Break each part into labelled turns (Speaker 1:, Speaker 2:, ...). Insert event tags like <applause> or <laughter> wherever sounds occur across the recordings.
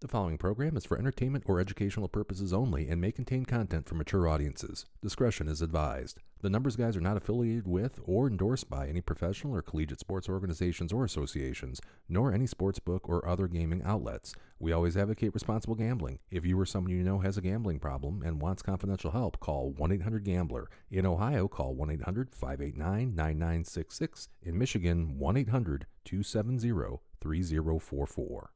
Speaker 1: The following program is for entertainment or educational purposes only and may contain content for mature audiences. Discretion is advised. The Numbers Guys are not affiliated with or endorsed by any professional or collegiate sports organizations or associations, nor any sports book or other gaming outlets. We always advocate responsible gambling. If you or someone you know has a gambling problem and wants confidential help, call 1 800 Gambler. In Ohio, call 1 800 589 9966. In Michigan, 1 800 270 3044.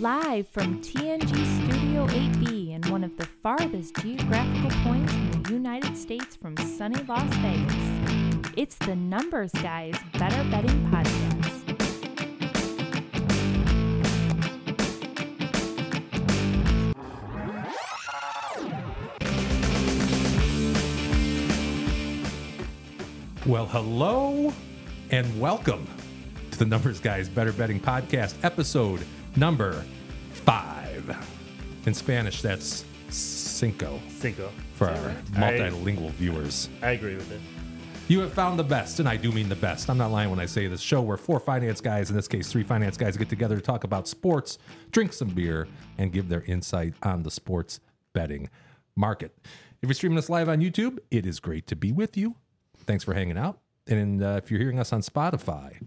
Speaker 2: Live from TNG Studio 8B in one of the farthest geographical points in the United States from sunny Las Vegas, it's the Numbers Guys Better Betting Podcast.
Speaker 3: Well, hello and welcome to the Numbers Guys Better Betting Podcast, episode number five. In Spanish, that's cinco
Speaker 4: Cinco.
Speaker 3: for our multilingual viewers.
Speaker 4: I agree with it.
Speaker 3: You have found the best, and I do mean the best. I'm not lying when I say this show where four finance guys, in this case, three finance guys, get together to talk about sports, drink some beer, and give their insight on the sports betting market. If you're streaming us live on YouTube, it is great to be with you. Thanks for hanging out. And uh, if you're hearing us on Spotify,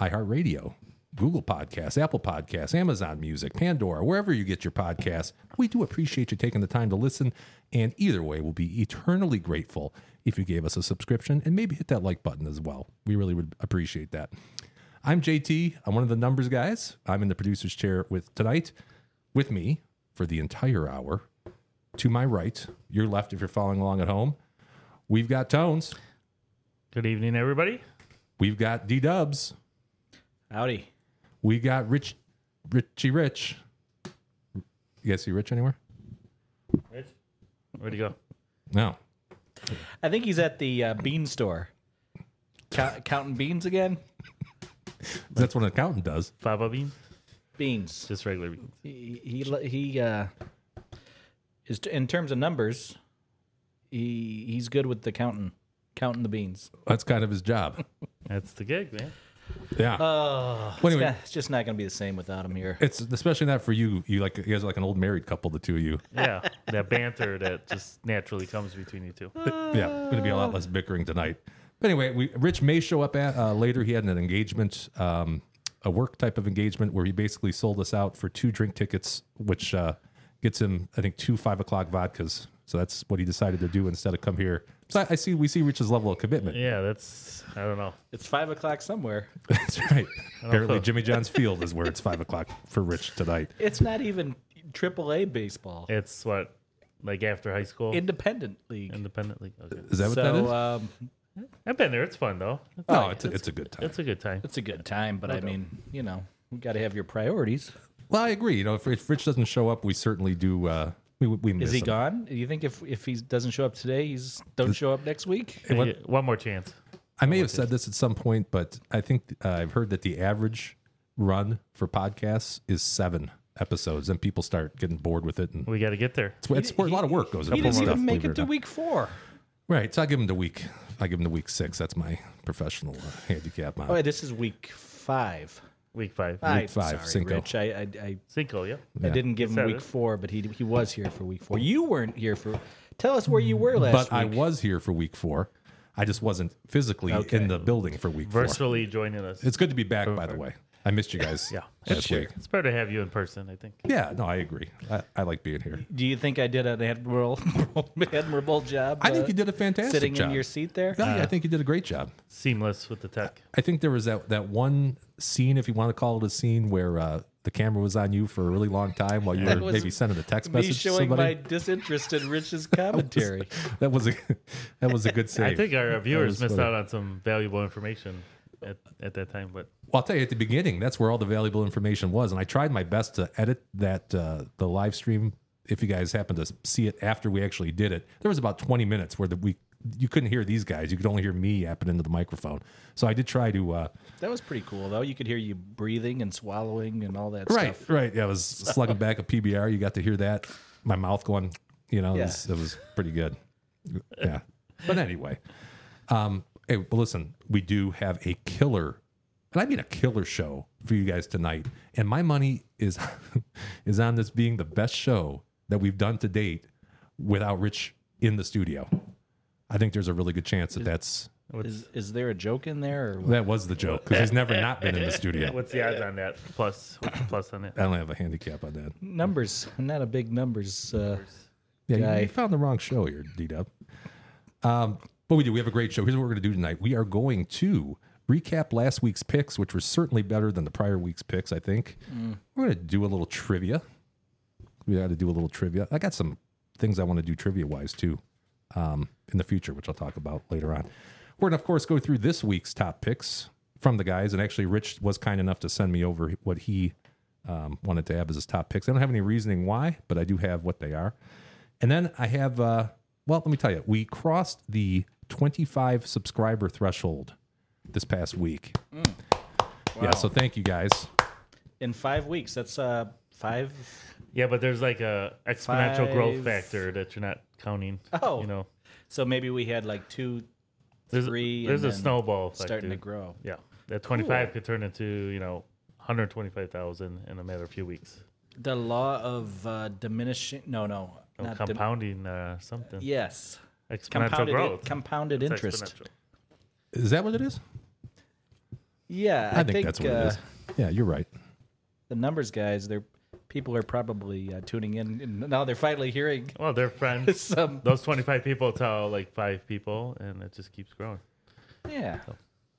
Speaker 3: iHeartRadio, Google Podcasts, Apple Podcasts, Amazon Music, Pandora, wherever you get your podcasts. We do appreciate you taking the time to listen. And either way, we'll be eternally grateful if you gave us a subscription and maybe hit that like button as well. We really would appreciate that. I'm JT. I'm one of the numbers guys. I'm in the producer's chair with tonight, with me for the entire hour. To my right, your left, if you're following along at home, we've got Tones,
Speaker 4: Good evening, everybody.
Speaker 3: we've got D Dubs,
Speaker 5: Howdy.
Speaker 3: We got Rich, Richie Rich. You guys see Rich anywhere?
Speaker 4: Where'd you go?
Speaker 3: No.
Speaker 5: I think he's at the uh, bean store. Cou- counting beans again?
Speaker 3: That's what an accountant does.
Speaker 4: Fava bean?
Speaker 5: Beans.
Speaker 4: Just regular beans.
Speaker 5: He he, he uh, is in terms of numbers, he he's good with the counting, counting the beans.
Speaker 3: That's kind of his job. <laughs>
Speaker 4: That's the gig, man.
Speaker 3: Yeah.
Speaker 5: Oh,
Speaker 3: Well,
Speaker 5: it's,
Speaker 3: anyway-
Speaker 5: not- it's just not going to be the same without him here.
Speaker 3: it's especially not for you. You like you guys are like an old married couple, the two of you.
Speaker 4: Yeah. <laughs> that banter that just naturally comes between you two.
Speaker 3: yeah, going to be a lot less bickering tonight. But anyway, we, Rich may show up at, uh, later. He had an engagement, um, a work type of engagement, where he basically sold us out for two drink tickets, which uh, gets him, I think, two five o'clock vodkas. So that's what he decided to do instead of come here. So I, I see we see Rich's level of commitment.
Speaker 4: Yeah, that's, I don't know.
Speaker 5: It's five o'clock somewhere.
Speaker 3: That's
Speaker 5: <laughs>
Speaker 3: right. Apparently, Jimmy John's Field is where it's five o'clock for Rich tonight.
Speaker 5: It's not even AAA baseball.
Speaker 4: It's what, like after high school?
Speaker 5: Independent league.
Speaker 4: Independent league. Okay.
Speaker 3: Is that what
Speaker 5: so
Speaker 3: that is?
Speaker 5: um,
Speaker 4: I've been there. It's fun, though.
Speaker 3: no, it's, a, it's a good time.
Speaker 4: It's a good time.
Speaker 5: it's a good time, but I mean, you know, you got to have your priorities.
Speaker 3: Well, I agree. You know, if, if Rich doesn't show up, we certainly do. Uh, we we miss
Speaker 5: Is he
Speaker 3: him.
Speaker 5: gone? Do you think if if he doesn't show up today, he's don't show up next week?
Speaker 4: Hey, yeah, One more chance.
Speaker 3: I
Speaker 5: Oh,
Speaker 3: may have said this at some point, but I think uh, I've heard that the average run for podcasts is seven episodes, and people start getting bored with it, and
Speaker 4: We got to get there.
Speaker 3: it's, it's a lot of work goes into
Speaker 5: He didn't
Speaker 3: stuff.
Speaker 5: even make
Speaker 3: believe
Speaker 5: it to
Speaker 3: or not.
Speaker 5: week four.
Speaker 3: Right, so I give him to week. I give him to week six. That's my professional uh, handicap.
Speaker 5: Oh,
Speaker 3: On.
Speaker 5: wait, this is week five.
Speaker 4: Week five.
Speaker 5: I'm
Speaker 3: five,
Speaker 5: sorry,
Speaker 3: Cinco.
Speaker 5: Rich. I I, I,
Speaker 4: Cinco, yeah.
Speaker 5: I didn't give him
Speaker 4: Said
Speaker 5: week
Speaker 4: it.
Speaker 5: four, but he he was here for week four. You weren't here for. Tell us where you were last
Speaker 3: But I
Speaker 5: week.
Speaker 3: was here for week four. I just wasn't physically in the building for week four.
Speaker 4: Virtually joining us.
Speaker 3: It's good to be back, by the way. I missed you
Speaker 5: <laughs>
Speaker 3: guys.
Speaker 4: Yeah.
Speaker 3: last week.
Speaker 4: It's better to have you in person, I think.
Speaker 3: Yeah, no, I agree. I, I like being here.
Speaker 5: Do you think I did an admirable <laughs> admirable job?
Speaker 3: I think
Speaker 5: uh,
Speaker 3: you did a fantastic
Speaker 5: sitting
Speaker 3: job.
Speaker 5: in your uh, seat there.
Speaker 3: Yeah, I think you did a great job.
Speaker 4: Seamless with the tech.
Speaker 3: I think there was that that one scene, if you want to call it a scene, where uh, the camera was on you for a really long time while you
Speaker 5: That
Speaker 3: were
Speaker 5: was
Speaker 3: maybe sending a text
Speaker 5: Me
Speaker 3: message to
Speaker 5: showing my
Speaker 3: somebody.
Speaker 5: disinterest
Speaker 3: <laughs>
Speaker 5: in Rich's commentary.
Speaker 3: That was a <laughs> that was a good save.
Speaker 4: I think our viewers
Speaker 3: was
Speaker 4: missed
Speaker 3: funny.
Speaker 4: out on some valuable information at, at that time, but
Speaker 3: Well, I'll tell you at the beginning, that's where all the valuable information was, and I tried my best to edit that uh, the live stream. If you guys happen to see it after we actually did it, there was about twenty minutes where the, we you couldn't hear these guys; you could only hear me yapping into the microphone. So I did try to. Uh,
Speaker 5: That was pretty cool, though. You could hear you breathing and swallowing and all that
Speaker 3: right,
Speaker 5: stuff.
Speaker 3: right. Yeah, I was slugging back a PBR. You got to hear that. My mouth going. You know, it, was, it was pretty good. Yeah, but anyway, um, hey, well, listen, we do have a killer and I mean a killer show for you guys tonight. And my money is <laughs> is on this being the best show that we've done to date without Rich in the studio. I think there's a really good chance that that's
Speaker 5: Is, is there a joke in there? Or what?
Speaker 3: that was the joke because he's never not been in the studio.
Speaker 4: What's the odds on that? Plus, what's the plus on it?
Speaker 3: I don't have a handicap on that.
Speaker 5: numbers? I'm not a big numbers. Uh,
Speaker 3: Yeah, you- you,
Speaker 5: Guy.
Speaker 3: found the wrong show here, D Dub. Um, but we do. We have a great show. Here's what we're going to do tonight. We are going to recap last week's picks, which were certainly better than the prior week's picks. I think we're going to do a little trivia. We got to do a little trivia. I got some things I want to do trivia wise too um, in the future, which I'll talk about later on. We're going to, of course, go through this week's top picks from the guys. And actually, Rich was kind enough to send me over what he um, wanted to have as his top picks. I don't have any reasoning why, but I do have what they are. And then I have, uh, well, let me tell you, we crossed the 25 subscriber threshold this past week.
Speaker 5: Mm.
Speaker 3: Yeah, so thank you guys.
Speaker 5: in five weeks, that's uh, five.
Speaker 4: Yeah, but there's like a exponential
Speaker 5: Five.
Speaker 4: growth factor that you're not counting.
Speaker 5: Oh.
Speaker 4: you know,
Speaker 5: So maybe we had like two
Speaker 4: there's
Speaker 5: Three
Speaker 4: a, there's
Speaker 5: and
Speaker 4: a
Speaker 5: then
Speaker 4: snowball effect,
Speaker 5: starting to
Speaker 4: dude.
Speaker 5: grow.
Speaker 4: Yeah, that 25 could turn into you know 125,000 in a matter of few weeks.
Speaker 5: The law of uh, diminishing. No, no.
Speaker 4: No,
Speaker 5: not dim-
Speaker 4: compounding uh, something.
Speaker 5: yes.
Speaker 4: Exponential
Speaker 5: Compounded,
Speaker 4: growth.
Speaker 5: compounded
Speaker 4: It's
Speaker 5: interest.
Speaker 4: exponential.
Speaker 3: Is that what it is?
Speaker 5: Yeah, I,
Speaker 3: I, think, that's what
Speaker 5: uh,
Speaker 3: it is. Yeah, you're right.
Speaker 5: The numbers guys, they're people are probably uh, tuning in, and now they're finally hearing
Speaker 4: Well, they're friends.
Speaker 5: <laughs> some.
Speaker 4: Those 25 people tell like five people, and it just keeps growing.
Speaker 5: Yeah,
Speaker 4: Oh.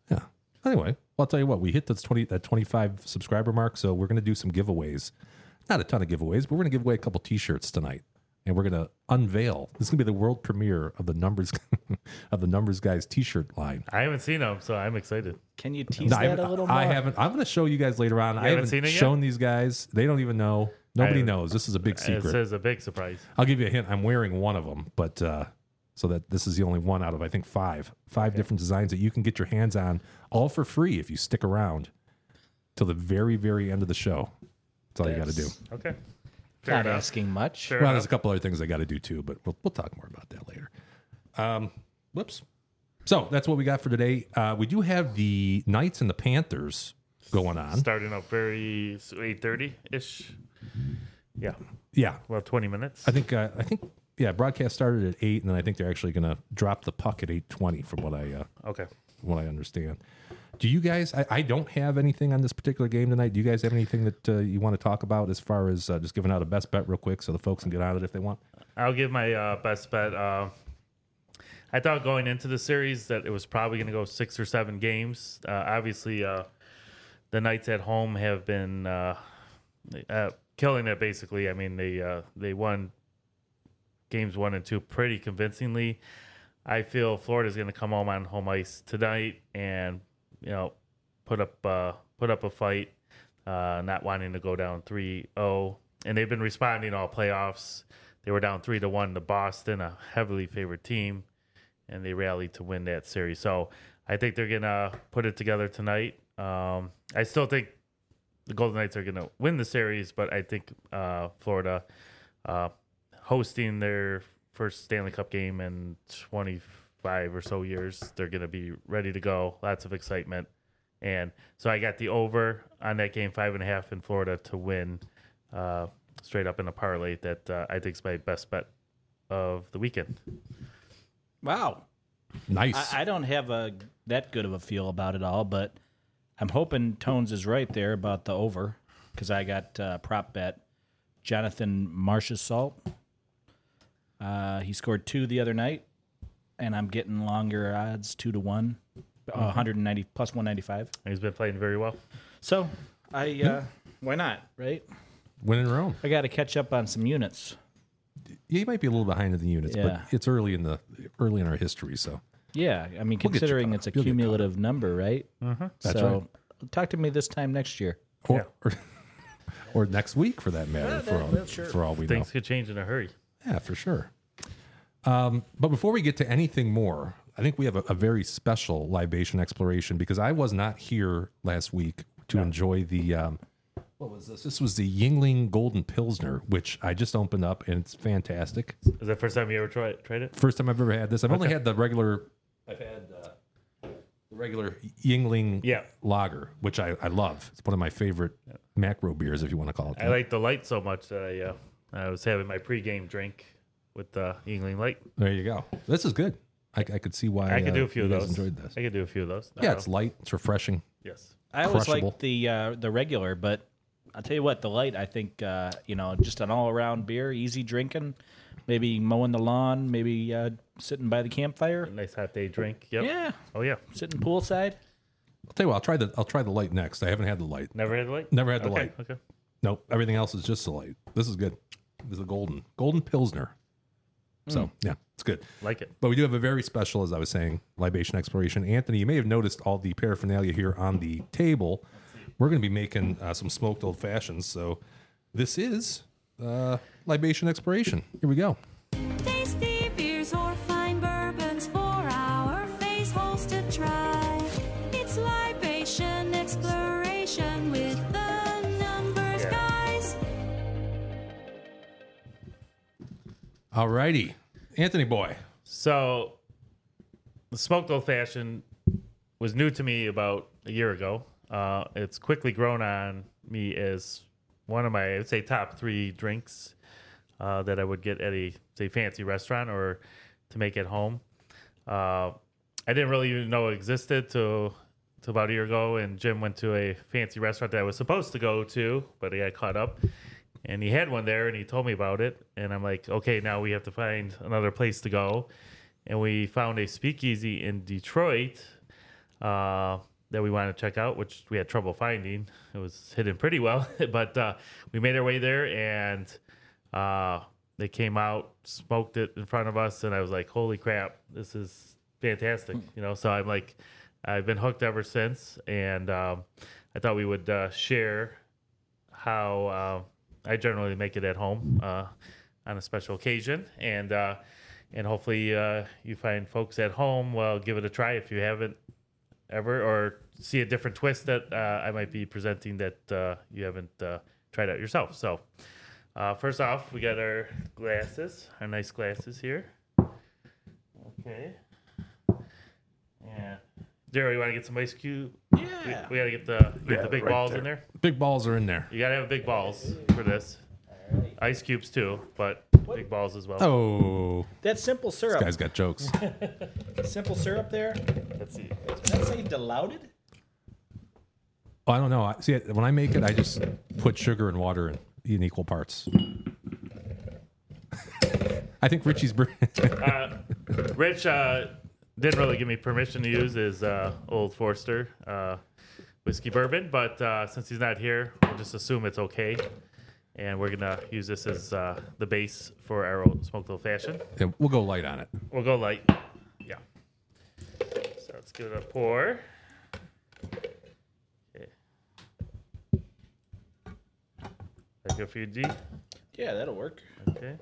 Speaker 3: Yeah. Anyway, well, I'll tell you what, we hit this 20, that 25 subscriber mark, so we're going to do some giveaways. Not a ton of giveaways, but we're going to give away a couple t shirts tonight. And we're going to unveil. This is going to be the world premiere of the numbers <laughs> of the numbers guys t-shirt line.
Speaker 4: I haven't seen them, so I'm excited.
Speaker 5: can you tease
Speaker 3: No, I,
Speaker 5: that
Speaker 3: haven't-
Speaker 5: a little more?
Speaker 3: I haven't. I'm going to show you guys later on. I
Speaker 4: haven't
Speaker 3: haven't
Speaker 4: seen it yet?
Speaker 3: shown these guys. They don't even know. Nobody
Speaker 4: I-
Speaker 3: knows. This is a big
Speaker 4: It
Speaker 3: secret.
Speaker 4: says a big surprise.
Speaker 3: I'll give you a hint. I'm wearing one of them, but uh, so that this is the only one out of I think five, five different designs that you can get your hands on, all for free if you stick around till the very, very end of the show. That's all you got to do.
Speaker 5: That's
Speaker 4: Okay. Fair
Speaker 5: Not
Speaker 4: enough.
Speaker 5: asking much.
Speaker 4: Fair
Speaker 3: Well,
Speaker 4: enough.
Speaker 3: there's a couple other things I got to do too, but we'll, we'll talk more about that later. Um, whoops. So that's what we got for today. Uh, we do have the Knights and the Panthers going on.
Speaker 4: Starting up very 8:30 ish. Yeah,
Speaker 3: Yeah,
Speaker 4: well, 20 minutes.
Speaker 3: I think uh, I think yeah, broadcast started at eight, and then I think they're actually going to drop the puck at eight twenty, from what I uh,
Speaker 4: Okay.
Speaker 3: from what I understand. Do you guys? I, I don't have anything on this particular game tonight. Do you guys have anything that uh, you want to talk about as far as uh, just giving out a best bet real quick so the folks can get on it if they want?
Speaker 4: I'll give my uh, best bet. Uh, I thought going into the series that it was probably going to go six or seven games. Uh, obviously, uh, the Knights at home have been uh, uh, killing it. Basically, I mean they uh, they won games one and two pretty convincingly. I feel Florida's going to come home on home ice tonight and you know put up uh, put up a fight, uh, not wanting to go down 3-0. and they've been responding all playoffs. They were down three to one to Boston, a heavily favored team, and they rallied to win that series. So I think they're gonna put it together tonight. Um, I still think the Golden Knights are gonna win the series, but I think uh, Florida uh, hosting their first Stanley Cup game in 25 or so years, they're gonna be ready to go. Lots of excitement, and so I got the over on that game five and a half in Florida to win uh, straight up in a parlay that uh, I think is my best bet of the weekend.
Speaker 5: Wow,
Speaker 3: Nice.
Speaker 5: I, I don't have a that good of a feel about it all, but I'm hoping Tones is right there about the over because I got uh, prop bet Jonathan Marchessault. Uh, he scored two the other night, and I'm getting longer odds two to one, uh,
Speaker 3: Mm-hmm.
Speaker 5: 190 plus 195.
Speaker 4: And he's been playing very well.
Speaker 5: So I uh, why not right?
Speaker 3: Win in Rome.
Speaker 5: I got to catch up on some units.
Speaker 3: Yeah, you might be a little behind in the units,
Speaker 5: Yeah.
Speaker 3: but it's early in the early in our history, so
Speaker 5: Yeah, I mean
Speaker 3: We'll get you
Speaker 5: considering
Speaker 3: caught
Speaker 5: it's a
Speaker 3: up. You'll get caught up.
Speaker 5: cumulative number, right? Mm-hmm.
Speaker 3: That's
Speaker 5: so talk to me this time next year.
Speaker 3: or or, <laughs> or next week for that matter. for all for all we know.
Speaker 4: Things could change in a hurry.
Speaker 3: Yeah, for sure. Um, but before we get to anything more, I think we have a, a very special libation exploration because I was not here last week to enjoy the. Um, what was this? This was the Yingling Golden Pilsner, which I just opened up and it's fantastic.
Speaker 4: Is that the first time you ever tried, tried it?
Speaker 3: First time I've ever had this. I've only had the regular. I've had uh, the regular Yingling
Speaker 4: Yeah.
Speaker 3: lager, which I, I love. It's one of my favorite macro beers, if you want to call it.
Speaker 4: I like the light so much that I uh, I was having my pregame drink with the uh, Yingling Light.
Speaker 3: there you go. This is good. I, I could see why
Speaker 4: I could
Speaker 3: uh,
Speaker 4: do a few
Speaker 3: you
Speaker 4: of
Speaker 3: guys
Speaker 4: those.
Speaker 3: Enjoyed this.
Speaker 4: I could do a few of those.
Speaker 3: Yeah,
Speaker 4: Uh,
Speaker 3: it's light. It's refreshing.
Speaker 4: yes.
Speaker 5: I always
Speaker 3: Crushable.
Speaker 5: like the uh, the regular, but I'll tell you what, the light. I think uh, you know, just an all around beer, easy drinking, maybe mowing the lawn, maybe uh, sitting by the campfire.
Speaker 4: Nice hot day drink. Yep.
Speaker 5: Yeah,
Speaker 4: Oh yeah.
Speaker 5: sitting poolside.
Speaker 3: I'll tell you what. I'll try the I'll try the light next. I haven't had the light.
Speaker 4: Never had the light.
Speaker 3: Never had the
Speaker 4: okay.
Speaker 3: light.
Speaker 4: Okay.
Speaker 3: Nope. Everything else is just the light. This is good. This is a golden golden pilsner. So yeah, it's good.
Speaker 4: Like it.
Speaker 3: But we do have a very special, as I was saying, libation exploration. Anthony, you may have noticed all the paraphernalia here on the table. We're going to be making uh, some smoked old fashions. So this is uh, libation exploration. Here we go.
Speaker 6: Tasty beers or fine bourbons for our face holes to try. It's libation exploration with the numbers
Speaker 4: Yeah.
Speaker 6: guys.
Speaker 3: All righty, Anthony boy.
Speaker 4: So, the smoked old fashioned was new to me about a year ago. Uh, it's quickly grown on me as one of my, I would say, top three drinks uh, that I would get at a say fancy restaurant or to make at home. Uh, I didn't really even know it existed till, till about a year ago, and Jim went to a fancy restaurant that I was supposed to go to, but he got caught up. And he had one there, and he told me about it, and I'm like, okay, now we have to find another place to go, and we found a speakeasy in Detroit uh, that we wanted to check out, which we had trouble finding. It was hidden pretty well, <laughs> but uh, we made our way there, and uh, they came out, smoked it in front of us, and I was like, "Holy crap, this is fantastic!" You know, so I'm like, I've been hooked ever since, and um, I thought we would uh, share how uh, I generally make it at home uh, on a special occasion, and uh, and hopefully uh, you find folks at home. Well, give it a try if you haven't ever, or see a different twist that uh, I might be presenting that uh, you haven't uh, tried out yourself. So. Uh, first off, we got our glasses, our nice glasses here. Okay. Yeah. Daryl, you want to get some ice cube? Yeah. We, we gotta get the get the big balls in there.
Speaker 3: Big balls are in there.
Speaker 4: You gotta have big balls for this. Ice cubes too, but big balls as well.
Speaker 3: Oh,
Speaker 5: That simple syrup,
Speaker 3: guys got jokes.
Speaker 5: simple syrup there.
Speaker 4: Let's see.
Speaker 5: Did that say diluted?
Speaker 3: Oh, I don't know. I, see, when I make it, I just put sugar and water in, in equal parts. <laughs> I think Richie's. br- <laughs>
Speaker 4: Rich uh, didn't really give me permission to use his uh, old Forster uh, whiskey bourbon, but uh, since he's not here, we'll just assume it's okay. And we're gonna use this as uh, the base for our old smoked old fashioned.
Speaker 3: Yeah, we'll go light on it.
Speaker 4: We'll go light. Yeah. So let's give it a pour. Okay. That good for you, D?
Speaker 5: Yeah, that'll work.
Speaker 4: Okay.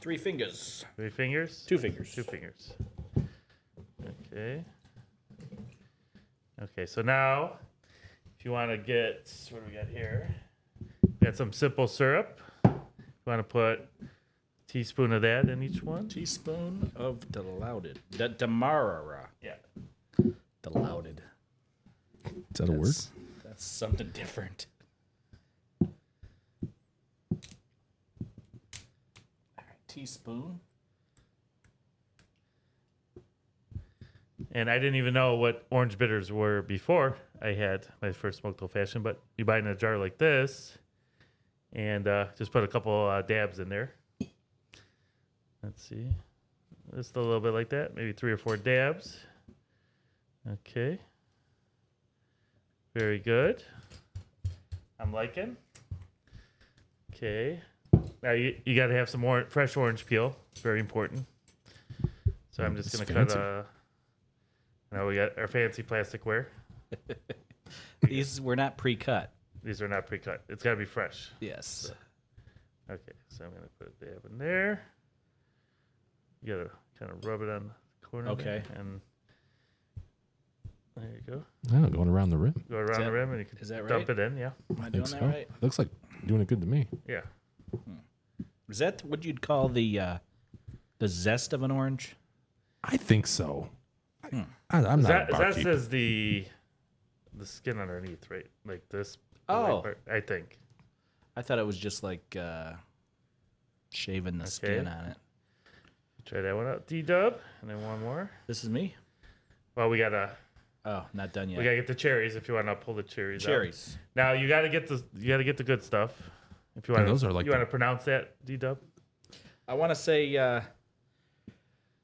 Speaker 5: Three fingers,
Speaker 4: Three fingers?
Speaker 5: two fingers.
Speaker 4: Two fingers. Okay. Okay, so now if you want to get what do we got here? We got some simple syrup. You want to put a teaspoon of that in each one?
Speaker 5: Teaspoon of diluted. D- Demarara.
Speaker 4: Yeah.
Speaker 5: Diluted.
Speaker 3: Is that a word?
Speaker 5: That's, that's something different. All right, Teaspoon.
Speaker 4: And I didn't even know what orange bitters were before I had my first smoked old fashioned. But you buy it in a jar like this, and uh, just put a couple uh, dabs in there. Let's see, just a little bit like that, maybe three or four dabs. Okay, very good. I'm liking. Okay, now you, you got to have some more fresh orange peel. It's very important. So I'm just gonna cut uh,
Speaker 3: fancy.
Speaker 4: a. Now we got our fancy plasticware.
Speaker 5: These were not pre-cut.
Speaker 4: These are not pre-cut. It's got to be fresh.
Speaker 5: Yes.
Speaker 4: Okay, so I'm gonna put a dab in there. You gotta kind of rub it on the corner. there,
Speaker 5: Okay.
Speaker 4: and there you go.
Speaker 3: Oh, going around the rim.
Speaker 4: Go around
Speaker 5: that-
Speaker 4: the rim and you can
Speaker 5: is that
Speaker 4: dump
Speaker 5: right?
Speaker 4: it in. Yeah,
Speaker 5: Am I doing
Speaker 3: Think
Speaker 5: that
Speaker 3: so.
Speaker 5: right?
Speaker 3: Looks like doing it good to me.
Speaker 4: yeah.
Speaker 5: Is that what you'd call the uh, the zest of an orange?
Speaker 3: I think so. I, I'm not
Speaker 4: Hmm. That,
Speaker 3: a
Speaker 4: that
Speaker 3: barkeep.
Speaker 4: says the the skin underneath, right? Like this.
Speaker 5: Oh.
Speaker 4: Like, I think.
Speaker 5: I thought it was just like uh, shaving the skin on it.
Speaker 4: Try that one out. D dub. And then one more.
Speaker 5: This is me.
Speaker 4: Well, we gotta
Speaker 5: Oh, not done yet.
Speaker 4: we gotta get the cherries if you wanna pull the cherries out.
Speaker 5: Cherries.
Speaker 4: Now you gotta get the you gotta get the good stuff. If you
Speaker 3: And
Speaker 4: wanna
Speaker 3: those are like
Speaker 4: you
Speaker 3: the-
Speaker 4: wanna pronounce that, D dub?
Speaker 5: I want to say uh,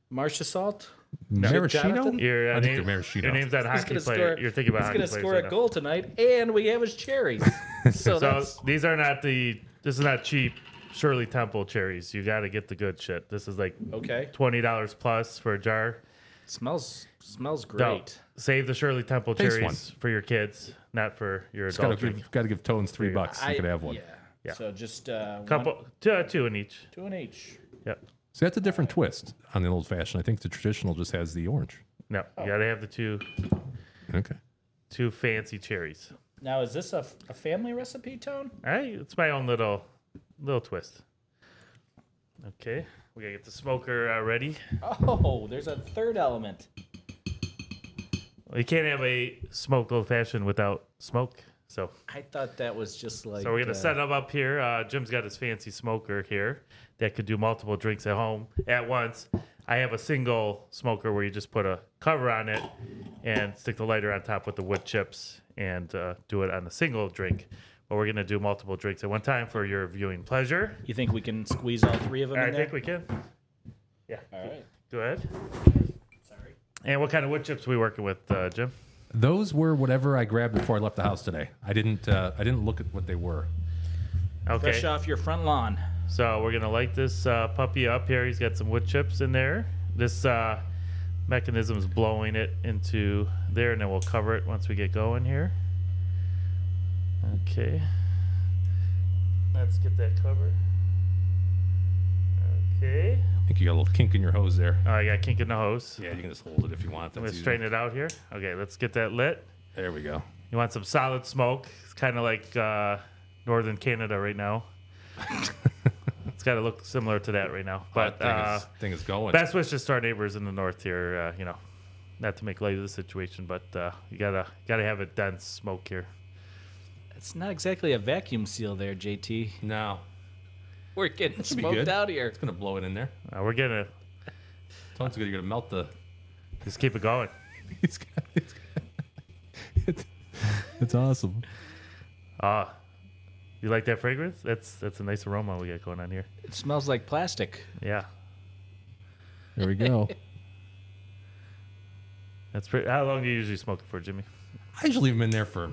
Speaker 5: Marcia Salt. Jonathan?
Speaker 3: Maraschino?
Speaker 4: Your,
Speaker 3: <laughs>
Speaker 4: uh,
Speaker 3: I think
Speaker 4: name-
Speaker 3: they're maraschino.
Speaker 4: your name's that
Speaker 5: He's
Speaker 4: hockey
Speaker 5: gonna
Speaker 4: player.
Speaker 5: score-
Speaker 4: You're thinking about
Speaker 5: He's
Speaker 4: hockey
Speaker 5: gonna
Speaker 4: players.
Speaker 5: score
Speaker 4: right now.
Speaker 5: a goal tonight, and we have his
Speaker 4: <laughs>
Speaker 5: cherries. so
Speaker 4: So
Speaker 5: that's
Speaker 4: these are not the. This is not cheap Shirley Temple cherries. You got to get the good shit. This is like
Speaker 5: okay.
Speaker 4: twenty dollars plus for a jar.
Speaker 5: Smells smells great.
Speaker 4: No, save the Shirley Temple
Speaker 3: Taste
Speaker 4: cherries
Speaker 3: one.
Speaker 4: for your kids, not for your
Speaker 3: Just gotta
Speaker 4: adult drink.
Speaker 3: give, gotta give Tones three bucks.
Speaker 5: I-
Speaker 3: you could have one.
Speaker 5: Yeah.
Speaker 4: Yeah.
Speaker 5: So just uh,
Speaker 4: Couple,
Speaker 5: one,
Speaker 4: two, uh, two in each.
Speaker 5: two and each.
Speaker 4: Yep.
Speaker 3: See, that's a different twist on the old fashioned. I think the traditional just has the orange.
Speaker 4: No,
Speaker 5: Oh.
Speaker 4: you got to have the two,
Speaker 3: Okay.
Speaker 4: two fancy cherries.
Speaker 5: Now is this a, a family recipe, Tone?
Speaker 4: All right, it's my own little, little twist. Okay, we gotta get the smoker uh, ready.
Speaker 5: Oh, there's a third element.
Speaker 4: You can't have a smoked old fashioned without smoke. So
Speaker 5: I thought that was just like.
Speaker 4: So we're gonna
Speaker 5: uh,
Speaker 4: set up up here. Uh, Jim's got his fancy smoker here that could do multiple drinks at home at once. I have a single smoker where you just put a cover on it and stick the lighter on top with the wood chips and uh, do it on a single drink. But we're gonna do multiple drinks at one time for your viewing pleasure.
Speaker 5: You think we can squeeze all three of them?
Speaker 4: I
Speaker 5: in there?
Speaker 4: think we can. Yeah,
Speaker 5: All right.
Speaker 4: go ahead. Sorry. And what kind of wood chips we working with, uh, Jim?
Speaker 3: Those were whatever I grabbed before I left the house today. I didn't. Uh, I didn't look at what they were.
Speaker 4: Okay.
Speaker 5: Fresh off your front lawn.
Speaker 4: So we're gonna light this uh, puppy up here. He's got some wood chips in there. This uh, mechanism's blowing it into there, and then we'll cover it once we get going here. Okay. Let's get that covered. Okay.
Speaker 3: I think you got a little kink in your hose there.
Speaker 4: Oh, I got kink in the hose.
Speaker 3: Yeah, you can just hold it if you want.
Speaker 4: I'm
Speaker 3: That's
Speaker 4: gonna
Speaker 3: easy.
Speaker 4: straighten it out here. Okay, let's get that lit.
Speaker 3: There we go.
Speaker 4: You want some solid smoke? It's kind of like uh, northern Canada right now. it's got to look similar to that right now, but.
Speaker 3: thing,
Speaker 4: uh,
Speaker 3: is, thing is going.
Speaker 4: Best wishes to our neighbors in the north here. Uh, you know, not to make light of the situation, but uh, you gotta gotta have a dense smoke here.
Speaker 5: It's not exactly a vacuum seal there, JT.
Speaker 3: no,
Speaker 5: We're getting
Speaker 3: be
Speaker 5: smoked
Speaker 3: good.
Speaker 5: out here.
Speaker 3: it's gonna blow it in there.
Speaker 4: Uh, we're gonna
Speaker 3: Tones good. You're gonna melt the.
Speaker 4: just keep it going.
Speaker 3: <laughs> It's, got- it's, got- it's, it's awesome.
Speaker 4: Ah, you like that fragrance? That's that's a nice aroma we got going on here.
Speaker 5: It smells like plastic.
Speaker 4: Yeah,
Speaker 3: There we go.
Speaker 4: that's pretty. How long do you usually smoke it for, Jimmy?
Speaker 3: <laughs> I usually leave them in there for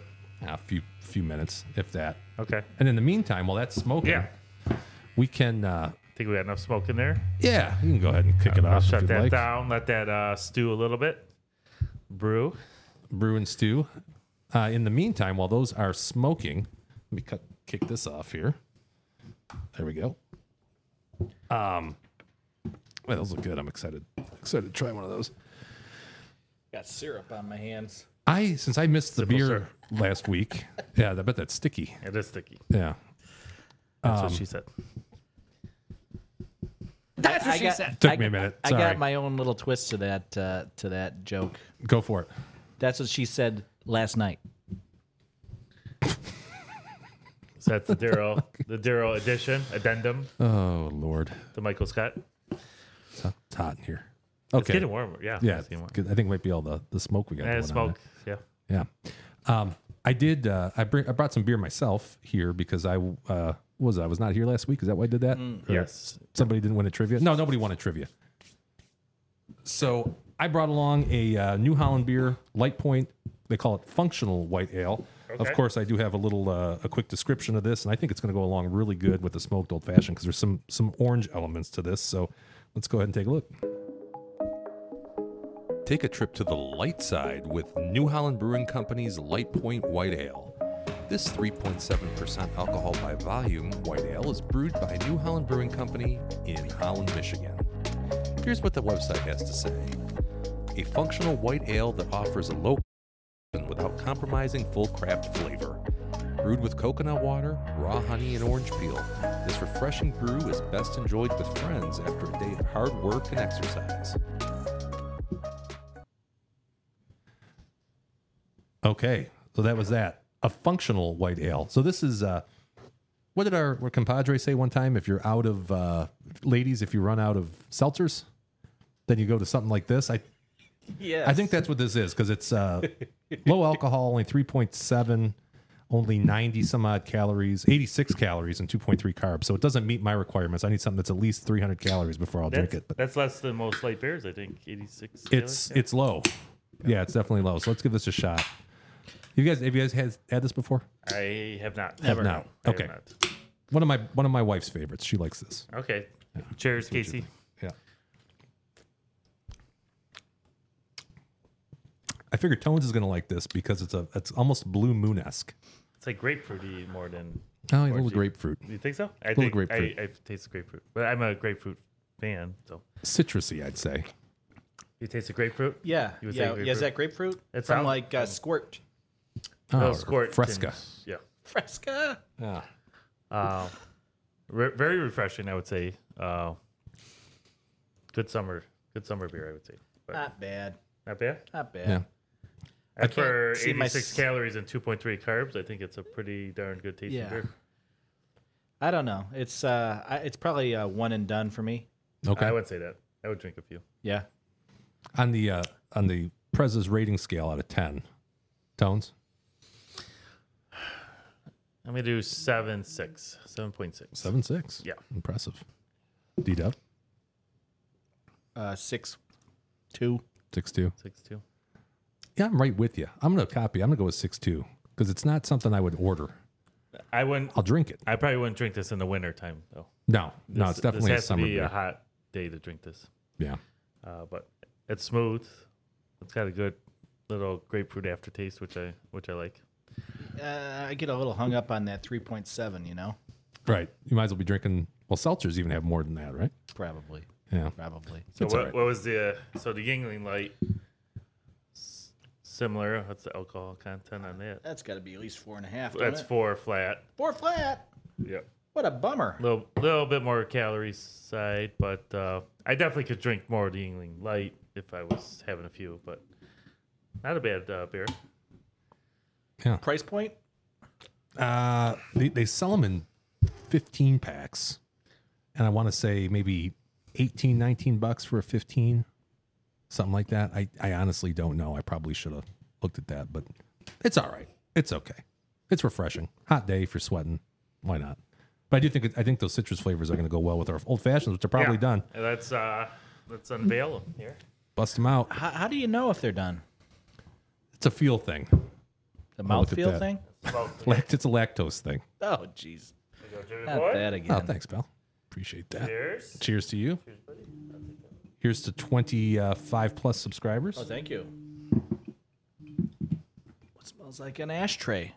Speaker 3: uh, a few few minutes, if that.
Speaker 4: Okay.
Speaker 3: And in the meantime, while that's smoking,
Speaker 4: Yeah,
Speaker 3: we can. Uh,
Speaker 4: think we got enough smoke in there.
Speaker 3: yeah, you can go ahead and kick it
Speaker 4: I'll
Speaker 3: off. if
Speaker 4: shut
Speaker 3: you'd
Speaker 4: that
Speaker 3: like.
Speaker 4: down. Let that uh, stew a little bit. Brew.
Speaker 3: brew and stew. Uh, in the meantime, while those are smoking, let me cut kick this off here. There we go. Um, well, those look good. I'm excited. Excited to try one of those.
Speaker 5: Got syrup on my hands.
Speaker 3: I since I missed the beer last week. Yeah, I bet that's sticky.
Speaker 4: It is sticky.
Speaker 3: Yeah.
Speaker 4: That's
Speaker 3: Um,
Speaker 4: what she said.
Speaker 5: That's what I she got, said.
Speaker 3: Took me a minute.
Speaker 5: I
Speaker 3: Sorry.
Speaker 5: got my own little twist to that uh, to that joke.
Speaker 3: Go for it.
Speaker 5: That's what she said last night.
Speaker 4: So that's
Speaker 3: <laughs>
Speaker 4: the Daryl, the Daryl edition addendum
Speaker 3: Oh Lord,
Speaker 4: to Michael Scott.
Speaker 3: it's hot, it's hot in here. Okay.
Speaker 4: It's getting warmer. Yeah.
Speaker 3: Yeah,
Speaker 4: It's getting warmer.
Speaker 3: it's good. I think it might be all the, the smoke we got.
Speaker 4: And
Speaker 3: going on there.
Speaker 4: smoke. Yeah.
Speaker 3: Yeah. Um, I did. Uh, I bring. I brought some beer myself here because I uh, was. I was not here last week. Is that why I did that? Or
Speaker 4: Yes.
Speaker 3: Somebody didn't win a trivia. Mm. No, nobody won a trivia. So I brought along a uh, New Holland beer, Light Point. They call it functional white ale. Of
Speaker 4: Okay.
Speaker 3: course, I do have a little uh, a quick description of this, and I think it's going to go along really good with the smoked old fashioned because there's some some orange elements to this. So let's go ahead and take a look.
Speaker 1: Take a trip to the light side with New Holland Brewing Company's Light Point White Ale. This 3.7% alcohol by volume white ale is brewed by New Holland Brewing Company in Holland, Michigan. Here's what the website has to say A functional white ale that offers a low without compromising full craft flavor. Brewed with coconut water, raw honey, and orange peel, this refreshing brew is best enjoyed with friends after a day of hard work and exercise.
Speaker 3: Okay, so that was that. A functional white ale. So this is uh, what did our what compadre say one time? If you're out of uh, ladies, if you run out of seltzers, then you go to something like this. I
Speaker 5: Yeah.
Speaker 3: I think that's what this is because it's uh, low alcohol, only 3.7, only 90 some odd calories, 86 calories, and 2.3 carbs. So it doesn't meet my requirements. I need something that's at least 300 calories before I'll
Speaker 4: That's,
Speaker 3: drink it. But
Speaker 4: that's less than most light beers, I think. 86.
Speaker 3: it's it's low. Yeah, it's definitely low. So let's give this a shot. You guys, have you guys had, had this before?
Speaker 4: I have not.
Speaker 3: Have not.
Speaker 4: I have
Speaker 3: Okay.
Speaker 4: not.
Speaker 3: One of my one of my wife's favorites. She likes this.
Speaker 4: Okay. Cheers, Casey.
Speaker 3: Yeah. I figure Tones is going to like this because it's a it's almost blue moon esque.
Speaker 4: It's like grapefruity more than.
Speaker 3: Oh, a little
Speaker 4: Orangey.
Speaker 3: grapefruit.
Speaker 4: You think so? I
Speaker 3: Little
Speaker 4: think
Speaker 3: grapefruit.
Speaker 4: I, I taste grapefruit, but I'm a grapefruit fan. So
Speaker 3: citrusy, I'd say.
Speaker 4: you taste the grapefruit?
Speaker 5: Yeah.
Speaker 4: You would
Speaker 5: yeah.
Speaker 4: say
Speaker 5: yeah.
Speaker 4: grapefruit?
Speaker 5: Is that grapefruit?
Speaker 4: It
Speaker 5: From
Speaker 4: sounds-
Speaker 5: like uh, Squirt.
Speaker 4: Oh,
Speaker 3: or
Speaker 4: squirt.
Speaker 3: Ah, Fresca.
Speaker 4: and- Yeah.
Speaker 5: Fresca.
Speaker 3: Ah,
Speaker 4: Uh, re- very refreshing, I would say. Uh, good summer, good summer beer, I would say. But
Speaker 5: Not bad.
Speaker 4: not bad.
Speaker 5: Not bad.
Speaker 3: Yeah.
Speaker 4: And for
Speaker 5: see my
Speaker 4: 86
Speaker 5: s-
Speaker 4: calories and 2.3 carbs, I think it's a pretty darn good tasting
Speaker 5: Yeah.
Speaker 4: beer.
Speaker 5: I don't know. It's uh, I, it's probably uh, one and done for me.
Speaker 4: I
Speaker 3: Okay.
Speaker 4: would say that. I would drink a few.
Speaker 5: Yeah.
Speaker 3: on the uh, on the Prez's rating scale out of ten, tones
Speaker 4: I'm gonna do seven six, seven point six.
Speaker 3: seven six.
Speaker 4: Yeah.
Speaker 3: impressive. D Dub
Speaker 5: Uh, six, two.
Speaker 3: six two.
Speaker 4: Six two.
Speaker 3: Yeah, I'm right with you. I'm gonna copy. I'm gonna go with six two because it's not something I would order.
Speaker 4: I wouldn't.
Speaker 3: I'll drink it.
Speaker 4: I probably wouldn't drink this in the winter time though.
Speaker 3: No, no,
Speaker 4: This-
Speaker 3: it's definitely
Speaker 4: this
Speaker 3: a
Speaker 4: has
Speaker 3: summer
Speaker 4: to be uh,
Speaker 3: beer.
Speaker 4: a hot day to drink this.
Speaker 3: yeah,
Speaker 4: Uh, but it's smooth. It's got a good little grapefruit aftertaste, which I which I like.
Speaker 5: Uh, I get a little hung up on that three point seven. You know,
Speaker 3: right. You might as well be drinking. Well, seltzers even have more than that, right?
Speaker 5: probably,
Speaker 3: Yeah,
Speaker 5: probably.
Speaker 4: So
Speaker 3: It's
Speaker 4: what,
Speaker 3: all right.
Speaker 4: what was the uh, so the Yingling Light? s- Similar. What's the alcohol content on that?
Speaker 5: That's got to be at least four and a half.
Speaker 4: That's
Speaker 5: four.
Speaker 4: four flat.
Speaker 5: Four flat.
Speaker 4: Yep.
Speaker 5: What a bummer.
Speaker 4: Little little bit more calories side, but uh, I definitely could drink more of the Yingling Light if I was having a few. But not a bad uh, beer.
Speaker 5: Price point?
Speaker 3: uh, they they sell them in fifteen packs, and I want to say maybe 18, 19 bucks for a fifteen, something like that. I I honestly don't know. I probably should have looked at that, but it's all right. It's okay. It's refreshing. Hot day for sweating. Why not? But I do think it- I think those citrus flavors are going to go well with our old fashions, which are probably
Speaker 4: Yeah.
Speaker 3: done.
Speaker 4: And Let's uh, let's unveil them here.
Speaker 3: Bust them out.
Speaker 5: How, how do you know if they're done?
Speaker 3: It's a feel thing.
Speaker 5: The
Speaker 3: I'll Oh, look at
Speaker 5: mouthfeel
Speaker 3: that.
Speaker 5: thing?
Speaker 4: Well,
Speaker 3: Lact- It's a lactose thing.
Speaker 5: Oh, jeez.
Speaker 4: go, Jimmy
Speaker 5: Not
Speaker 4: boy.
Speaker 5: that
Speaker 3: Oh,
Speaker 5: again.
Speaker 3: thanks, pal. Appreciate that.
Speaker 4: Cheers.
Speaker 3: Cheers to you. Here's to 25 plus
Speaker 5: oh,
Speaker 3: subscribers.
Speaker 5: thank you. What smells like an ashtray?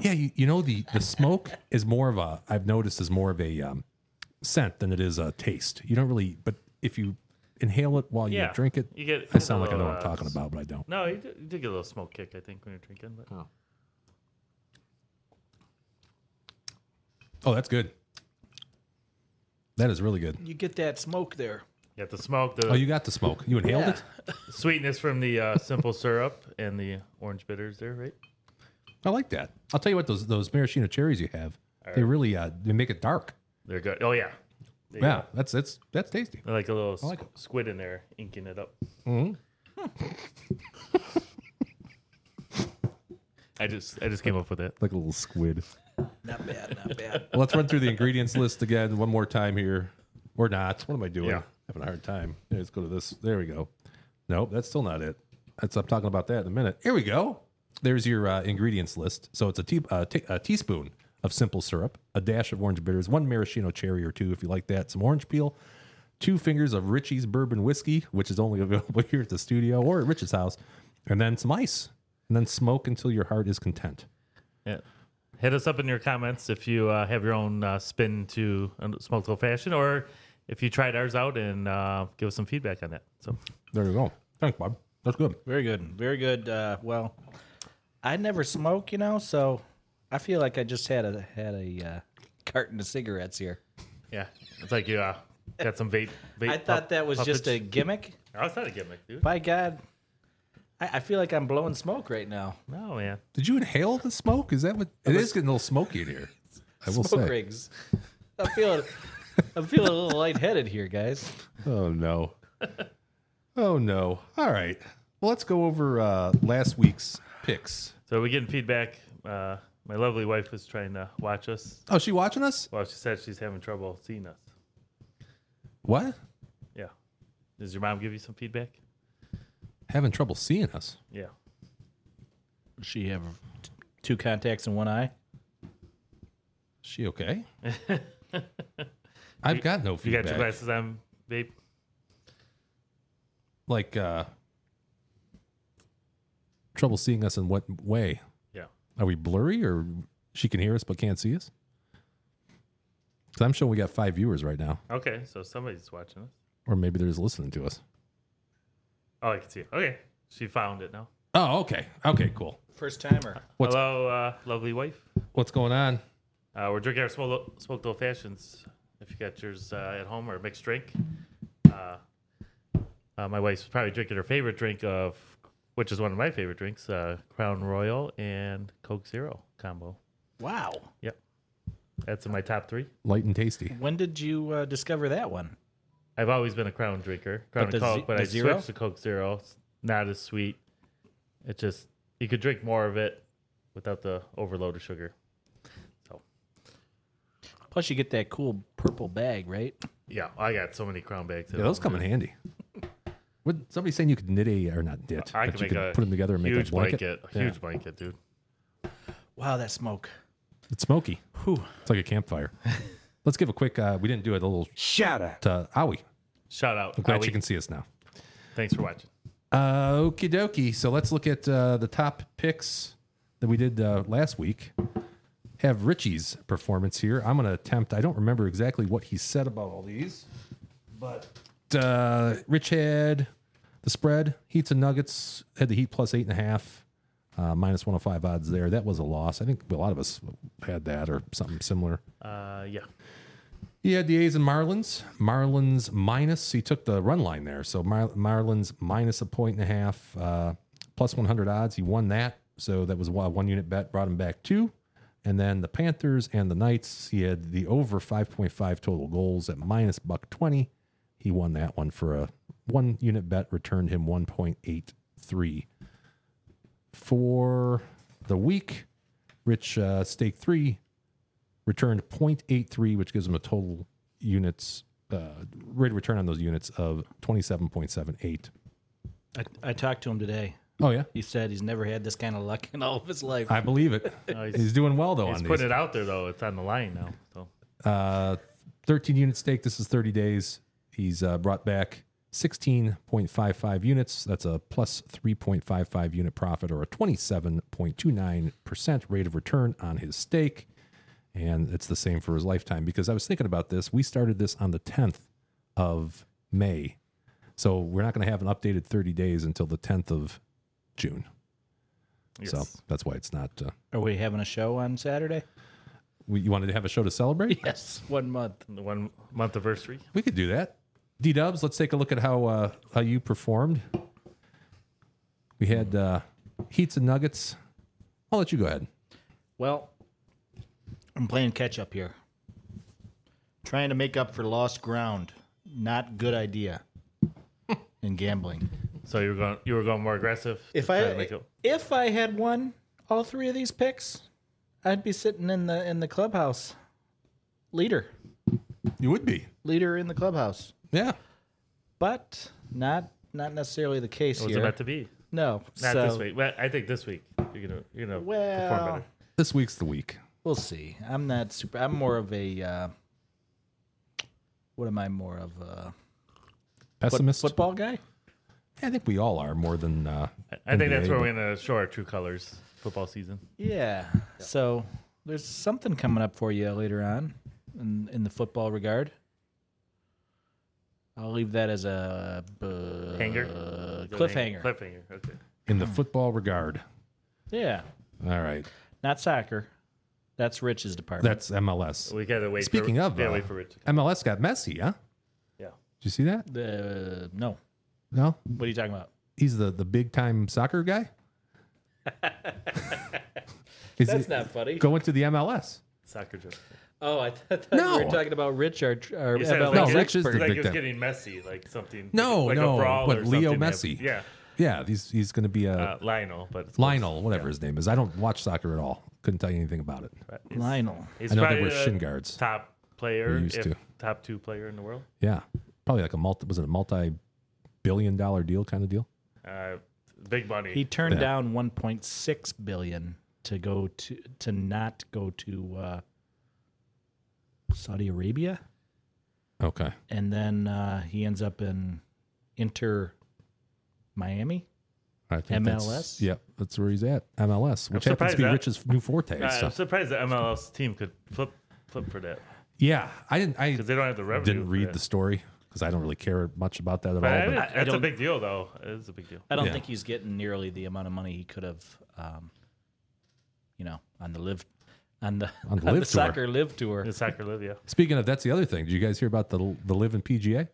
Speaker 3: Yeah, you, you know the the smoke is more of a I've noticed is more of a um, scent than it is a taste. You don't really, but if you inhale it while you
Speaker 4: Yeah,
Speaker 3: drink it,
Speaker 4: you get-
Speaker 3: I sound like I know
Speaker 4: little,
Speaker 3: what I'm
Speaker 4: uh,
Speaker 3: talking about, but I don't.
Speaker 4: No, you did, you did get a little smoke kick, I think, when you're drinking. But
Speaker 3: Oh, that's good. That is really good.
Speaker 5: You get that smoke there.
Speaker 4: you got the smoke, the
Speaker 3: Oh, you got the smoke. You inhaled it.
Speaker 4: sweetness from the uh, simple syrup and the orange bitters there, right?
Speaker 3: I like that. I'll tell you what those those maraschino cherries you have, they really uh, they make it dark.
Speaker 4: They're good. Oh yeah, There you
Speaker 3: Yeah,
Speaker 4: go.
Speaker 3: that's that's that's tasty.
Speaker 4: They're like a little
Speaker 3: like
Speaker 4: squ- squid in there, inking it up. <laughs> I just, I just came up with it.
Speaker 3: Like a little squid.
Speaker 5: Not bad,
Speaker 3: <laughs>
Speaker 5: not bad.
Speaker 3: Well, let's run through the ingredients list again one more time here, or not. What am I doing?
Speaker 4: Yeah.
Speaker 3: Having a hard time. Here, let's go to this. There we go. Nope, that's still not it. That's I'm talking about that in a minute. Here we go. There's your uh, ingredients list. So it's a, tea, uh, t- a teaspoon of simple syrup, a dash of orange bitters, one maraschino cherry or two if you like that, some orange peel, two fingers of Richie's bourbon whiskey, which is only <laughs> available here at the studio or at Rich's house, and then some ice, and then smoke until your heart is content.
Speaker 4: Yeah. Hit us up in your comments if you uh, have your own uh, spin to uh, smoked old fashioned, or if you tried ours out and uh, give us some feedback on that. So
Speaker 3: There you go. Thanks, Bob. That's good.
Speaker 5: Very good, very good. Uh, well, I never smoke, you know, so I feel like I just had a had a uh, carton of cigarettes here.
Speaker 4: yeah, it's like you uh, got some vape. vape
Speaker 5: I thought that was just a
Speaker 4: a.
Speaker 5: gimmick.
Speaker 4: I was not a gimmick, dude.
Speaker 5: By God, I, I feel like I'm blowing smoke right now.
Speaker 4: No, man.
Speaker 3: Did you inhale the smoke? Is that what? It is getting a little smoky in here.
Speaker 1: I will
Speaker 5: <laughs> smoke
Speaker 1: say.
Speaker 5: rings. I'm feeling. I'm feeling a little lightheaded here, guys.
Speaker 3: Oh no. <laughs> Oh no. All right. Well, let's go over uh, last week's picks.
Speaker 4: So we're getting feedback. Uh, my lovely wife was trying to watch us.
Speaker 3: Oh, she watching us?
Speaker 4: Well, she said she's having trouble seeing us.
Speaker 3: What?
Speaker 4: Yeah. Does your mom give you some feedback?
Speaker 3: Having trouble seeing us?
Speaker 4: Yeah.
Speaker 5: Does She have t- two contacts in one eye.
Speaker 3: Is she okay? I've got no
Speaker 4: You
Speaker 3: feedback.
Speaker 4: got your glasses on, babe?
Speaker 3: Like uh, trouble seeing us in what way?
Speaker 4: Yeah.
Speaker 3: Are we blurry or she can hear us but can't see us? Because I'm sure we got five viewers right now,
Speaker 4: Okay. So somebody's watching us.
Speaker 3: or maybe they're just listening to us.
Speaker 4: Oh, I can see. it. Okay. She found it now.
Speaker 3: Oh, okay. Okay, cool.
Speaker 5: First timer.
Speaker 3: What's-
Speaker 4: Hello, uh, lovely wife.
Speaker 3: What's going on?
Speaker 4: Uh, we're drinking our smoked, smoked old fashions. If you got yours uh, at home or a mixed drink, uh, uh, my wife's probably drinking her favorite drink of, which is one of my favorite drinks, uh, Crown Royal and Coke Zero combo.
Speaker 5: Wow.
Speaker 4: Yep, that's in my top three.
Speaker 3: Light and tasty.
Speaker 5: When did you uh, discover that one?
Speaker 4: I've always been a Crown drinker, Crown and
Speaker 5: But the
Speaker 4: Coke,
Speaker 5: ze-
Speaker 4: but
Speaker 5: the
Speaker 4: I
Speaker 5: Zero?
Speaker 4: switched to Coke Zero. It's not as sweet. It just you could drink more of it without the overload of sugar.
Speaker 5: Plus, you get that cool purple bag, right?
Speaker 4: Yeah, I got so many Crown bags. at
Speaker 3: Yeah, those
Speaker 4: home,
Speaker 3: come in
Speaker 4: dude.
Speaker 3: handy. What somebody saying you could knit a or not knit?
Speaker 4: I
Speaker 3: but you
Speaker 4: can make a
Speaker 3: put them together and make
Speaker 4: huge
Speaker 3: a blanket.
Speaker 4: a
Speaker 3: Yeah.
Speaker 4: huge blanket, dude.
Speaker 5: Wow, that smoke.
Speaker 3: It's smoky.
Speaker 5: Whew.
Speaker 3: It's like a campfire. Let's give a quick. Uh, we didn't do it. A little shout out to Owie.
Speaker 4: Shout out.
Speaker 3: I'm glad
Speaker 4: Howie.
Speaker 3: you can see us now. Uh,
Speaker 4: Thanks for watching.
Speaker 3: Okie dokie. Uh, So let's look at uh, the top picks that we did uh, last week. Have Richie's performance here. I'm going to attempt. I don't remember exactly what he said about all these, but uh, Rich had the spread. Heats and Nuggets had the Heat plus eight and a half, uh, minus 105 odds there. That was a loss. I think a lot of us had that or something similar.
Speaker 4: Uh, yeah.
Speaker 3: He had the A's and Marlins. Marlins minus. He took the run line there. So Mar- Marlins minus a point and a half, uh, plus 100 odds. He won that. So that was a one unit bet, brought him back two. And then the Panthers and the Knights. He had the over 5.5 total goals at minus buck 20. He won that one for a one unit bet, returned him 1.83. For the week, Rich uh, stake three returned 0.83, which gives them a total units uh, rate of return on those units of 27.78.
Speaker 5: I, I talked to him today.
Speaker 3: Oh yeah,
Speaker 5: He said he's never had this kind of luck in all of his life.
Speaker 3: I believe it.
Speaker 4: he's-
Speaker 3: he's, doing well though
Speaker 4: He's
Speaker 3: on
Speaker 4: putting
Speaker 3: these.
Speaker 4: it out there though. It's on the line now. So
Speaker 3: Uh, 13 unit stake. This is 30 days. He's uh, brought back 16.55 units. That's a plus 3.55 unit profit or a 27.29 percent rate of return on his stake. and it's the same for his lifetime because I was thinking about this. We started this on the 10th of May. So we're not going to have an updated 30 days until the 10th of June. So
Speaker 4: Yes.
Speaker 3: that's why it's not. Uh,
Speaker 5: Are we having a show on Saturday?
Speaker 3: we, you wanted to have a show to celebrate?
Speaker 5: <laughs> Yes, one month.
Speaker 4: the one month anniversary.
Speaker 3: We could do that. D Dubs, let's take a look at how uh, how you performed. We had uh, Heats and Nuggets. I'll let you go ahead.
Speaker 5: Well, I'm playing catch up here. Trying to make up for lost ground. Not good <laughs> idea in gambling.
Speaker 4: So you were going you were going more aggressive. to
Speaker 5: If
Speaker 4: try to
Speaker 5: I
Speaker 4: make it-
Speaker 5: if I had won all three of these picks, I'd be sitting in the in the clubhouse. Leader.
Speaker 3: You would be.
Speaker 5: Leader in the clubhouse.
Speaker 3: Yeah.
Speaker 5: But not not necessarily the case
Speaker 4: it was
Speaker 5: here.
Speaker 4: about to be
Speaker 5: no.
Speaker 4: not
Speaker 5: so,
Speaker 4: this week. Well, I think this week you're gonna you're gonna perform
Speaker 5: Well,
Speaker 4: better.
Speaker 3: This week's the week.
Speaker 5: We'll see. I'm not super. I'm more of a. Uh, what am I more of a foot-
Speaker 3: Pessimist.
Speaker 5: football guy?
Speaker 3: I think we all are more than. Uh,
Speaker 4: I think that's
Speaker 3: NBA,
Speaker 4: where
Speaker 3: but-
Speaker 4: we're gonna show our true colors. Football season.
Speaker 5: Yeah. So there's something coming up for you later on, in in the football regard. I'll leave that as a uh,
Speaker 4: Hanger.
Speaker 5: cliffhanger.
Speaker 4: Cliffhanger. Okay.
Speaker 3: in the football regard.
Speaker 5: Yeah,
Speaker 3: All right,
Speaker 5: not soccer. That's Rich's department.
Speaker 3: that's MLS.
Speaker 4: We gotta wait.
Speaker 3: Speaking
Speaker 4: for,
Speaker 3: of,
Speaker 4: yeah,
Speaker 3: uh,
Speaker 4: wait for Rich.
Speaker 3: MLS got messy, huh? Did
Speaker 4: Yeah.
Speaker 3: you see that?
Speaker 5: The no.
Speaker 3: No,
Speaker 5: What are you talking about?
Speaker 3: he's the the big time soccer
Speaker 4: <laughs>
Speaker 3: guy. Is
Speaker 7: That's
Speaker 3: he
Speaker 7: not funny.
Speaker 3: going to the MLS.
Speaker 4: Soccer joke.
Speaker 7: Oh, I thought
Speaker 3: No.
Speaker 7: we were talking about Rich, our, our
Speaker 4: You said it was
Speaker 7: MLS
Speaker 3: No, Rich is
Speaker 7: expert.
Speaker 3: the
Speaker 4: like
Speaker 3: big
Speaker 4: it was
Speaker 3: time.
Speaker 4: getting messy, like something.
Speaker 3: No,
Speaker 4: like
Speaker 3: no,
Speaker 4: a brawl
Speaker 3: but
Speaker 4: or
Speaker 3: Leo
Speaker 4: something
Speaker 3: Messi.
Speaker 4: happened. Yeah,
Speaker 3: Yeah, he's he's going to be a
Speaker 4: uh, Lionel, but it's
Speaker 3: Lionel, whatever his name is. I don't watch soccer at all. Couldn't tell you anything about it.
Speaker 4: close. He's-
Speaker 5: Lionel.
Speaker 4: he's
Speaker 3: I know they
Speaker 4: probably
Speaker 3: were
Speaker 4: the
Speaker 3: shin guards.
Speaker 4: Top player,
Speaker 3: We used
Speaker 4: if
Speaker 3: to.
Speaker 4: top two player in the world.
Speaker 3: Yeah, probably like a multi. Was it a multi-billion dollar deal kind of deal?
Speaker 4: Uh, big money.
Speaker 5: He turned
Speaker 3: Yeah.
Speaker 5: down 1.6 billion to go to to not go to uh, Saudi Arabia,
Speaker 3: Okay.
Speaker 5: and then uh, he ends up in Inter Miami.
Speaker 3: I think that's-
Speaker 5: MLS?
Speaker 3: Yep, that's where he's at. MLS, which happens to
Speaker 4: surprised
Speaker 3: be
Speaker 4: that-
Speaker 3: Rich's new forte.
Speaker 4: Uh,
Speaker 3: so.
Speaker 4: I'm surprised the MLS team could flip flip for that
Speaker 3: Yeah, I didn't. I
Speaker 4: because they don't have the revenue.
Speaker 3: didn't
Speaker 4: for
Speaker 3: read
Speaker 4: that.
Speaker 3: the story because I don't really care much about that at
Speaker 4: But I-
Speaker 3: all. But
Speaker 4: that's a
Speaker 5: don't-
Speaker 4: big deal, though. It's a big deal.
Speaker 5: I don't
Speaker 3: Yeah.
Speaker 5: think he's getting nearly the amount of money he could have, um, you know, on the live, on the
Speaker 3: On the
Speaker 5: <laughs>
Speaker 3: live
Speaker 5: on
Speaker 3: tour.
Speaker 5: soccer live tour.
Speaker 4: The soccer Livia.
Speaker 3: speaking of, that's the other thing. Did you guys hear about the the live in PGA?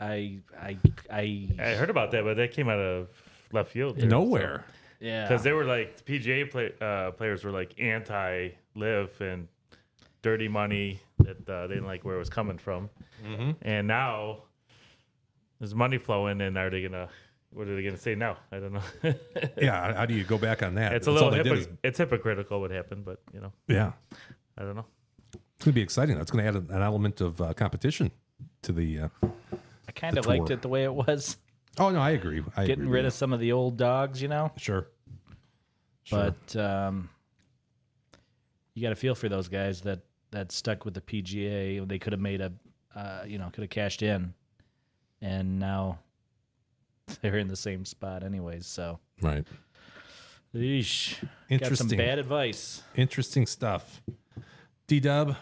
Speaker 5: I I I
Speaker 4: I heard about that, but that came out of left field. there,
Speaker 3: Nowhere.
Speaker 5: yeah.
Speaker 4: because they were like the PGA play, uh, players were like anti live and dirty money that uh, they didn't like where it was coming from, and now there's money flowing, and are they gonna? What are they gonna say now? I don't know. <laughs>
Speaker 3: Yeah. How do you go back on that?
Speaker 4: it's a
Speaker 3: That's
Speaker 4: little
Speaker 3: all they did
Speaker 4: hypo-
Speaker 3: is-
Speaker 4: it's hypocritical what happened, but you know
Speaker 3: yeah.
Speaker 4: I don't know.
Speaker 3: It's gonna be exciting. That's gonna add an, an element of uh, competition to the. Uh,
Speaker 5: I kind of
Speaker 3: the
Speaker 5: liked
Speaker 3: tour.
Speaker 5: it the way it was,
Speaker 3: oh no, I agree. I
Speaker 5: getting rid of some of the old dogs, you know.
Speaker 3: sure.
Speaker 5: But um, you got to feel for those guys that that stuck with the PGA. They could have made a, uh, you know, could have cashed in, and now <laughs> they're in the same spot anyways. So,
Speaker 3: Right.
Speaker 5: Yeesh. got some
Speaker 3: Interesting.
Speaker 5: bad advice.
Speaker 3: Interesting stuff. D Dub,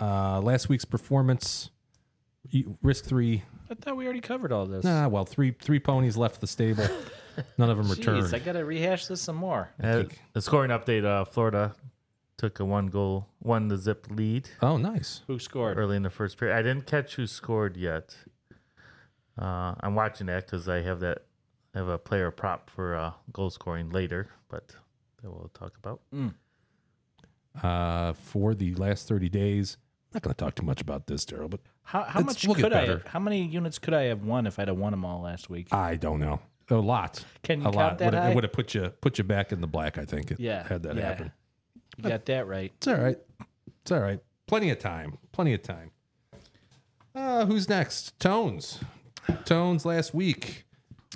Speaker 3: uh, last week's performance. you- Risk three.
Speaker 5: I thought we already covered all this.
Speaker 3: Nah, well, three three ponies left the stable.
Speaker 5: <laughs>
Speaker 3: None of them returned.
Speaker 5: Jeez, I got to rehash this some more.
Speaker 4: Uh, the scoring update: uh, Florida took a one goal, one to zip lead
Speaker 3: oh, nice.
Speaker 5: Who scored?
Speaker 4: early in the first period. I didn't catch who scored yet. Uh, I'm watching that because I have that I have a player prop for uh, goal scoring later, but that we'll talk about.
Speaker 3: uh, for the last 30 days. I'm not going to talk too much about this, Daryl, but
Speaker 5: How, how
Speaker 3: It's-
Speaker 5: much
Speaker 3: we'll get
Speaker 5: could I?
Speaker 3: better.
Speaker 5: How many units could I have won if I'd have won them all last week?
Speaker 3: I don't know. A lot.
Speaker 5: Can you
Speaker 3: a
Speaker 5: count
Speaker 3: lot.
Speaker 5: that
Speaker 3: Would've-
Speaker 5: high?
Speaker 3: It would have put you put you back in the black, I think. It,
Speaker 5: Yeah,
Speaker 3: Had that
Speaker 5: yeah.
Speaker 3: happen.
Speaker 5: You got that right.
Speaker 3: It's all right. It's all right. Plenty of time. Plenty of time. Uh, who's next? Tones. Tones last week.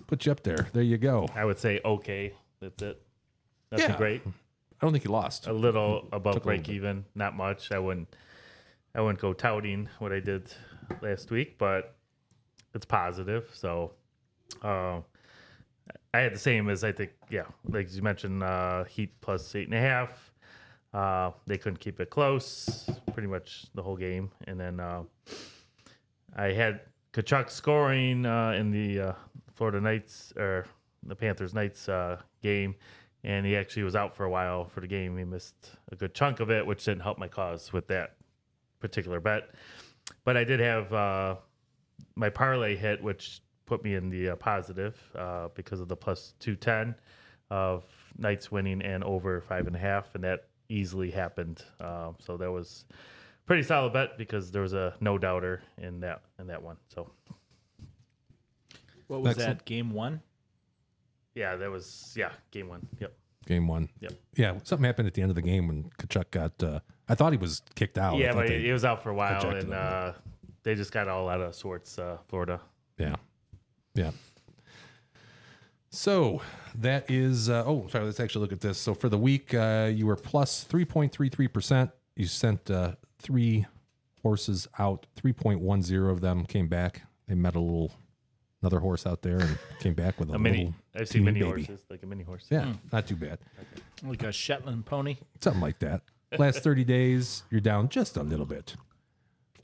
Speaker 3: Put you up there. There you go.
Speaker 4: I would say okay, that's it. Nothing
Speaker 3: Yeah.
Speaker 4: great.
Speaker 3: I don't think he lost.
Speaker 4: A little above
Speaker 3: Took a little
Speaker 4: break
Speaker 3: bit.
Speaker 4: even, not much. I wouldn't I wouldn't go touting what I did last week, but it's positive. So uh, I had the same as I think, yeah, like you mentioned, uh, Heat plus eight and a half. Uh, they couldn't keep it close pretty much the whole game. And then uh, I had Kachuk scoring uh, in the uh, Florida Knights or the Panthers Knights uh, game. And he actually was out for a while for the game. He missed a good chunk of it, which didn't help my cause with that particular bet. But I did have uh, my parlay hit, which put me in the uh, positive uh, because of the plus 210 of Knights winning and over five and a half. And that easily happened. Um, so that was pretty solid bet because there was a no doubter in that in that one. So
Speaker 5: What was
Speaker 3: Excellent.
Speaker 5: that? Game one.
Speaker 4: yeah, that was yeah game one. Yep.
Speaker 3: Game one.
Speaker 4: Yep.
Speaker 3: Yeah. Something happened at the end of the game when Kachuk got. Uh, I thought he was kicked out. Oh, I
Speaker 4: yeah,
Speaker 3: thought
Speaker 4: but
Speaker 3: they-
Speaker 4: it was out for a while,
Speaker 3: projected
Speaker 4: and
Speaker 3: him.
Speaker 4: uh, they just got all out of sorts. Uh, Florida.
Speaker 3: Yeah. Yeah. So that is, uh, oh, sorry, let's actually look at this. So for the week, uh, you were plus 3.33%. You sent uh, three horses out, 3.10 of them came back. They met a little, another horse out there
Speaker 4: <laughs>
Speaker 3: and came back with a,
Speaker 4: A mini.
Speaker 3: little
Speaker 4: I've seen
Speaker 3: teeny
Speaker 4: mini
Speaker 3: baby.
Speaker 4: horses, Hmm. like a mini horse.
Speaker 3: Yeah, not too bad.
Speaker 5: Like a Shetland pony.
Speaker 3: Something like that. Last
Speaker 4: <laughs>
Speaker 3: 30 days, you're down just a little bit.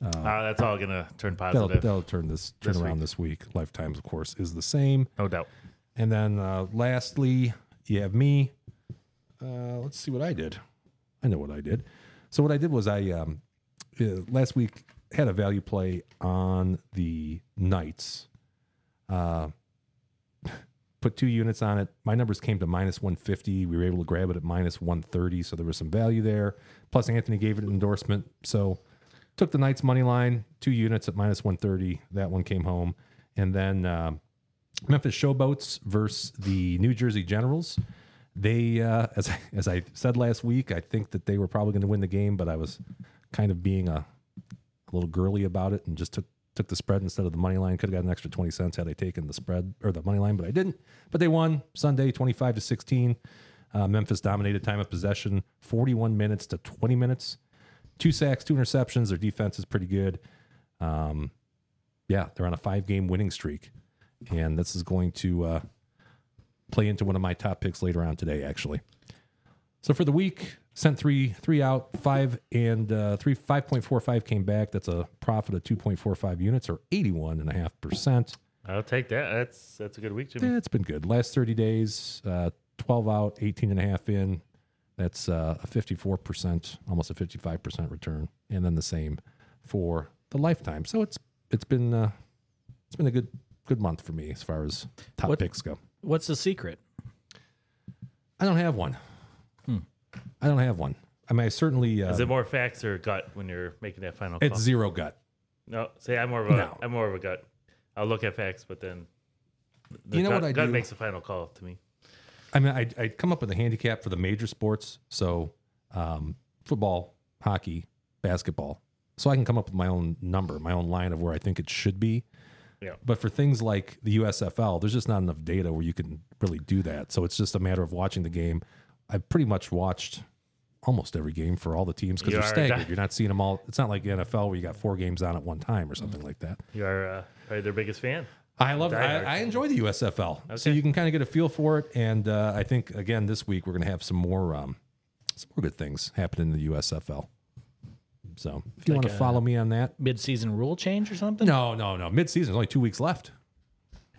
Speaker 4: Uh, that's all gonna turn
Speaker 3: That'll,
Speaker 4: positive,
Speaker 3: that'll turn this turn
Speaker 4: This
Speaker 3: around
Speaker 4: week.
Speaker 3: this week. Lifetimes, of course, is the same.
Speaker 4: no doubt.
Speaker 3: And then uh, lastly, you have me. Uh, let's see what I did. I know what I did. So what I did was I um, uh, last week had a value play on the Knights. Uh, <laughs> put two units on it. My numbers came to minus 150. We were able to grab it at minus 130, so there was some value there. Plus, Anthony gave it an endorsement, so took the Knights money line, two units at minus 130. That one came home, and then uh, Memphis Showboats versus the New Jersey Generals. They, uh, as I- as I said last week, I think that they were probably going to win the game, but I was kind of being a a little girly about it and just took took the spread instead of the money line. Could have got an extra twenty cents had I taken the spread or the money line, but I didn't. But they won Sunday, twenty five to sixteen. Uh, Memphis dominated time of possession, forty one minutes to twenty minutes. Two sacks, two interceptions. Their defense is pretty good. Um, yeah, they're on a five game winning streak, and this is going to uh, play into one of my top picks later on today, actually. So for the week, sent three three out, five and uh, three five point four five came back. That's a profit of two point four five units or eighty one and a half percent. Eh,
Speaker 4: I'll take that. That's that's a good week, Jimmy.
Speaker 3: It's been good. Last thirty days, uh, twelve out, 18 and a half in. That's uh, a fifty four percent, almost a fifty five percent return, and then the same for the lifetime. So it's it's been uh, it's been a good good month for me as far as top
Speaker 5: What-
Speaker 3: picks go.
Speaker 5: What's the secret?
Speaker 3: I don't have one. I don't have one. I mean, I certainly uh,
Speaker 4: Hmm. Is it more facts or gut when you're making that final call?
Speaker 3: it's zero gut.
Speaker 4: no, see, I'm more of a
Speaker 3: No.
Speaker 4: am more of a gut. I'll look at facts, but then the
Speaker 3: You know
Speaker 4: gut,
Speaker 3: what I
Speaker 4: gut
Speaker 3: do?
Speaker 4: makes the final call to me.
Speaker 3: I mean, I I come up with a handicap for the major sports, so um, football, hockey, basketball, so I can come up with my own number, my own line of where I think it should be.
Speaker 4: Yeah.
Speaker 3: But for things like the USFL, there's just not enough data where you can really do that. So it's just a matter of watching the game. I've pretty much watched almost every game for all the teams because
Speaker 4: You
Speaker 3: they're
Speaker 4: are a
Speaker 3: staggered.
Speaker 4: di-
Speaker 3: You're not seeing them all. It's not like the NFL where you got four games on at one time or
Speaker 4: Mm.
Speaker 3: something like that.
Speaker 4: You are uh, probably their biggest fan.
Speaker 3: I love. I,
Speaker 4: Diehard.
Speaker 3: I enjoy the USFL, so
Speaker 4: Okay.
Speaker 3: you can kind of get a feel for it. And uh, I think again this week we're going to have some more um, some more good things happening in the USFL. So if you
Speaker 4: uh,
Speaker 3: want to follow me on that,
Speaker 5: Mid-season rule change or something?
Speaker 3: no, no, no. Mid season, there's only two weeks left.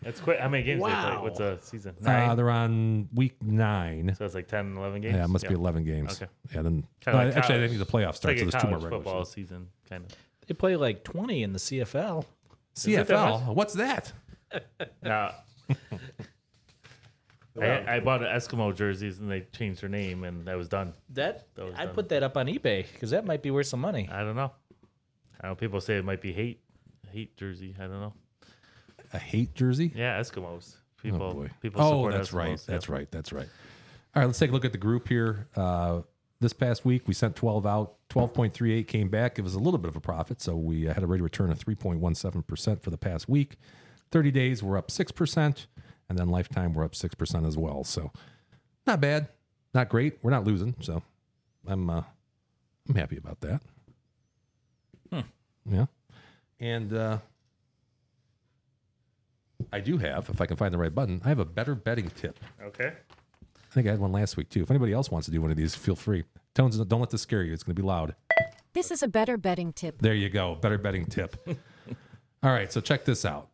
Speaker 4: That's quick. How many games do they play?
Speaker 5: Wow.
Speaker 4: What's a season? Nine.
Speaker 3: Uh, they're on week nine.
Speaker 4: so it's like 10, 11 games.
Speaker 3: Yeah, it must be eleven games.
Speaker 4: Okay.
Speaker 3: Yeah, then
Speaker 4: Kinda
Speaker 3: no,
Speaker 4: like
Speaker 3: actually I
Speaker 4: college.
Speaker 3: think the playoffs
Speaker 4: It's
Speaker 3: start,
Speaker 4: like
Speaker 3: so
Speaker 4: a
Speaker 3: there's two more
Speaker 4: college
Speaker 3: regular
Speaker 4: football
Speaker 3: seasons.
Speaker 4: season kind of.
Speaker 5: They play like 20 in the CFL.
Speaker 4: it that
Speaker 3: CFL, what's that?
Speaker 4: Now, <laughs> I, I bought Eskimo jerseys and they changed their name and that was done.
Speaker 5: That,
Speaker 4: was
Speaker 5: I'd
Speaker 4: done.
Speaker 5: put that up on eBay because that might be worth some money.
Speaker 4: I don't know. I know people say it might be hate, hate jersey. I don't know.
Speaker 3: A hate jersey.
Speaker 4: Yeah, Eskimos. People,
Speaker 3: Oh, boy.
Speaker 4: people.
Speaker 3: oh
Speaker 4: support
Speaker 3: that's
Speaker 4: Eskimos,
Speaker 3: right.
Speaker 4: yeah.
Speaker 3: That's right. That's right. All right, let's take a look at the group here. Uh, this past week, we sent 12 out. 12.38 came back. It was a little bit of a profit, so we uh, had a rate of return of 3.17% for the past week. 30 days, we're up 6%, and then lifetime, we're up 6% as well. So not bad, not great. We're not losing, so I'm uh, I'm happy about that.
Speaker 4: Hmm.
Speaker 3: Yeah. And uh, I do have, if I can find the right button, I have a better betting tip.
Speaker 4: Okay.
Speaker 3: I think I had one last week too. If anybody else wants to do one of these, feel free. Tones, don't let this scare you. It's going to be loud.
Speaker 8: This is a better betting tip.
Speaker 3: There you go. Better betting tip. All right, so check this out.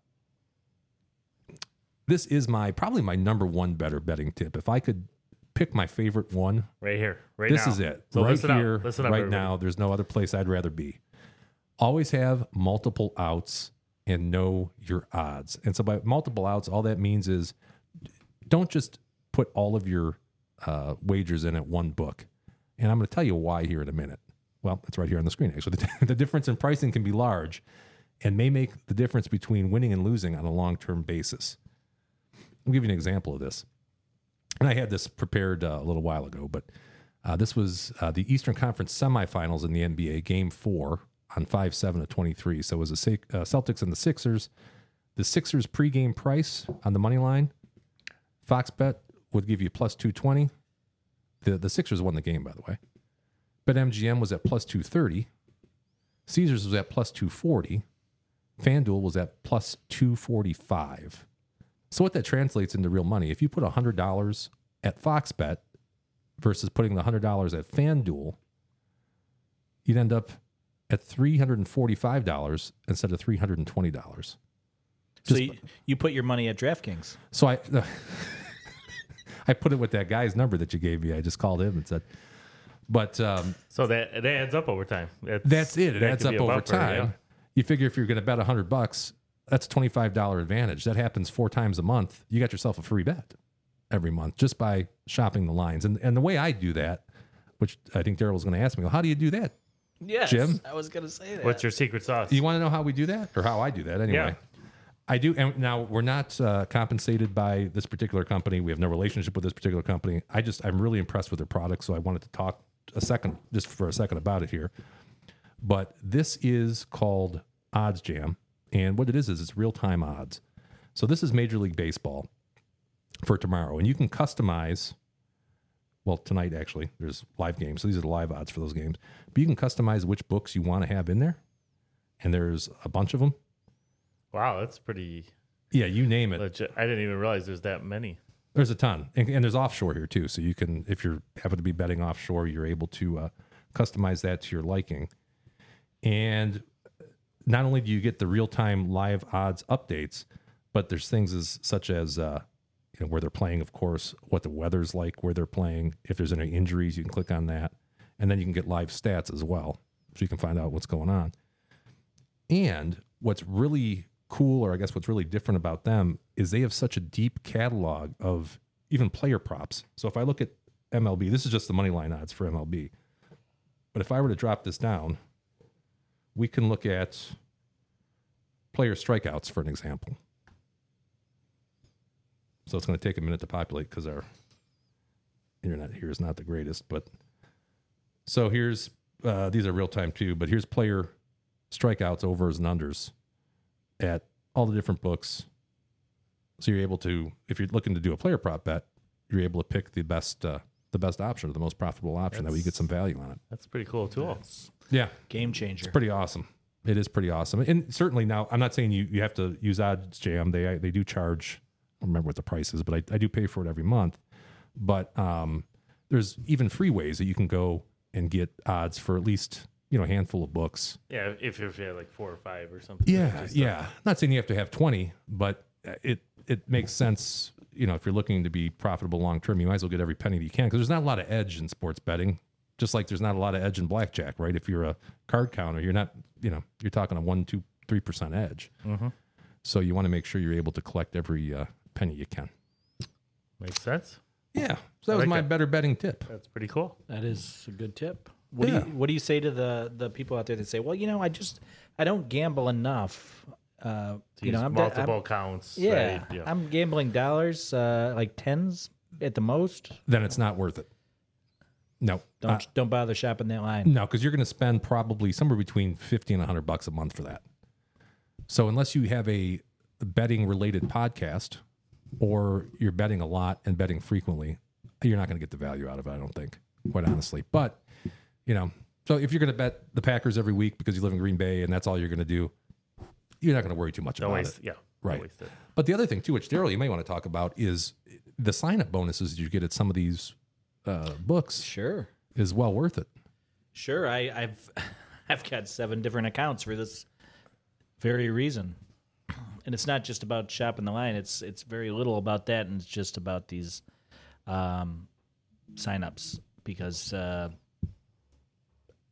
Speaker 3: This is my probably my number one better betting tip. If I could pick my favorite one,
Speaker 4: Right here. Right
Speaker 3: this
Speaker 4: now.
Speaker 3: is it.
Speaker 4: So
Speaker 3: right
Speaker 4: listen
Speaker 3: here,
Speaker 4: up. Listen up.
Speaker 3: right
Speaker 4: everybody.
Speaker 3: now. There's no other place I'd rather be. Always have multiple outs and know your odds. And so by multiple outs, all that means is don't just put all of your uh, wagers in at one book. And I'm going to tell you why here in a minute. Well, it's right here on the screen, actually. <laughs> The, the difference in pricing can be large and may make the difference between winning and losing on a long term basis. I'll give you an example of this. And I had this prepared uh, a little while ago, but uh, this was uh, the Eastern Conference semifinals in the NBA, game four on 5 7 to 23. So it was the Cel- uh, Celtics and the Sixers. The Sixers pregame price on the money line, Fox Bet would give you plus 220. The, the Sixers won the game, by the way. But MGM was at plus 230. Caesars was at plus 240. FanDuel was at plus 245. So what that translates into real money, if you put $100 at Fox Bet versus putting the $100 at FanDuel, you'd end up at $345 instead of $320.
Speaker 5: so you, you put your money at DraftKings.
Speaker 3: So I, <laughs> I put it with that guy's number that you gave me. I just called him and said, but um,
Speaker 4: So that it adds up over time. That's,
Speaker 3: that's it. It
Speaker 4: that
Speaker 3: adds
Speaker 4: could
Speaker 3: up
Speaker 4: be a
Speaker 3: over
Speaker 4: bumper, yeah.
Speaker 3: time. You figure if you're going to bet hundred bucks, That's a $25 advantage. That happens four times a month. You got yourself a free bet every month just by shopping the lines. And and the way I do that, which I think Daryl was going to ask me, well, how do you do that?
Speaker 7: Yes,
Speaker 3: Jim?
Speaker 7: I was gonna say that.
Speaker 4: What's your secret sauce?
Speaker 3: You want to know how we do that or how I do that anyway? I do. And now we're not uh, compensated by this particular company. We have no relationship with this particular company. I just, I'm really impressed with their product. So I wanted to talk a second, just for a second about it here. But this is called Odds Jam. And what it is, is it's real time odds. So this is Major League Baseball for tomorrow. And you can customize well tonight actually there's live games so these are the live odds for those games but you can customize which books you want to have in there and there's a bunch of them
Speaker 4: wow, that's pretty
Speaker 3: yeah you name it
Speaker 4: legit. I didn't even realize there's that many.
Speaker 3: there's a ton and, and there's offshore here too so you can if you're happen to be betting offshore you're able to uh, customize that to your liking and not only do you get the real-time live odds updates but there's things as such as uh, you know where they're playing of course what the weather's like where they're playing if there's any injuries you can click on that and then you can get live stats as well so you can find out what's going on and what's really cool, or I guess what's really different about them, is they have such a deep catalog of even player props. So if I look at MLB, this is just the money line odds for MLB. But if I were to drop this down, we can look at player strikeouts for an example. So it's going to take a minute to populate because our internet here is not the greatest. But so here's uh, these are real time too. But here's player strikeouts, overs, and unders at all the different books. So you're able to, if you're looking to do a player prop bet, you're able to pick the best uh, the best option or the most profitable option. that way you get some value on it.
Speaker 4: That's a pretty cool tool.
Speaker 3: Yeah,
Speaker 5: Game changer.
Speaker 3: pretty awesome. It is pretty awesome, and certainly now I'm not saying you, you have to use odds jam. They they do charge. I don't remember what the price is, but I, I do pay for it every month. But um, there's even free ways that you can go and get odds for at least you know a handful of books
Speaker 4: Yeah, if, if you had like four or five or something.
Speaker 3: yeah,
Speaker 4: Just, uh,
Speaker 3: yeah. Not saying you have to have twenty, but uh, it it makes sense. You know, if you're looking to be profitable long term, you might as well get every penny that you can because there's not a lot of edge in sports betting. Just like there's not a lot of edge in blackjack, right? If you're a card counter, you're not. You know, you're talking a one, two, three percent edge. So you want to make sure you're able to collect every uh, penny you can.
Speaker 4: Makes sense.
Speaker 3: Yeah. So that
Speaker 4: I
Speaker 3: was
Speaker 4: like
Speaker 3: my
Speaker 4: that.
Speaker 3: better betting tip.
Speaker 4: That's pretty cool.
Speaker 5: That is a good tip. What
Speaker 3: Yeah.
Speaker 5: do you What do you say to the the people out there that say, "Well, you know, I just I don't gamble enough." Uh,
Speaker 4: To
Speaker 5: you know,
Speaker 4: use
Speaker 5: I'm de-
Speaker 4: multiple
Speaker 5: I'm-
Speaker 4: accounts.
Speaker 5: yeah,
Speaker 4: right? yeah.
Speaker 5: I'm gambling dollars, uh, like tens at the most.
Speaker 3: Then it's not worth it. No.
Speaker 5: Don't
Speaker 3: Uh,
Speaker 5: don't bother shopping that line.
Speaker 3: No, because you're going to spend probably somewhere between fifty and hundred bucks a month for that. So unless you have a betting related podcast, or you're betting a lot and betting frequently, you're not going to get the value out of it. I don't think, quite honestly. But you know, so if you're going to bet the Packers every week because you live in Green Bay and that's all you're going to do, you're not going to worry too much
Speaker 4: Don't
Speaker 3: about
Speaker 4: waste.
Speaker 3: it.
Speaker 4: Yeah. don't
Speaker 3: Right.
Speaker 4: waste it.
Speaker 3: But the other thing too, which Daryl, you may want to talk about, is the sign up bonuses you get at some of these uh, books
Speaker 5: Sure,
Speaker 3: is well worth it.
Speaker 5: sure. I, I've <laughs> I've got seven different accounts for this very reason, and it's not just about shopping the line. It's it's very little about that, and it's just about these um, signups because uh,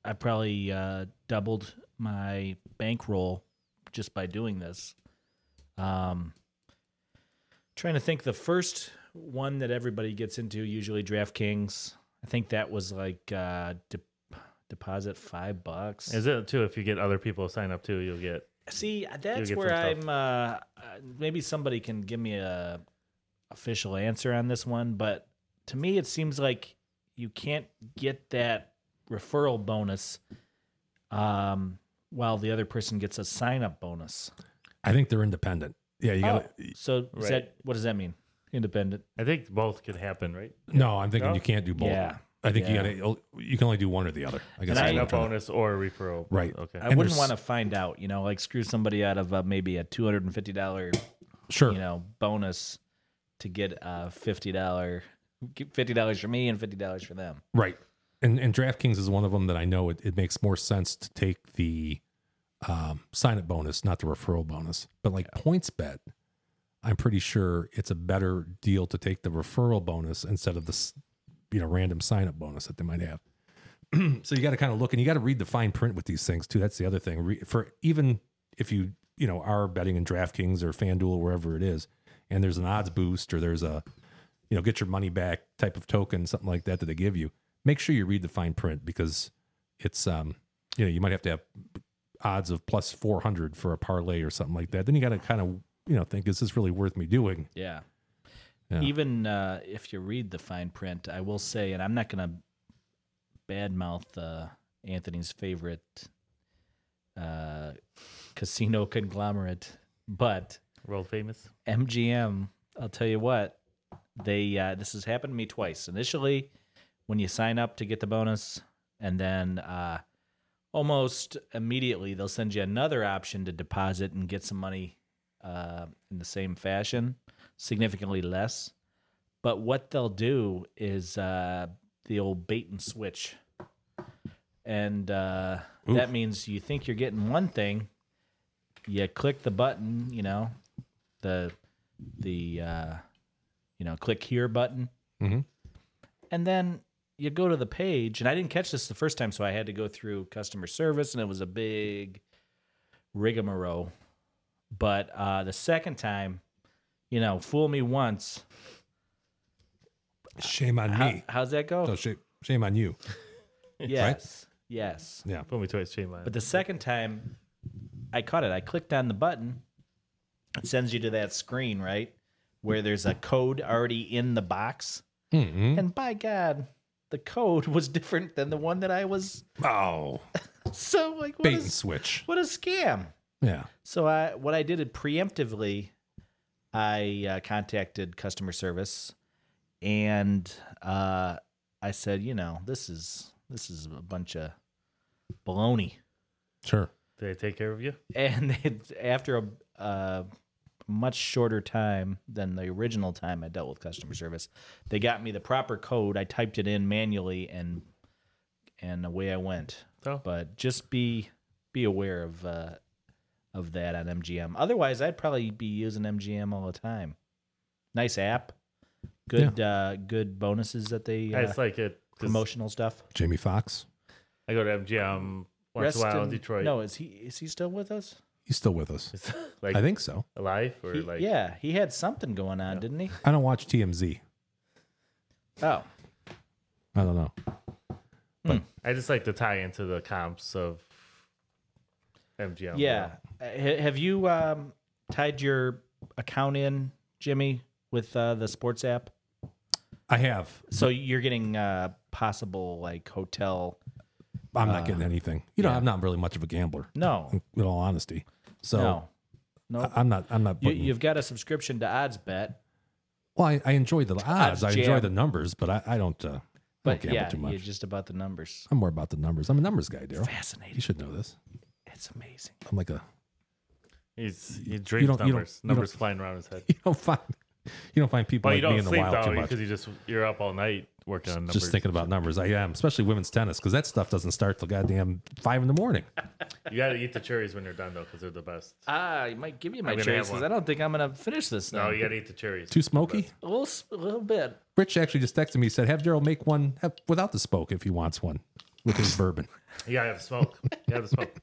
Speaker 5: I probably uh, doubled my bankroll just by doing this. Um, trying to think, the first one that everybody gets into usually DraftKings. I think that was like uh, de- deposit five bucks.
Speaker 4: Is it too? If you get other people to sign up too, you'll get.
Speaker 5: See, that's
Speaker 4: get
Speaker 5: where
Speaker 4: some
Speaker 5: I'm. Uh, uh, maybe somebody can give me a official answer on this one, but to me, it seems like you can't get that referral bonus, um, while the other person gets a sign up bonus.
Speaker 3: I think they're independent. Yeah, you
Speaker 5: Oh,
Speaker 3: got. to
Speaker 5: So is
Speaker 4: Right.
Speaker 5: that what does that mean? Independent.
Speaker 4: I think both could happen, right?
Speaker 3: No, I'm thinking
Speaker 4: No?
Speaker 3: you can't do both.
Speaker 5: Yeah.
Speaker 3: I think
Speaker 5: Yeah.
Speaker 3: you got to. You can only do one or the other. I guess. is
Speaker 5: And I-
Speaker 4: Sign
Speaker 3: what I'm
Speaker 4: up
Speaker 3: trying to-
Speaker 4: bonus or referral.
Speaker 3: Right.
Speaker 4: Okay.
Speaker 5: I
Speaker 3: And
Speaker 5: wouldn't
Speaker 3: there's-
Speaker 5: want to find out. You know, like screw somebody out of uh, maybe a two hundred and fifty dollar
Speaker 3: Sure.
Speaker 5: you know bonus to get a fifty dollar fifty dollars for me and fifty dollars for them.
Speaker 3: Right. And and DraftKings is one of them that I know it, it makes more sense to take the um, sign up bonus, not the referral bonus. But like points bet, I'm pretty sure it's a better deal to take the referral bonus instead of this you know random sign up bonus that they might have. <clears throat> so you got to kind of look and you got to read the fine print with these things too. That's the other thing. Re- for even if you you know our betting in DraftKings or FanDuel or wherever it is, and there's an odds boost or there's a you know get your money back type of token something like that that they give you. Make sure you read the fine print because it's um you know you might have to have odds of plus 400 for a parlay or something like that. Then you got to kind of you know think is this really worth me doing?
Speaker 5: Yeah.
Speaker 3: Yeah.
Speaker 5: Even uh, if you read the fine print, I will say, and I'm not going to badmouth uh, Anthony's favorite uh, casino <laughs> conglomerate, but
Speaker 4: World famous.
Speaker 5: MGM, I'll tell you what, they uh, this has happened to me twice. Initially, when you sign up to get the bonus, and then uh, almost immediately they'll send you another option to deposit and get some money uh, in the same fashion, significantly less. But what they'll do is uh, the old bait and switch, and uh, that means you think you're getting one thing, you click the button, you know, the the uh, you know click here button,
Speaker 3: Mhm.
Speaker 5: and then you go to the page. And I didn't catch this the first time, so I had to go through customer service, and it was a big rigmarole. But uh, the second time, you know, fool me once.
Speaker 3: Shame on
Speaker 5: How,
Speaker 3: me.
Speaker 5: how's that go?
Speaker 3: No, Oh, shame, shame on you.
Speaker 5: yes, yes.
Speaker 3: Yeah.
Speaker 4: Put me twice, shame on.
Speaker 5: But the second time I caught it, I clicked on the button. It sends you to that screen, right? Where there's a code already in the box.
Speaker 3: Mm-hmm.
Speaker 5: And by God, the code was different than the one that I was.
Speaker 3: Oh,
Speaker 5: So, like, what,
Speaker 3: bait and
Speaker 5: is,
Speaker 3: switch.
Speaker 5: what a scam.
Speaker 3: Yeah.
Speaker 5: So I what I did is preemptively, I uh, contacted customer service, and uh, I said, you know, this is this is a bunch of baloney.
Speaker 3: Sure.
Speaker 4: Did they take care of you?
Speaker 5: And <laughs> it, after a uh, much shorter time than the original time I dealt with customer service, they got me the proper code. I typed it in manually, and and away I went
Speaker 4: Oh.
Speaker 5: but just be be aware of uh, of that on MGM. Otherwise, I'd probably be using MGM all the time. Nice app, good uh, good bonuses that they
Speaker 4: I
Speaker 5: uh,
Speaker 4: just like it. 'cause
Speaker 5: promotional stuff.
Speaker 3: Jamie Fox.
Speaker 4: I go to MGM once
Speaker 5: Rest
Speaker 4: in a while in
Speaker 5: in-
Speaker 4: Detroit.
Speaker 5: No, is he is he still with us?
Speaker 3: He's still with us.
Speaker 4: It's <laughs> like
Speaker 3: I think so.
Speaker 4: alive or
Speaker 5: He-
Speaker 4: like
Speaker 5: yeah, he had something going on, didn't he?
Speaker 3: I don't watch TMZ.
Speaker 5: Oh,
Speaker 3: I don't know.
Speaker 4: I just like to tie into the comps of MGM.
Speaker 5: yeah. Uh, ha- Have you um, tied your account in, Jimmy, with uh, the sports app?
Speaker 3: I have.
Speaker 5: So you're getting uh, possible like hotel.
Speaker 3: I'm not getting anything. You know, I'm not really much of a gambler.
Speaker 5: No,
Speaker 3: In all honesty, so
Speaker 5: no, no.
Speaker 3: I- I'm not. I'm not.
Speaker 5: You,
Speaker 3: Putting,
Speaker 5: you've got a subscription to OddsBet,
Speaker 3: well, I, I enjoy the odds. I enjoy
Speaker 5: jam.
Speaker 3: the numbers, but I, I don't. Uh, I don't
Speaker 5: but
Speaker 3: gamble
Speaker 5: yeah,
Speaker 3: too much.
Speaker 5: you're just about the numbers.
Speaker 3: I'm more about the numbers. I'm a numbers guy, Daryl. You
Speaker 5: Fascinating.
Speaker 3: should know this.
Speaker 5: It's amazing.
Speaker 3: I'm like a. <laughs>
Speaker 4: He's, he dreams
Speaker 3: don't- you don't-
Speaker 4: numbers.
Speaker 3: you
Speaker 4: numbers
Speaker 3: don't-
Speaker 4: flying around his head.
Speaker 3: You don't find. You don't find people
Speaker 4: Well,
Speaker 3: like
Speaker 4: you don't
Speaker 3: me in the
Speaker 4: sleep
Speaker 3: wild
Speaker 4: though
Speaker 3: too much.
Speaker 4: because you just you're up all night working on numbers.
Speaker 3: Just thinking about numbers. I am, especially women's tennis, because that stuff doesn't start till goddamn five in the
Speaker 5: <laughs>
Speaker 3: morning.
Speaker 4: You got to eat the cherries when you're done though because they're the best.
Speaker 5: Ah, you might give you my
Speaker 4: gonna
Speaker 5: cherries
Speaker 4: have
Speaker 5: because
Speaker 4: one.
Speaker 5: I don't think I'm gonna finish this now.
Speaker 4: No, Oh, you got to eat the cherries.
Speaker 3: Too smoky.
Speaker 5: a little, s- a little bit.
Speaker 3: Rich actually just texted me. Said, "Have Daryl make one have, without the spoke if he wants one with his
Speaker 5: <laughs>
Speaker 3: bourbon."
Speaker 4: You got to have the smoke. You got to have
Speaker 3: <laughs>
Speaker 4: the smoke.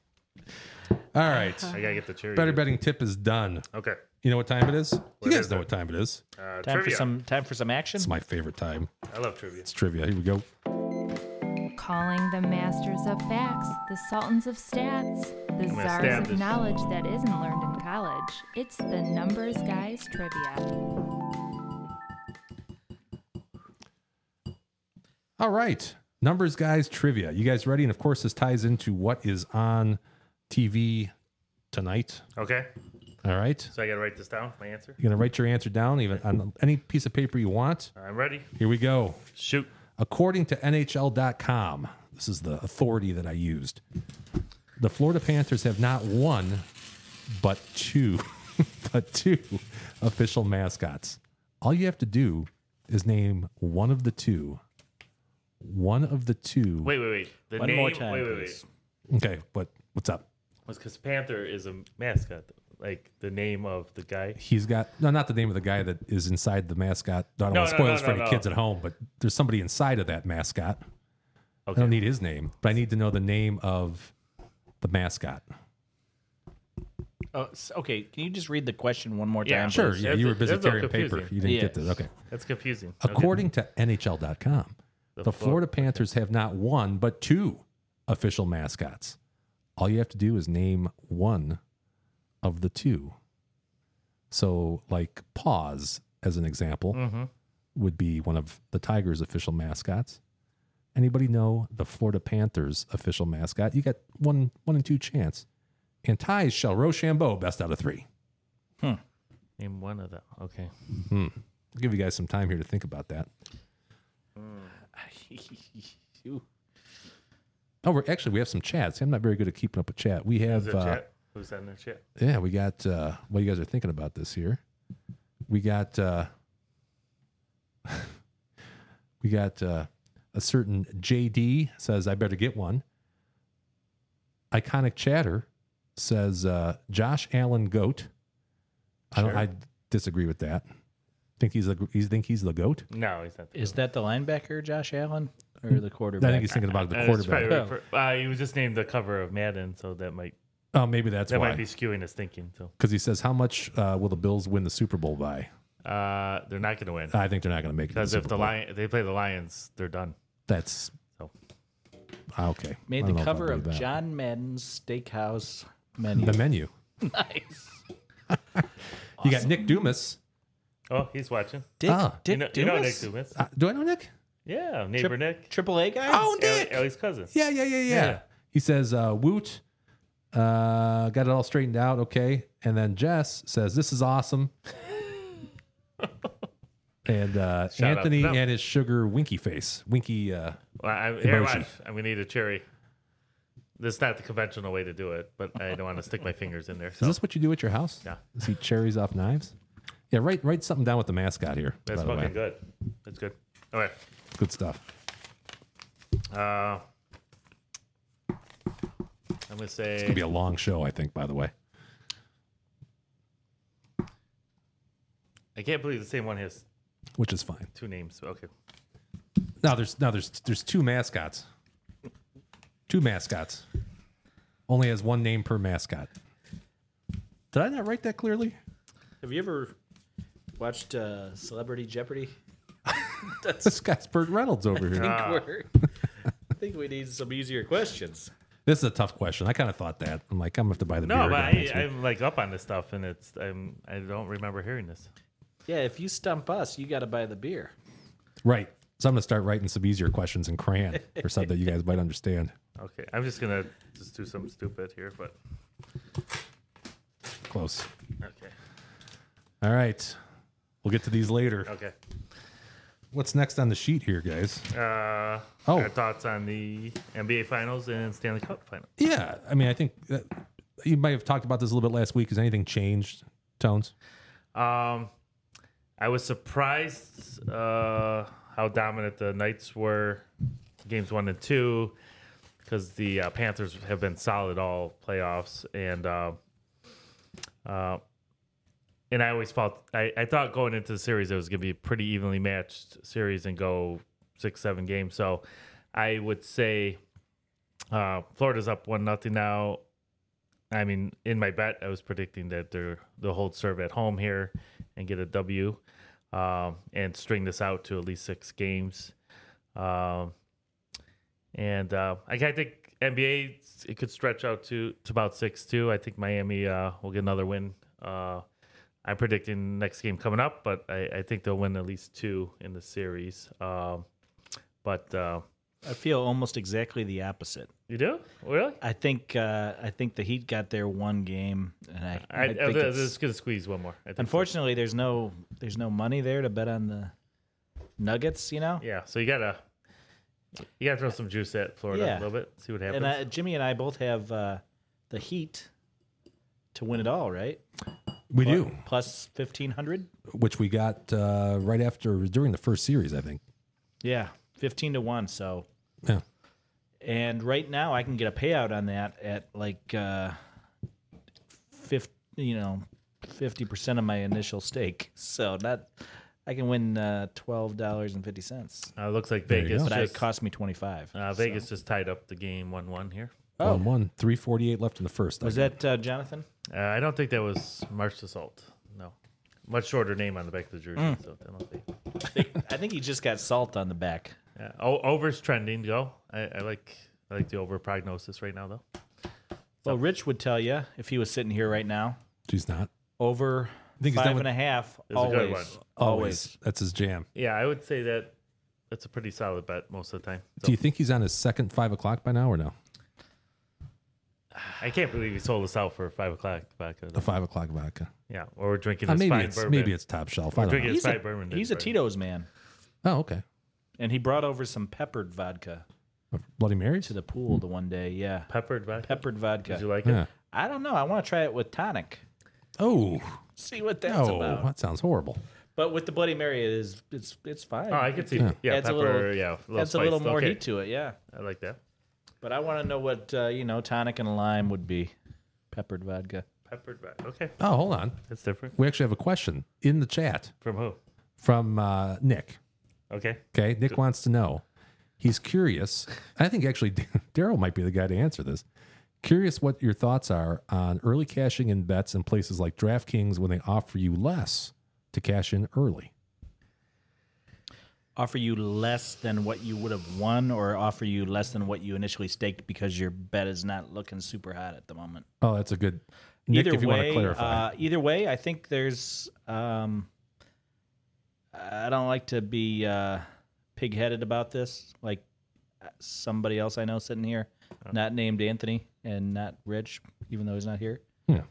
Speaker 3: All right.
Speaker 4: I got to get the cherries.
Speaker 3: Better betting tip is done.
Speaker 4: Okay.
Speaker 3: You know what time it is? You guys
Speaker 4: is
Speaker 3: know
Speaker 4: it?
Speaker 3: what time it is.
Speaker 4: Uh,
Speaker 5: Time
Speaker 4: trivia.
Speaker 5: for some time for some action.
Speaker 3: It's my favorite time.
Speaker 4: I love trivia.
Speaker 3: It's trivia. Here we go.
Speaker 2: Calling the masters of facts, the sultans of stats, the
Speaker 4: gonna stab
Speaker 2: czars
Speaker 4: this.
Speaker 2: of knowledge that isn't learned in college. It's the Numbers Guys Trivia.
Speaker 3: All right. Numbers guys trivia. You guys ready? And of course this ties into what is on TV tonight.
Speaker 4: Okay.
Speaker 3: All right.
Speaker 4: So I got to write this down. My answer.
Speaker 3: You're going to write your answer down even on any piece of paper you want.
Speaker 4: I'm ready.
Speaker 3: Here we go.
Speaker 4: Shoot.
Speaker 3: According to NHL.com, this is the authority that I used. The Florida Panthers have not one, but two, <laughs> but two official mascots. All you have to do is name one of the two. One of the two.
Speaker 4: Wait, wait, wait. The
Speaker 5: One
Speaker 4: name.
Speaker 5: more time,
Speaker 4: wait, wait,
Speaker 5: please.
Speaker 4: wait.
Speaker 3: Okay, but what's up?
Speaker 4: Was because Panther is a mascot. Like the name of the guy.
Speaker 3: He's got no, not the name of the guy that is inside the mascot. I don't
Speaker 4: No,
Speaker 3: want to
Speaker 4: no,
Speaker 3: spoil
Speaker 4: no,
Speaker 3: this for
Speaker 4: no,
Speaker 3: any
Speaker 4: no.
Speaker 3: kids at home, but there's somebody inside of that mascot. I
Speaker 4: Okay.
Speaker 3: don't need his name, but I need to know the name of the mascot.
Speaker 5: Oh, s- okay, can you just read the question one more time?
Speaker 4: Yeah.
Speaker 5: please? <laughs>
Speaker 3: Sure.
Speaker 4: It's-
Speaker 3: Yeah, you were
Speaker 4: it's-
Speaker 3: busy
Speaker 4: it's all
Speaker 3: carrying paper.
Speaker 4: confusing.
Speaker 3: You didn't get
Speaker 5: Yes.
Speaker 3: this. Okay.
Speaker 4: That's confusing. Okay.
Speaker 3: According to NHL.com, the, Florida Panthers have not one, but two official mascots. All you have to do is name one of the two. So, like, Paws, as an example, would be one of the Tigers' official mascots. Anybody know the Florida Panthers' official mascot? You got one, one and two chance. And ties shall Rochambeau best out of three.
Speaker 4: name one of them. Okay.
Speaker 3: I'll Hmm. give you guys some time here to think about that. Oh, we're actually we have some chats. See, I'm not very good at keeping up with chat. We have
Speaker 4: Is it
Speaker 3: uh,
Speaker 4: chat? Who's that in the chat?
Speaker 3: yeah, we got uh what you guys are thinking about this here. We got uh <laughs> we got uh a certain JD says I better get one. Iconic chatter says uh Josh Allen goat. I don't I disagree with that. Think he's a, he's think he's the goat?
Speaker 4: No, he's not. the
Speaker 5: Is
Speaker 4: goat.
Speaker 5: that the linebacker, Josh Allen, or the quarterback?
Speaker 3: Hmm. I think he's thinking about
Speaker 4: Uh,
Speaker 3: the
Speaker 4: it's
Speaker 3: quarterback.
Speaker 4: probably refer- uh, he was just named the cover of Madden, so that might
Speaker 3: Oh, maybe that's
Speaker 4: that
Speaker 3: why.
Speaker 4: might be skewing his thinking. So
Speaker 3: because he says, "How much uh, will the Bills win the Super Bowl by?"
Speaker 4: uh, they're not going to win
Speaker 3: I think they're not going to make it. to
Speaker 4: because if
Speaker 3: Super
Speaker 4: the
Speaker 3: Bowl.
Speaker 4: lion if they play the Lions, they're done.
Speaker 3: that's
Speaker 4: So.
Speaker 3: Ah, okay. I
Speaker 5: made
Speaker 3: don't know
Speaker 5: the
Speaker 3: if I
Speaker 5: cover of
Speaker 3: believe that.
Speaker 5: John Madden's Steakhouse menu.
Speaker 3: the menu.
Speaker 5: <laughs> nice.
Speaker 3: You got Nick Dumas.
Speaker 4: Oh, he's watching.
Speaker 5: Dick,
Speaker 3: Ah.
Speaker 5: Dick
Speaker 4: you, know,
Speaker 5: Dumas?
Speaker 4: you know Nick Dumas?
Speaker 3: Uh, do I know Nick?
Speaker 4: Yeah, neighbor
Speaker 5: Chip-
Speaker 4: Nick.
Speaker 5: Triple A guy?
Speaker 3: Oh,
Speaker 4: Ellie-
Speaker 3: Nick.
Speaker 4: Ellie's cousin.
Speaker 3: Yeah, yeah, yeah, yeah.
Speaker 4: Yeah.
Speaker 3: He says, uh, "Woot, uh, got it all straightened out, okay." And then Jess says, "This is
Speaker 4: <laughs>
Speaker 3: awesome." and uh,
Speaker 4: Shout out to
Speaker 3: Anthony
Speaker 4: them.
Speaker 3: and his sugar winky face, winky. Uh,
Speaker 4: Well, I, here,
Speaker 3: Emoji.
Speaker 4: watch. I'm going to need a cherry. That's not the conventional way to do it, but I don't want to stick my fingers in there.
Speaker 3: Is
Speaker 4: So
Speaker 3: this what you do at your house?
Speaker 4: Yeah.
Speaker 3: Is he cherries off knives? Yeah, write write something down with the mascot here.
Speaker 4: that's
Speaker 3: by the way.
Speaker 4: fucking good. That's good. All right.
Speaker 3: Good stuff.
Speaker 4: Uh, I'm going to say.
Speaker 3: It'll be a long show, I think, by the way.
Speaker 4: I can't believe the same one has
Speaker 3: Which is fine.
Speaker 4: two names. Okay.
Speaker 3: Now there's now there's there's two mascots. Two mascots. Only has one name per mascot. Did I not write that clearly? <laughs>
Speaker 5: Have you ever watched uh, Celebrity Jeopardy?
Speaker 3: This guy's Burt Reynolds over here.
Speaker 4: <laughs> Ah.
Speaker 5: <laughs> Where- I think we need some easier questions.
Speaker 3: This is a tough question. I kind of thought that. I'm like, I'm gonna have to buy the
Speaker 4: No,
Speaker 3: beer
Speaker 4: but
Speaker 3: again
Speaker 4: I,
Speaker 3: next week.
Speaker 4: I'm like up on this stuff, and it's I'm I don't remember hearing this.
Speaker 5: Yeah, if you stump us, you got to buy the beer.
Speaker 3: Right. So I'm gonna start writing some easier questions in crayon or something that you guys might understand.
Speaker 4: Okay, I'm just gonna just do something stupid here, but
Speaker 3: Close.
Speaker 4: okay,
Speaker 3: All right. We'll get to these later.
Speaker 4: okay.
Speaker 3: What's next on the sheet here, guys?
Speaker 4: Uh,
Speaker 3: Oh.
Speaker 4: Our thoughts on the NBA Finals and Stanley Cup Final.
Speaker 3: Yeah, I mean, I think that you might have talked about this a little bit last week. Has anything changed, Tones?
Speaker 4: Um, I was surprised uh, how dominant the Knights were, games one and two, because the uh, Panthers have been solid all playoffs, and uh, uh, and I always felt I, I thought going into the series it was going to be a pretty evenly matched series and go six seven games. So I would say uh, Florida's up one nothing now. I mean, in my bet, I was predicting that they're they'll hold serve at home here and get a W, um, and string this out to at least six games. Um, and uh, I kinda think NBA it could stretch out to to about six too. I think Miami uh, will get another win. Uh, I'm predicting next game coming up, but I, I think they'll win at least two in the series. Um, but uh,
Speaker 5: I feel almost exactly the opposite.
Speaker 4: you do really?
Speaker 5: I think uh, I think the Heat got their one game, and I, I,
Speaker 4: I, I,
Speaker 5: think
Speaker 4: am
Speaker 5: it's-
Speaker 4: just gonna squeeze one more. I think so.
Speaker 5: unfortunately there's no there's no money there to bet on the Nuggets. You know,
Speaker 4: Yeah, so you gotta you gotta throw some juice at Florida
Speaker 5: Yeah.
Speaker 4: a little bit, see what happens.
Speaker 5: and uh, Jimmy and I both have uh, the Heat to win it all, right?
Speaker 3: We do,
Speaker 5: Plus fifteen hundred.
Speaker 3: which we got uh, right after during the first series, I think.
Speaker 5: Yeah, fifteen to one. So,
Speaker 3: Yeah.
Speaker 5: and right now I can get a payout on that at like, uh, fif- you know, fifty percent of my initial stake. So that I can win uh, twelve dollars and fifty cents,
Speaker 4: Uh, looks like
Speaker 3: you
Speaker 4: Vegas,
Speaker 3: go.
Speaker 5: but I, it
Speaker 4: just,
Speaker 5: cost me twenty five.
Speaker 4: uh, Vegas just tied up the game one one here.
Speaker 5: Oh.
Speaker 3: One one. Three forty eight left in the first.
Speaker 5: Was
Speaker 3: I-
Speaker 5: that uh, Jonathan?
Speaker 4: Uh, I don't think that was March Assault. No. Much shorter name on the back of the jersey.
Speaker 5: Mm.
Speaker 4: So I don't think.
Speaker 5: I think he just got salt on the back.
Speaker 4: Yeah. O- over's trending, though. I, I like I like the over prognosis right now, though.
Speaker 5: Well, Rich would tell you if he was sitting here right now.
Speaker 3: She's not.
Speaker 5: Over
Speaker 3: think he's done
Speaker 5: five
Speaker 3: with-
Speaker 5: and a half.
Speaker 4: It's a
Speaker 5: Always,
Speaker 4: good
Speaker 5: always.
Speaker 4: one.
Speaker 3: That's his jam.
Speaker 4: Yeah, I would say that that's a pretty solid bet most of the time. So
Speaker 3: Do you think he's on his second five o'clock by now or no?
Speaker 4: I can't believe he sold us out for five o'clock vodka. though.
Speaker 3: A five o'clock vodka.
Speaker 4: Yeah, or we're drinking
Speaker 3: Uh,
Speaker 4: this
Speaker 3: maybe
Speaker 4: fine
Speaker 3: it's
Speaker 4: bourbon.
Speaker 3: maybe it's top shelf. I don't
Speaker 4: We're
Speaker 3: know.
Speaker 4: drinking this
Speaker 5: He's,
Speaker 4: fine
Speaker 5: a,
Speaker 4: bourbon.
Speaker 5: he's a
Speaker 4: today.
Speaker 5: Tito's man,
Speaker 3: Oh, okay.
Speaker 5: and he brought over some peppered vodka
Speaker 3: Bloody Marys.
Speaker 5: to the pool the one day. Yeah,
Speaker 4: Peppered vodka.
Speaker 5: peppered vodka.
Speaker 4: Did you like
Speaker 3: Yeah.
Speaker 4: it?
Speaker 5: I don't know. I want to try it with tonic.
Speaker 3: Oh,
Speaker 5: See what that's
Speaker 3: no,
Speaker 5: about.
Speaker 3: that sounds horrible.
Speaker 5: But with the Bloody Mary, it is it's it's fine.
Speaker 4: Oh, I could see.
Speaker 3: Yeah.
Speaker 4: Yeah,
Speaker 5: Adds a
Speaker 4: pepper.
Speaker 5: little-
Speaker 4: yeah, a little
Speaker 5: That's a little
Speaker 4: spice.
Speaker 5: more
Speaker 4: Okay,
Speaker 5: heat to it. Yeah,
Speaker 4: I like that.
Speaker 5: but I want to know what uh, you know tonic and lime would be. Peppered vodka.
Speaker 4: Peppered vodka. Okay,
Speaker 3: Oh, hold on.
Speaker 4: that's different
Speaker 3: We actually have a question in the chat
Speaker 4: from who?
Speaker 3: from uh, Nick.
Speaker 4: Okay,
Speaker 3: Okay, Nick wants to know. He's curious. I think actually <laughs> Daryl might be the guy to answer this. Curious what your thoughts are on early cashing in bets in places like DraftKings when they offer you less to cash in early.
Speaker 5: Offer you less than what you would have won, or offer you less than what you initially staked because your bet is not looking super hot at the moment.
Speaker 3: Oh, that's a good Nick.
Speaker 5: either
Speaker 3: if you
Speaker 5: way,
Speaker 3: want to clarify,
Speaker 5: Uh, either way, I think there's. Um, I don't like to be uh, pig-headed about this, like uh, somebody else I know sitting here,
Speaker 3: Oh.
Speaker 5: not named Anthony and not Rich, even though he's not here.
Speaker 3: Yeah.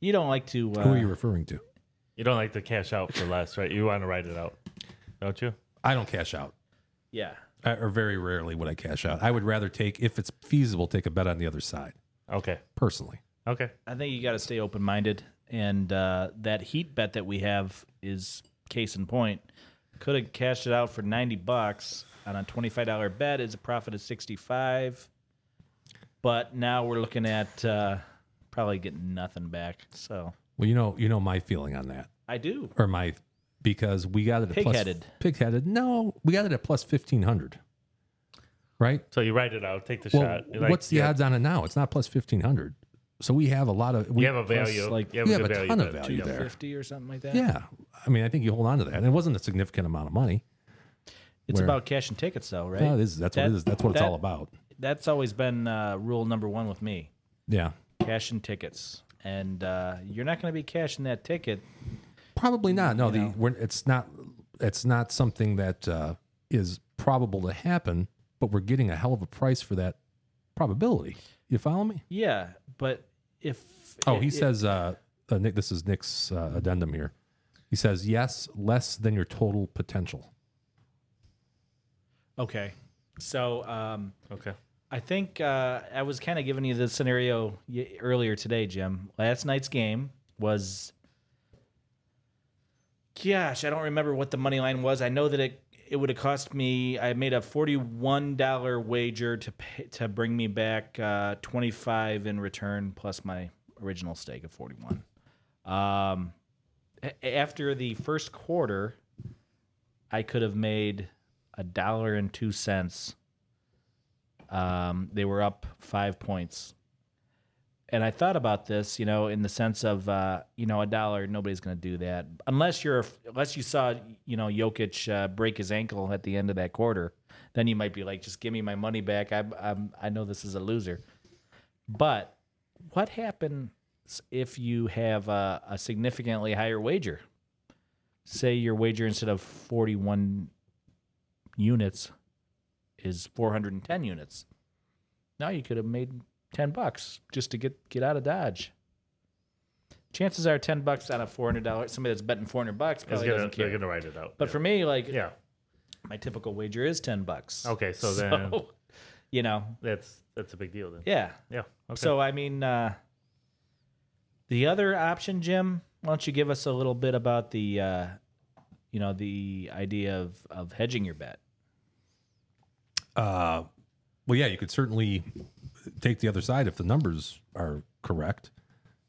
Speaker 5: You don't like to. Uh,
Speaker 3: who are you referring to?
Speaker 4: you don't like to cash out for less, right? You want to ride it out, don't you?
Speaker 3: I don't cash out,
Speaker 5: Yeah.
Speaker 3: I, or very rarely would I cash out. I would rather take, if it's feasible, take a bet on the other side
Speaker 4: Okay,
Speaker 3: personally.
Speaker 4: okay.
Speaker 5: I think you got to stay open minded, and uh, that heat bet that we have is case in point. Could have cashed it out for ninety bucks on a twenty five dollar bet. It's a profit of sixty five, but now we're looking at uh, probably getting nothing back. So
Speaker 3: Well, you know, you know my feeling on that.
Speaker 5: I do.
Speaker 3: or my because we got it at
Speaker 5: Pig-headed.
Speaker 3: plus pig-headed. No, we got it at plus fifteen hundred. Right.
Speaker 4: So you ride it out, take the
Speaker 3: Well,
Speaker 4: shot. You like-
Speaker 3: what's the
Speaker 4: you have-
Speaker 3: odds on it now? It's not plus fifteen hundred. So we have a lot of. We,
Speaker 4: You have a value.
Speaker 5: like,
Speaker 4: you have
Speaker 3: we
Speaker 4: a,
Speaker 3: have
Speaker 4: good
Speaker 3: a
Speaker 4: value
Speaker 3: ton of
Speaker 4: bet.
Speaker 3: value
Speaker 5: Two
Speaker 4: Yeah.
Speaker 3: there.
Speaker 5: fifty or something like that.
Speaker 3: yeah. I mean, I think you hold on to that. And it wasn't a significant amount of money.
Speaker 5: it's
Speaker 3: Where-
Speaker 5: about cash and tickets, though, right?
Speaker 3: No, it is- that's what
Speaker 5: That-
Speaker 3: it is. That's what it's
Speaker 5: that-
Speaker 3: all about.
Speaker 5: That's always been uh, rule number one with me.
Speaker 3: Yeah.
Speaker 5: cash and tickets. And uh, you're not going to be cashing that ticket.
Speaker 3: Probably not. No, the we're, it's not. It's not something that uh, is probable to happen. But we're getting a hell of a price for that probability. You follow me?
Speaker 5: Yeah, but if
Speaker 3: Oh, he
Speaker 5: it-
Speaker 3: says, uh, uh, Nick, this is Nick's uh, addendum here. He says, yes, less than your total potential.
Speaker 5: okay. So um,
Speaker 4: Okay.
Speaker 5: I think uh, I was kind of giving you the scenario y- earlier today, Jim. Last night's game was, gosh, I don't remember what the money line was. I know that it it would have cost me. I made a forty one dollar wager to pay, to bring me back uh, twenty five in return plus my original stake of forty one. Um, a- after the first quarter, I could have made a dollar and two cents. Um, they were up five points. And I thought about this, you know, in the sense of, uh, you know, a dollar, nobody's going to do that unless you're, unless you saw, you know, Jokic uh, break his ankle at the end of that quarter. Then you might be like, just give me my money back. I'm, I'm, I know this is a loser. But what happens if you have a, a significantly higher wager? Say your wager instead of 41 units is 410 units. Now you could have made 10 bucks just to get get out of dodge. Chances are 10 bucks on a $400 somebody that's betting 400 bucks
Speaker 4: It's
Speaker 5: probably
Speaker 4: gonna,
Speaker 5: doesn't care.
Speaker 4: they're gonna ride it out.
Speaker 5: but
Speaker 4: yeah.
Speaker 5: for me like
Speaker 4: yeah,
Speaker 5: my typical wager is 10 bucks.
Speaker 4: Okay,
Speaker 5: <laughs>
Speaker 4: so then-
Speaker 5: you know,
Speaker 4: that's that's a big deal then.
Speaker 5: yeah.
Speaker 4: Yeah. Okay.
Speaker 5: So I mean, uh, the other option, Jim. Why don't you give us a little bit about the, uh, you know, the idea of of hedging your bet?
Speaker 3: Uh, well, yeah, you could certainly take the other side if the numbers are correct.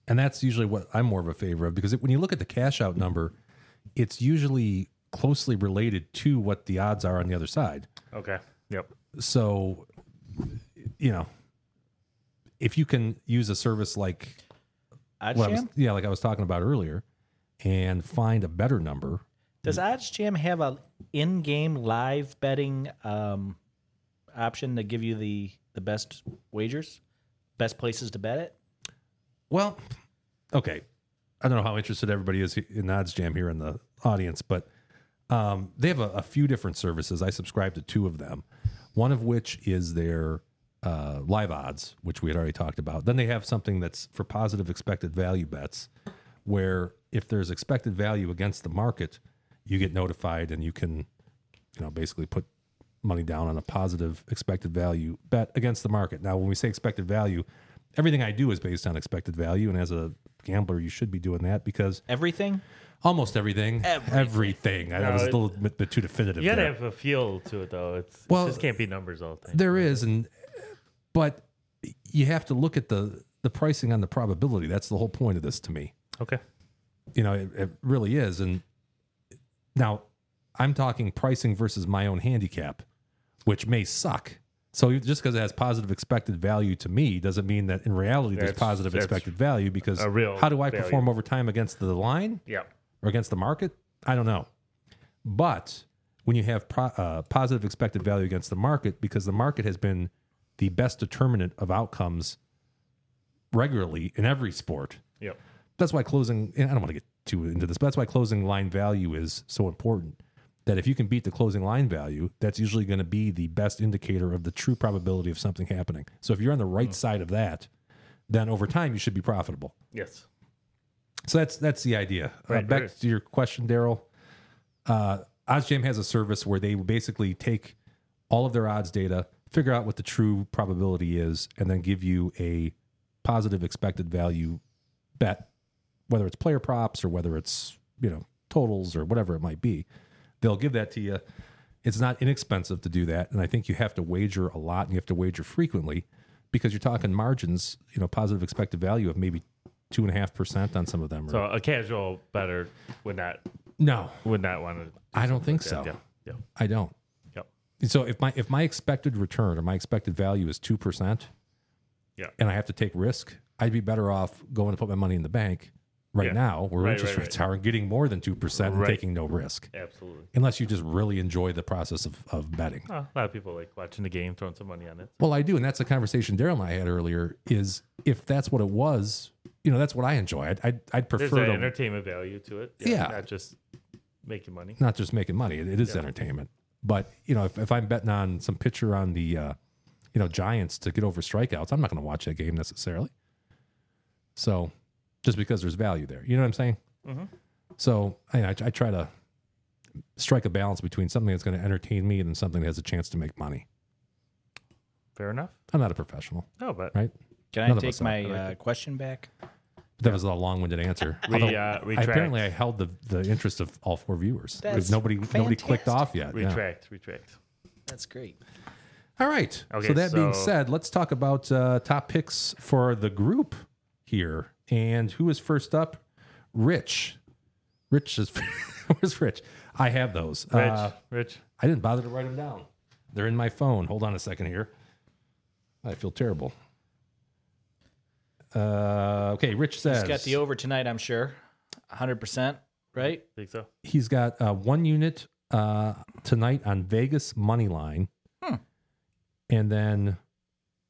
Speaker 3: And that's usually what I'm more of a favor of because it, when you look at the cash out number, it's usually closely related to what the odds are on the other side.
Speaker 4: okay. Yep.
Speaker 3: So, you know, if you can use a service like what I was,
Speaker 5: Oddsham?
Speaker 3: yeah, like I was talking about earlier, and find a better number,
Speaker 5: Does
Speaker 3: Hmm.
Speaker 5: Oddsjam have a in-game live betting um, option to give you the the best wagers, best places to bet it?
Speaker 3: Well, okay. I don't know how interested everybody is in Odds Jam here in the audience, but um, they have a, a few different services. I subscribe to two of them, one of which is their uh, live odds, which we had already talked about. Then they have something that's for positive expected value bets, where if there's expected value against the market, you get notified and you can, you know, basically put money down on a positive expected value bet against the market. Now, when we say expected value, everything I do is based on expected value. And as a gambler, you should be doing that because
Speaker 5: Everything?
Speaker 3: almost everything, everything. I that was a little bit, bit too definitive.
Speaker 4: You gotta
Speaker 3: there.
Speaker 4: have a feel to it though. It's
Speaker 3: Well,
Speaker 4: it just can't be numbers all the time.
Speaker 3: There is, and but you have to look at the the pricing on the probability. That's the whole point of this to me.
Speaker 4: Okay.
Speaker 3: You know, it, it really is. And now I'm talking pricing versus my own handicap, which may suck. So you- just because it has positive expected value to me doesn't mean that in reality there's
Speaker 4: That's-
Speaker 3: positive
Speaker 4: that's
Speaker 3: expected value because
Speaker 4: a real
Speaker 3: how do I
Speaker 4: value.
Speaker 3: perform over time against the line?
Speaker 4: Yeah.
Speaker 3: or against the market? I don't know. But when you have pro- uh, positive expected value against the market, because the market has been the best determinant of outcomes regularly in every sport,
Speaker 4: Yep.
Speaker 3: that's why closing, and I don't want to get too into this, but that's why closing line value is so important. That if you can beat the closing line value, that's usually going to be the best indicator of the true probability of something happening. So if you're on the
Speaker 4: Mm.
Speaker 3: right side of that, then over time you should be profitable.
Speaker 4: Yes.
Speaker 3: So that's that's the idea. uh,
Speaker 4: Right,
Speaker 3: back
Speaker 4: right.
Speaker 3: to your question, Daryl. Uh, OddsJam has a service where they basically take all of their odds data, figure out what the true probability is, and then give you a positive expected value bet, whether it's player props or whether it's you know totals or whatever it might be. They'll give that to you. It's not inexpensive to do that, and I think you have to wager a lot and you have to wager frequently because you're talking margins, you know, positive expected value of maybe two and a half percent on some of them. or-
Speaker 4: So a casual better would not
Speaker 3: no,
Speaker 4: would not want to.
Speaker 3: I don't think so.
Speaker 4: Yeah. Yeah.
Speaker 3: I don't.
Speaker 4: Yep.
Speaker 3: So if my if my expected return or my expected value is two percent,
Speaker 4: Yeah.
Speaker 3: and I have to take risk, I'd be better off going to put my money in the bank right
Speaker 4: Yeah.
Speaker 3: now, where
Speaker 4: Right,
Speaker 3: interest
Speaker 4: right,
Speaker 3: rates are, and getting more than two percent and
Speaker 4: Right.
Speaker 3: taking no risk,
Speaker 4: Absolutely.
Speaker 3: unless you just really enjoy the process of of betting.
Speaker 4: Uh, a lot of people like watching the game, throwing some money on it.
Speaker 3: Well, I do, and that's a conversation Daryl and I had earlier. Is if that's what it was, you know, that's what I enjoy. I'd I'd, I'd
Speaker 4: There's
Speaker 3: prefer
Speaker 4: that
Speaker 3: to
Speaker 4: entertainment value to it.
Speaker 3: Yeah.
Speaker 4: Not just making money.
Speaker 3: not just making money. It, it is entertainment. But you know, if, if I'm betting on some pitcher on the, uh, you know, Giants to get over strikeouts, I'm not going to watch that game necessarily. So, just because there's value there, you know what I'm saying?
Speaker 4: Mm-hmm.
Speaker 3: So I, I, I try to strike a balance between something that's going to entertain me and then something that has a chance to make money.
Speaker 4: Fair enough.
Speaker 3: I'm not a professional,
Speaker 4: No, but
Speaker 3: right?
Speaker 5: Can
Speaker 3: None
Speaker 5: I
Speaker 3: of us
Speaker 5: take
Speaker 3: are.
Speaker 5: my
Speaker 3: I like
Speaker 5: uh, question back?
Speaker 3: That was a long-winded answer.
Speaker 4: <laughs> We,
Speaker 3: Although,
Speaker 4: uh,
Speaker 3: I-
Speaker 4: retract.
Speaker 3: apparently, I held the, the interest of all four viewers.
Speaker 5: That's
Speaker 3: nobody nobody clicked
Speaker 5: fantastic.
Speaker 3: off yet. Yeah.
Speaker 4: retract, retract.
Speaker 5: That's great.
Speaker 3: All right. so
Speaker 4: Okay,
Speaker 3: that being
Speaker 4: so-
Speaker 3: said, let's talk about uh, top picks for the group here. And who is first up? Rich. Rich is <laughs> where's Rich? I have those.
Speaker 4: Rich,
Speaker 3: Uh,
Speaker 4: Rich.
Speaker 3: I didn't bother to write them down. They're in my phone. Hold on a second here. I feel terrible. Uh, okay, Rich says
Speaker 5: He's got the over tonight, I'm sure. 100%, right?
Speaker 4: Think so?
Speaker 3: he's got uh, one unit uh, tonight on Vegas money line, and then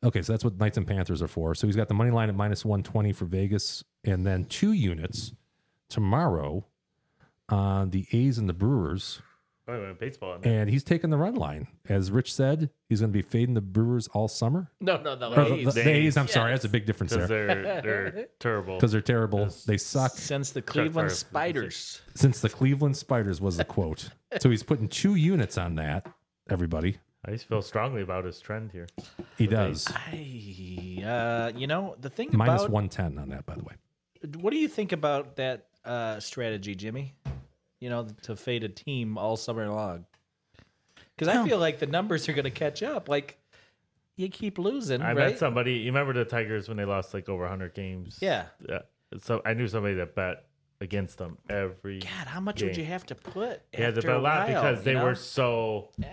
Speaker 3: okay, so that's what Knights and Panthers are for. So he's got the money line at minus one twenty for Vegas, and then two units tomorrow on the A's and the Brewers.
Speaker 4: Oh, we went baseball
Speaker 3: <laughs>
Speaker 4: in there.
Speaker 3: And he's taking the run line, as Rich said. He's going to be fading the Brewers all summer.
Speaker 7: No, no, no.
Speaker 3: Or
Speaker 7: A's.
Speaker 3: the, the A's. I'm sorry,
Speaker 7: Yes.
Speaker 3: that's a big difference
Speaker 4: Because
Speaker 3: there
Speaker 4: they're
Speaker 5: <laughs>
Speaker 4: they're terrible.
Speaker 3: because they're terrible. They suck.
Speaker 5: Since the Cleveland
Speaker 4: Farris.
Speaker 5: Spiders.
Speaker 3: Since the Cleveland Spiders was the quote, so he's putting two units on that. Everybody,
Speaker 4: I just feel strongly about his trend here.
Speaker 3: He does.
Speaker 5: Hey, uh, you know, the thing
Speaker 3: Minus
Speaker 5: about
Speaker 3: 110 on that, by the way.
Speaker 5: What do you think about that uh, strategy, Jimmy? You know, to fade a team all summer long. Because I feel like the numbers are going to catch up. Like you keep losing,
Speaker 4: I
Speaker 5: right?
Speaker 4: met somebody. You remember the Tigers when they lost like over 100 games?
Speaker 5: Yeah.
Speaker 4: Yeah. So I knew somebody that bet against them every.
Speaker 5: God, how much would
Speaker 4: game.
Speaker 5: you have to put?
Speaker 4: He had to
Speaker 5: after
Speaker 4: bet a lot
Speaker 5: while,
Speaker 4: because they
Speaker 5: you know?
Speaker 4: were so.
Speaker 5: Yeah,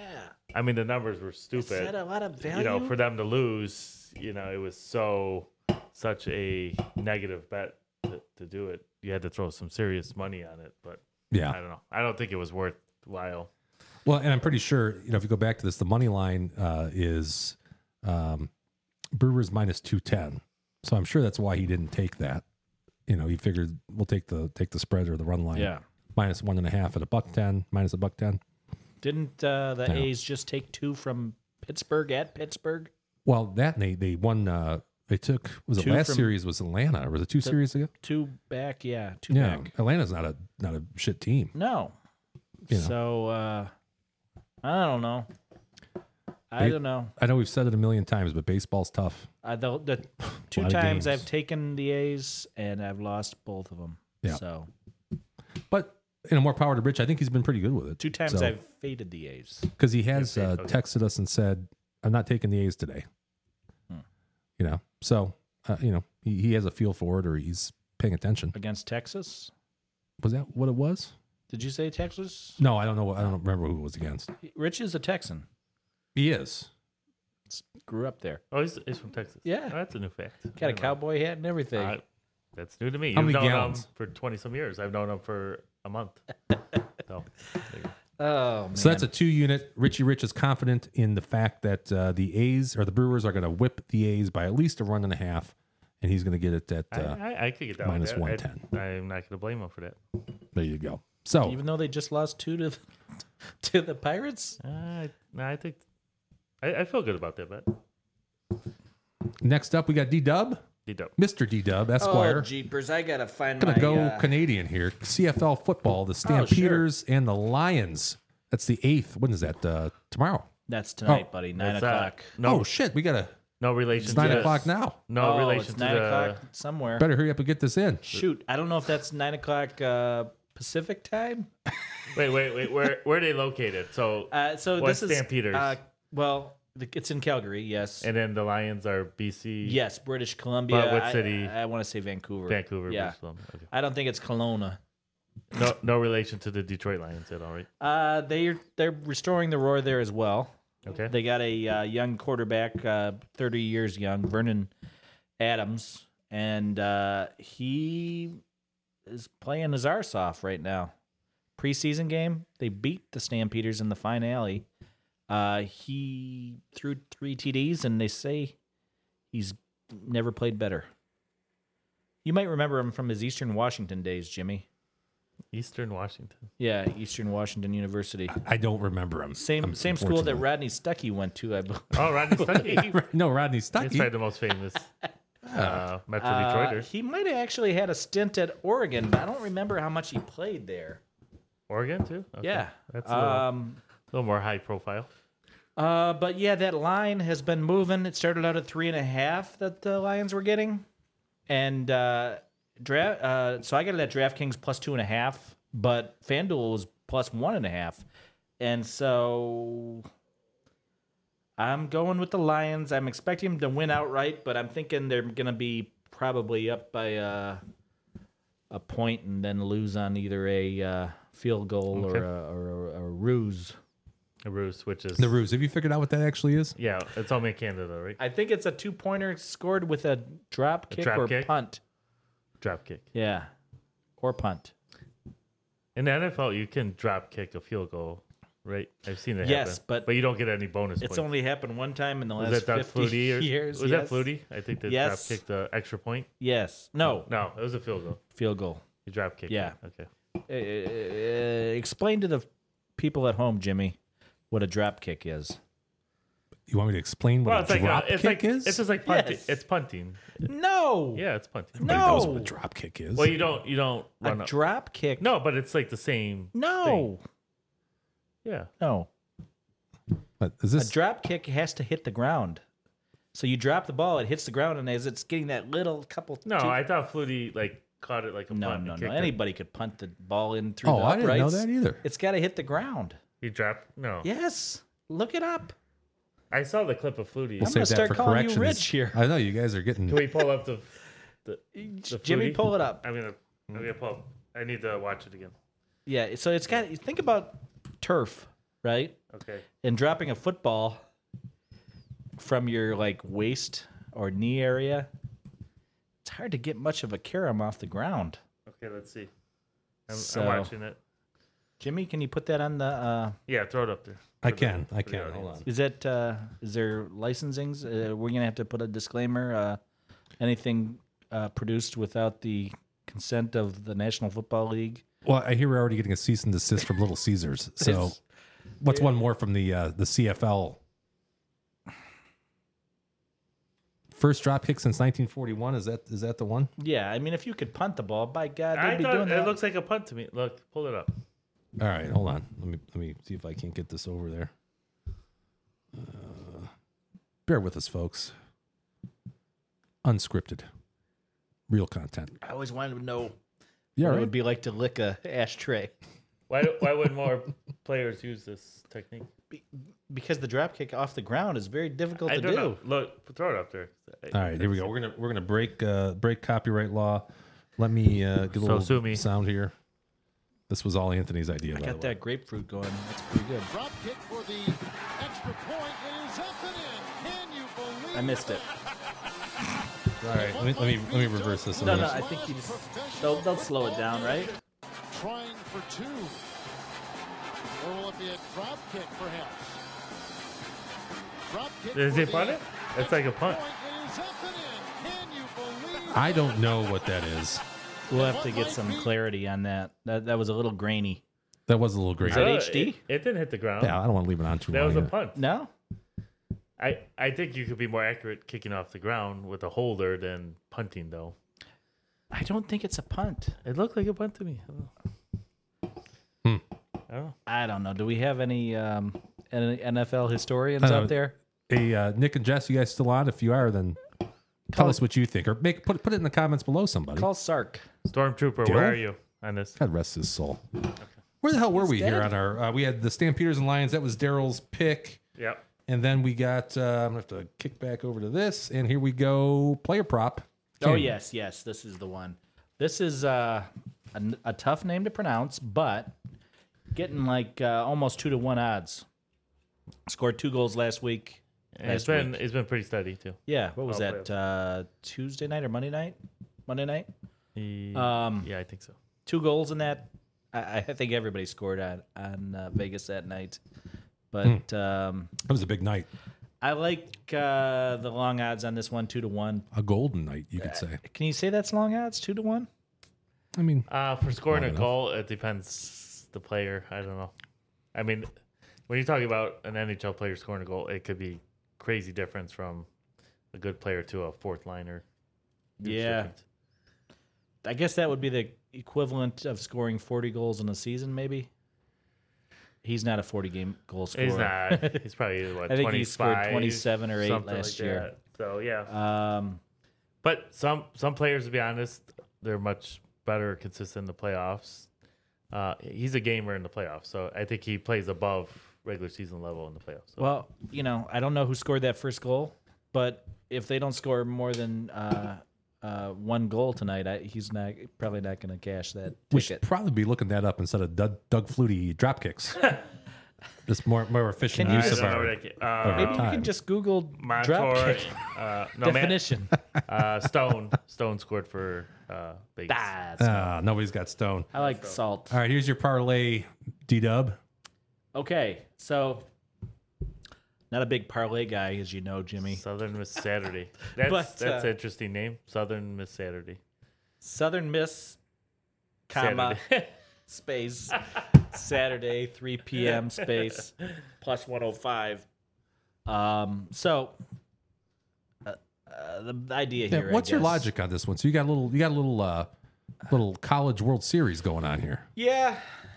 Speaker 4: I mean, the numbers were
Speaker 5: is that a
Speaker 4: stupid.
Speaker 5: lot of value?
Speaker 4: You know, for them to lose, because you know it was so such a negative bet to, to do it. You had to throw some serious money on it, but
Speaker 3: Yeah.
Speaker 4: I don't know. I don't think it was worthwhile.
Speaker 3: Well, and I'm pretty sure you know if you go back to this, the money line uh, is um, Brewers minus two ten. So I'm sure that's why he didn't take that. You know, he figured we'll take the take the spread or the run line.
Speaker 5: Yeah.
Speaker 3: minus one and a half at a buck ten, minus a buck ten.
Speaker 5: Didn't uh, the
Speaker 3: Yeah.
Speaker 5: A's just take two from Pittsburgh at Pittsburgh?
Speaker 3: Well, that and they they won. Uh, they took was it
Speaker 5: Two
Speaker 3: last
Speaker 5: from-
Speaker 3: series was Atlanta or was it two series ago?
Speaker 5: Two back, yeah, two
Speaker 3: Yeah,
Speaker 5: back.
Speaker 3: Atlanta's not a not a shit team.
Speaker 5: No.
Speaker 3: You know.
Speaker 5: So uh, I don't know. I
Speaker 3: They-
Speaker 5: don't know.
Speaker 3: I know we've said it a million times, but baseball's tough.
Speaker 5: I, the, the two
Speaker 3: lot of
Speaker 5: times
Speaker 3: games.
Speaker 5: I've taken the A's and I've lost both of them.
Speaker 3: Yeah.
Speaker 5: So
Speaker 3: But you know, more power to Rich. I think he's been pretty good with it.
Speaker 5: two times
Speaker 3: So-
Speaker 5: I've faded the A's.
Speaker 3: because he has
Speaker 4: Okay,
Speaker 3: uh,
Speaker 4: okay.
Speaker 3: texted us and said, "I'm not taking the A's today." Hmm. You know, so uh, you know he, he has a feel for it, or he's paying attention.
Speaker 5: against Texas.
Speaker 3: Was that what it was?
Speaker 5: Did you say Texas?
Speaker 3: No, I don't know. What, I don't remember who it was against.
Speaker 5: Rich is a Texan.
Speaker 3: He is.
Speaker 5: Grew up there.
Speaker 4: Oh, he's, he's from Texas.
Speaker 5: Yeah.
Speaker 4: Oh, that's a new fact.
Speaker 5: Got a
Speaker 4: Never mind.
Speaker 5: cowboy hat and everything.
Speaker 4: I- that's new to me.
Speaker 3: How
Speaker 4: You've
Speaker 3: many
Speaker 4: known
Speaker 3: gallons?
Speaker 4: him for twenty some years. I've known him for a
Speaker 5: <laughs>
Speaker 4: month. so, there you go.
Speaker 5: oh man.
Speaker 3: So that's a two unit. Richie Rich is confident in the fact that uh, the A's or the Brewers are going to whip the A's by at least a run and a half, and he's going to get it at.
Speaker 4: I,
Speaker 3: Uh,
Speaker 4: I, I could get that
Speaker 3: minus
Speaker 4: one
Speaker 3: 110.
Speaker 4: I'm not going to blame him for that.
Speaker 3: there you go. So
Speaker 5: even though they just lost two to the, <laughs> to the Pirates.
Speaker 4: Uh, I- no, I think I, I feel good about that bet.
Speaker 3: next up, we got D Dub,
Speaker 4: D-Dub.
Speaker 3: Mister D Dub Esquire.
Speaker 5: Oh, jeepers! I uh, Oh, gotta find
Speaker 3: gonna go Canadian here. CFL football, the Stampeders and the Lions. That's the eighth. When is that? Uh, tomorrow.
Speaker 5: That's tonight, buddy. Nine
Speaker 4: That's, uh,
Speaker 5: o'clock.
Speaker 4: no,
Speaker 3: Oh shit, we gotta.
Speaker 4: no relation.
Speaker 3: It's
Speaker 4: to
Speaker 3: nine
Speaker 4: this.
Speaker 3: o'clock now.
Speaker 4: No
Speaker 5: oh,
Speaker 4: relation
Speaker 5: it's
Speaker 4: to
Speaker 5: nine
Speaker 4: the.
Speaker 5: o'clock somewhere.
Speaker 3: Better hurry up and get this in.
Speaker 5: Shoot, I don't know if that's nine o'clock uh, Pacific time.
Speaker 4: Wait, wait, wait. Where where are they located? So
Speaker 5: Uh, so
Speaker 4: What's
Speaker 5: this is
Speaker 4: Stampeders?
Speaker 5: Uh, well, the, it's in Calgary. Yes.
Speaker 4: and then the Lions are BC,
Speaker 5: Yes, British Columbia.
Speaker 4: But what
Speaker 5: I-
Speaker 4: city?
Speaker 5: I, want to say Vancouver.
Speaker 4: Vancouver,
Speaker 5: Yeah.
Speaker 4: British Columbia. Okay.
Speaker 5: I don't think it's Kelowna.
Speaker 4: No, no relation to the Detroit Lions at all, right?
Speaker 5: Uh, they're they're restoring the roar there as well.
Speaker 4: Okay.
Speaker 5: They got a uh, young quarterback, uh, thirty years young, Vernon Adams, and uh, he is playing his arse off right now. Preseason game, they beat the Stampeders in the finale. Uh, he threw three TDs, and they say he's never played better. You might remember him from his Eastern Washington days, Jimmy.
Speaker 4: Eastern Washington.
Speaker 5: Yeah, Eastern Washington University.
Speaker 3: I don't remember him.
Speaker 5: Same same school that Rodney Stuckey went to, I believe.
Speaker 4: Oh, Rodney
Speaker 5: <laughs>
Speaker 4: Stuckey.
Speaker 3: <laughs> no, Rodney
Speaker 4: He's probably
Speaker 3: Stuckey.
Speaker 4: the
Speaker 3: <laughs>
Speaker 4: most famous uh, Metro
Speaker 5: Uh,
Speaker 4: Detroiter.
Speaker 5: he might have actually had a stint at Oregon, but I don't remember how much he played there.
Speaker 4: Oregon too. Okay.
Speaker 5: Yeah.
Speaker 4: that's a little,
Speaker 5: Um,
Speaker 4: little more high profile.
Speaker 5: uh, but yeah, that line has been moving. It started out at three and a half that the Lions were getting, and uh, draft. Uh, so I got it at DraftKings plus two and a half, but FanDuel was plus one and a half, and so I'm going with the Lions. I'm expecting them to win outright, but I'm thinking they're going to be probably up by uh, a point and then lose on either a uh, field goal
Speaker 4: Okay.
Speaker 5: or, a, or a, a ruse.
Speaker 4: The Ruse, which is
Speaker 3: The Ruse. Have you figured out what that actually is?
Speaker 4: yeah, it's only in Canada, right?
Speaker 5: I think it's a two pointer scored with a drop kick
Speaker 4: drop
Speaker 5: or
Speaker 4: kick?
Speaker 5: punt.
Speaker 4: Drop kick.
Speaker 5: Yeah. Or punt.
Speaker 4: In the NFL, you can drop kick a field goal, right? I've seen that
Speaker 5: Yes,
Speaker 4: happen.
Speaker 5: but-
Speaker 4: but you don't get any bonus.
Speaker 5: It's
Speaker 4: points.
Speaker 5: only happened one time in the
Speaker 4: was
Speaker 5: last
Speaker 4: that Doug
Speaker 5: 50
Speaker 4: Flutie? Or,
Speaker 5: <laughs> years.
Speaker 4: was
Speaker 5: yes.
Speaker 4: that Flutie? I think that
Speaker 5: Yes.
Speaker 4: drop kicked the extra point.
Speaker 5: Yes. No.
Speaker 4: No, it was a field goal.
Speaker 5: Field goal.
Speaker 4: You drop kick.
Speaker 5: Yeah.
Speaker 4: Okay.
Speaker 5: Uh, explain to the people at home, Jimmy, what a drop kick is.
Speaker 3: You want me to explain what
Speaker 4: Well,
Speaker 3: a
Speaker 4: it's like
Speaker 3: drop
Speaker 4: uh, it's
Speaker 3: kick
Speaker 4: like
Speaker 3: is?
Speaker 4: it's just like punting.
Speaker 5: Yes.
Speaker 4: It's punting.
Speaker 5: No.
Speaker 4: Yeah, it's punting.
Speaker 5: No.
Speaker 3: Everybody knows what a drop kick is.
Speaker 4: Well, you don't you don't run
Speaker 5: A
Speaker 4: up.
Speaker 5: drop kick.
Speaker 4: no, but it's like the same.
Speaker 5: No.
Speaker 4: Yeah.
Speaker 5: No.
Speaker 3: But is
Speaker 5: A
Speaker 3: this
Speaker 5: drop kick has to hit the ground. So you drop the ball, it hits the ground, and as it's getting that little couple.
Speaker 4: No,
Speaker 5: two-
Speaker 4: I thought Flutie like caught it like a
Speaker 5: no,
Speaker 4: punt.
Speaker 5: no,
Speaker 4: and
Speaker 5: no.
Speaker 4: kicked it.
Speaker 5: Anybody could punt the ball in through
Speaker 3: Oh,
Speaker 5: the
Speaker 3: I
Speaker 5: uprights.
Speaker 3: didn't know that either.
Speaker 5: It's got to hit the ground.
Speaker 4: You drop. No.
Speaker 5: Yes. Look it up.
Speaker 4: I saw the clip of Flutie.
Speaker 5: I'm gonna
Speaker 3: save that
Speaker 5: start
Speaker 3: for
Speaker 5: calling you
Speaker 3: corrections.
Speaker 5: Rich here.
Speaker 3: I know you guys are getting
Speaker 4: Can we pull up the?
Speaker 5: Jimmy,
Speaker 4: Flutie?
Speaker 5: pull it up.
Speaker 4: I'm gonna I'm gonna pull. Up. I need to watch it again.
Speaker 5: Yeah. So it's got. Think about turf, right?
Speaker 4: Okay.
Speaker 5: And dropping a football from your like waist or knee area. It's hard to get much of a carom off the ground.
Speaker 4: Okay, let's see. I'm,
Speaker 5: So-
Speaker 4: I'm watching it.
Speaker 5: Jimmy, can you put that on the? Uh,
Speaker 4: Yeah, throw it up there.
Speaker 3: I
Speaker 4: For the-
Speaker 3: can. I
Speaker 4: for the
Speaker 3: can. Hold
Speaker 4: audience.
Speaker 3: on.
Speaker 5: is that? Uh, is there licensings? Uh, we're gonna have to put a disclaimer. Uh, anything uh, produced without the consent of the National Football League.
Speaker 3: Well, I hear we're already getting a cease and desist from Little <laughs> Caesars. So,
Speaker 5: It's-
Speaker 3: what's one more from the uh, the CFL? First drop kick since 1941. Is that is that the one?
Speaker 5: Yeah, I mean, if you could punt the ball, by God, they'd
Speaker 4: I
Speaker 5: be
Speaker 4: thought
Speaker 5: doing
Speaker 4: it
Speaker 5: that.
Speaker 4: looks like a punt to me. Look, pull it up.
Speaker 3: All right, hold on. Let me let me see if I can't get this over there. Uh, bear with us, folks. Unscripted, real content.
Speaker 5: I always wanted to know
Speaker 3: Yeah,
Speaker 5: what
Speaker 3: right.
Speaker 5: it would be like to lick a <laughs> ashtray
Speaker 4: Why, do- why would more <laughs> players use this technique?
Speaker 5: because the drop kick off the ground is very difficult
Speaker 4: I
Speaker 5: to
Speaker 4: don't
Speaker 5: do.
Speaker 4: know. Look, throw it up there.
Speaker 3: All right, here we go. We're gonna we're gonna break uh, break copyright law. Let me uh, get a
Speaker 4: So
Speaker 3: little
Speaker 4: sue me.
Speaker 3: sound here. This was all Anthony's idea.
Speaker 5: I
Speaker 3: by
Speaker 5: got
Speaker 3: the way.
Speaker 5: that grapefruit going. That's pretty good.
Speaker 9: Drop kick for the extra point. It is up and in. Can you believe
Speaker 5: I missed it.
Speaker 3: All right, let me let me, let me reverse this. a
Speaker 5: No,
Speaker 3: little
Speaker 5: no,
Speaker 3: bit.
Speaker 5: I think you just they'll, they'll slow it down, right?
Speaker 9: Trying for two. Or will it be a drop kick, perhaps? Drop kick
Speaker 4: Is
Speaker 9: for
Speaker 4: it
Speaker 9: the
Speaker 4: punt? It's like a punt.
Speaker 9: Point. It is up and in. Can you believe
Speaker 3: I don't know what that is.
Speaker 5: We'll have to get some clarity on that. That that was a little grainy.
Speaker 3: That was a little great.
Speaker 5: that
Speaker 4: No,
Speaker 5: HD?
Speaker 4: It, it didn't hit the ground.
Speaker 3: Yeah, I don't want to leave it on too
Speaker 4: that
Speaker 3: long.
Speaker 4: was a
Speaker 3: either.
Speaker 4: punt.
Speaker 5: No,
Speaker 4: I, I think you could be more accurate kicking off the ground with a holder than punting, though.
Speaker 5: I don't think it's a punt.
Speaker 4: It looked like a punt to me. I don't know. I don't know.
Speaker 5: I don't know. Do we have any um any NFL historians
Speaker 3: I don't know.
Speaker 5: out there?
Speaker 3: Hey, uh, Nick and Jess, you guys still on? If you are, then tell us what you think, or make put put it in the comments below. Somebody.
Speaker 5: Call Sark.
Speaker 4: Stormtrooper,
Speaker 3: Dill?
Speaker 4: where are you on this?
Speaker 3: God rest his soul. Where the hell were we here on our? Uh, we had the Stampeders and Lions. That was Daryl's pick,
Speaker 4: Yep.
Speaker 3: and then we got. Uh, I'm gonna have to kick back over to this, and here we go. Player prop.
Speaker 5: Oh
Speaker 3: Kenny.
Speaker 5: yes, yes, this is the one. This is uh, a n- a tough name to pronounce, but getting like uh, almost two to one odds. Scored two goals last week.
Speaker 4: And it's
Speaker 5: Last
Speaker 4: been
Speaker 5: week.
Speaker 4: it's been pretty steady too.
Speaker 5: Yeah, what was
Speaker 4: I'll
Speaker 5: that? Uh, Tuesday night or Monday night? Monday night. Um,
Speaker 4: yeah, I think so.
Speaker 5: Two goals in that. I, I think everybody scored on on uh, Vegas that night,
Speaker 4: Hmm.
Speaker 5: but um,
Speaker 3: That was a big night,
Speaker 5: I like uh, the long odds on this one, two to one.
Speaker 3: a golden night, you could say.
Speaker 5: Can you say that's long odds, two to one?
Speaker 3: I mean,
Speaker 4: Uh, for scoring
Speaker 3: Long
Speaker 4: a
Speaker 3: enough.
Speaker 4: goal, it depends the player. I don't know. I mean, when you talk about an NHL player scoring a goal, it could be crazy difference from a good player to a fourth liner. Huge
Speaker 5: Yeah.
Speaker 4: difference.
Speaker 5: I guess that would be the equivalent of scoring 40 goals in a season, maybe. He's not a 40 game goal scorer.
Speaker 4: he's
Speaker 5: <laughs>
Speaker 4: not. He's probably what
Speaker 5: I think he
Speaker 4: twenty
Speaker 5: scored
Speaker 4: five,
Speaker 5: 27 or eight last year.
Speaker 4: So yeah,
Speaker 5: Um,
Speaker 4: but some some players, to be honest, they're much better consistent in the playoffs. Uh, he's a gamer in the playoffs, so I think he plays above regular season level in the playoffs. So.
Speaker 5: well, you know, I don't know who scored that first goal, but if they don't score more than uh, uh, one goal tonight, I, he's not probably not going to cash that
Speaker 3: we
Speaker 5: ticket.
Speaker 3: should probably be looking that up instead of Doug, Doug Flutie drop
Speaker 5: <laughs>
Speaker 3: kicks. Just more more efficient
Speaker 5: Can you
Speaker 3: use
Speaker 4: I
Speaker 3: of
Speaker 4: don't know
Speaker 3: our.
Speaker 4: where that ca- uh,
Speaker 5: Maybe you
Speaker 3: time.
Speaker 5: can just Google drop
Speaker 4: Montour,
Speaker 5: kick
Speaker 4: uh, <laughs> no,
Speaker 3: <laughs>
Speaker 4: man,
Speaker 5: definition.
Speaker 4: uh, Stone, Stone scored for uh, Vegas.
Speaker 5: Ah, it's-
Speaker 3: Ah, nobody's got stone.
Speaker 5: I like salt.
Speaker 3: All right, here's your parlay, D Dub.
Speaker 5: Okay, so not a big parlay guy, as you know, Jimmy.
Speaker 4: Southern Miss Saturday. That's
Speaker 5: But,
Speaker 4: that's
Speaker 5: uh,
Speaker 4: an interesting name. Southern Miss Saturday.
Speaker 5: Southern Miss, comma
Speaker 4: Saturday.
Speaker 5: <laughs> space Saturday 3 p.m. space plus 105. Um, so uh, uh, the the idea
Speaker 3: Yeah,
Speaker 5: here. I
Speaker 3: what's your
Speaker 5: guess-
Speaker 3: logic on this one? So you got a little, you got a little, uh, little college World Series going on here.
Speaker 5: Yeah,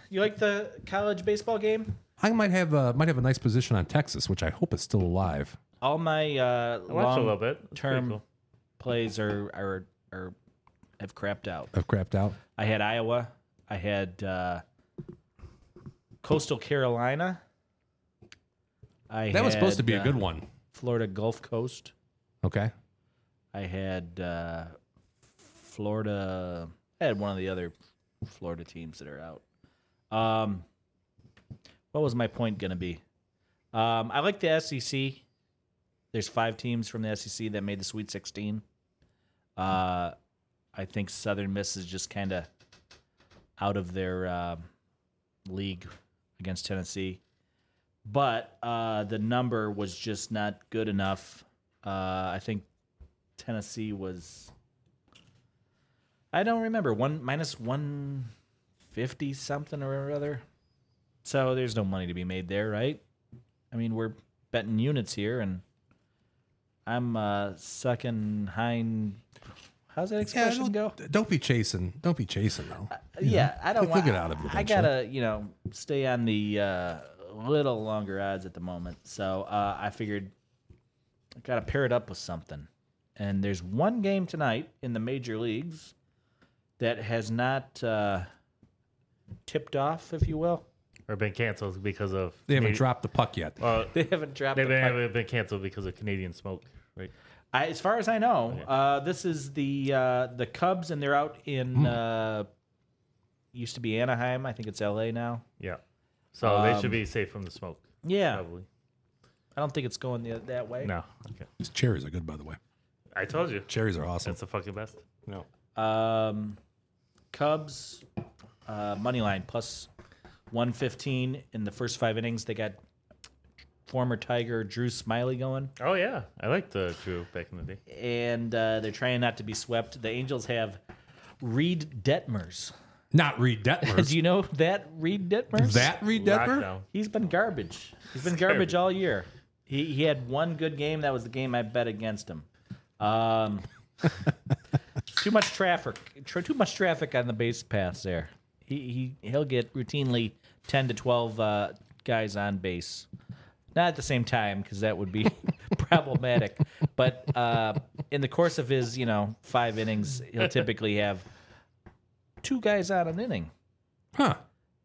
Speaker 5: you like the college baseball game?
Speaker 3: I might have a might have a nice position on Texas, which I hope is still alive.
Speaker 5: All my uh,
Speaker 4: I watched a little
Speaker 5: long
Speaker 4: bit. It's pretty
Speaker 5: term
Speaker 4: cool.
Speaker 5: plays are are are have crapped out.
Speaker 3: I've crapped out.
Speaker 5: I had Iowa. I had uh, Coastal Carolina. I
Speaker 3: That was supposed to
Speaker 5: had,
Speaker 3: be a
Speaker 5: uh,
Speaker 3: good one.
Speaker 5: Florida Gulf Coast.
Speaker 3: Okay,
Speaker 5: I had uh, Florida. I had one of the other Florida teams that are out. Um, what was my point going to be? Um, I like the SEC. E There's five teams from the SEC that made the Sweet 16. Uh, I think Southern Miss is just kind of out of their uh, league against Tennessee, but uh, the number was just not good enough. Uh, I think Tennessee was. I don't remember one minus one fifty something or other. So there's no money to be made there, right? I mean, we're betting units here, and I'm uh, sucking hind. How's that expression
Speaker 3: don't,
Speaker 5: go? Uh,
Speaker 3: don't be chasing. Don't be chasing though.
Speaker 5: Yeah, I don't
Speaker 3: They'll
Speaker 5: want.
Speaker 3: get out of it
Speaker 5: I
Speaker 3: eventually.
Speaker 5: gotta, you know, stay on the uh, little longer odds at the moment. So uh, I figured I gotta pair it up with something. And there's one game tonight in the major leagues that has not uh, tipped off, if you will. <laughs>
Speaker 4: or been canceled because of
Speaker 3: They haven't
Speaker 4: Canadi-
Speaker 3: dropped the puck yet.
Speaker 4: Well,
Speaker 5: They haven't dropped.
Speaker 4: they've
Speaker 5: the
Speaker 4: been,
Speaker 5: puck.
Speaker 4: haven't been canceled because of Canadian smoke. Right.
Speaker 5: I, as far as I
Speaker 4: Oh,
Speaker 5: know, uh, this is the uh, the Cubs, and they're out in
Speaker 3: Hmm.
Speaker 5: uh, used to be Anaheim. I think it's L.A. now.
Speaker 4: Yeah. So they
Speaker 5: Um,
Speaker 4: should be safe from the smoke.
Speaker 5: Yeah,
Speaker 4: Probably.
Speaker 5: I don't think it's going the, that way.
Speaker 4: No. Okay.
Speaker 3: These cherries are good, by the way.
Speaker 4: I told you.
Speaker 3: Cherries are awesome.
Speaker 4: That's the fucking best.
Speaker 3: no.
Speaker 5: Um, Cubs uh, money line plus one fifteen in the first five innings. They got former Tiger Drew Smiley going,
Speaker 4: Oh yeah, I liked the Drew back in the day.
Speaker 5: and uh, they're trying not to be swept. The Angels have Reed Detmers.
Speaker 3: Not Reed
Speaker 5: <laughs> Do
Speaker 3: Detmers.
Speaker 5: you know that Reed
Speaker 3: <laughs>
Speaker 5: Detmers?
Speaker 3: that Reed Detmer?
Speaker 4: Lockdown.
Speaker 5: he's been garbage. He's been garbage all year. He he had one good game. That was the game I bet against him. Um, too much traffic. Tra- too much traffic on the base paths there. He he he'll get routinely ten to twelve uh, guys on base, not at the same time because that would be <laughs> problematic. But uh, in the course of his you know five innings, he'll typically have two guys out an inning
Speaker 3: Huh.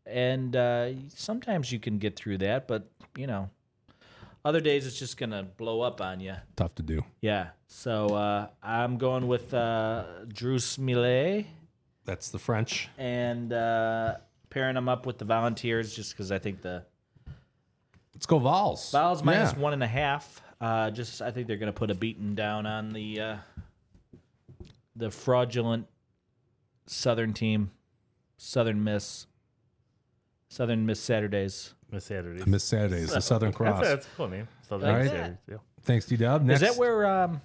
Speaker 5: and uh, sometimes you can get through that, but you know, other days it's just gonna blow up on you.
Speaker 3: Tough to do.
Speaker 5: Yeah. So uh, I'm going with uh, Drew Smiley
Speaker 3: That's the French.
Speaker 5: and uh, pairing him up with the Volunteers, just because I think the
Speaker 3: Let's go Vols.
Speaker 5: Vols minus
Speaker 3: Yeah.
Speaker 5: one and a half. Uh, just I think they're gonna put a beating down on the uh, the fraudulent Southern team, Southern Miss, Southern Miss Saturdays.
Speaker 4: Miss Saturdays.
Speaker 3: Miss Saturdays, the Southern Cross.
Speaker 4: That's, that's a cool name. So
Speaker 5: Like
Speaker 4: Miss
Speaker 5: that.
Speaker 4: Saturdays, yeah.
Speaker 3: Thanks, D Dub.
Speaker 5: Is that where um,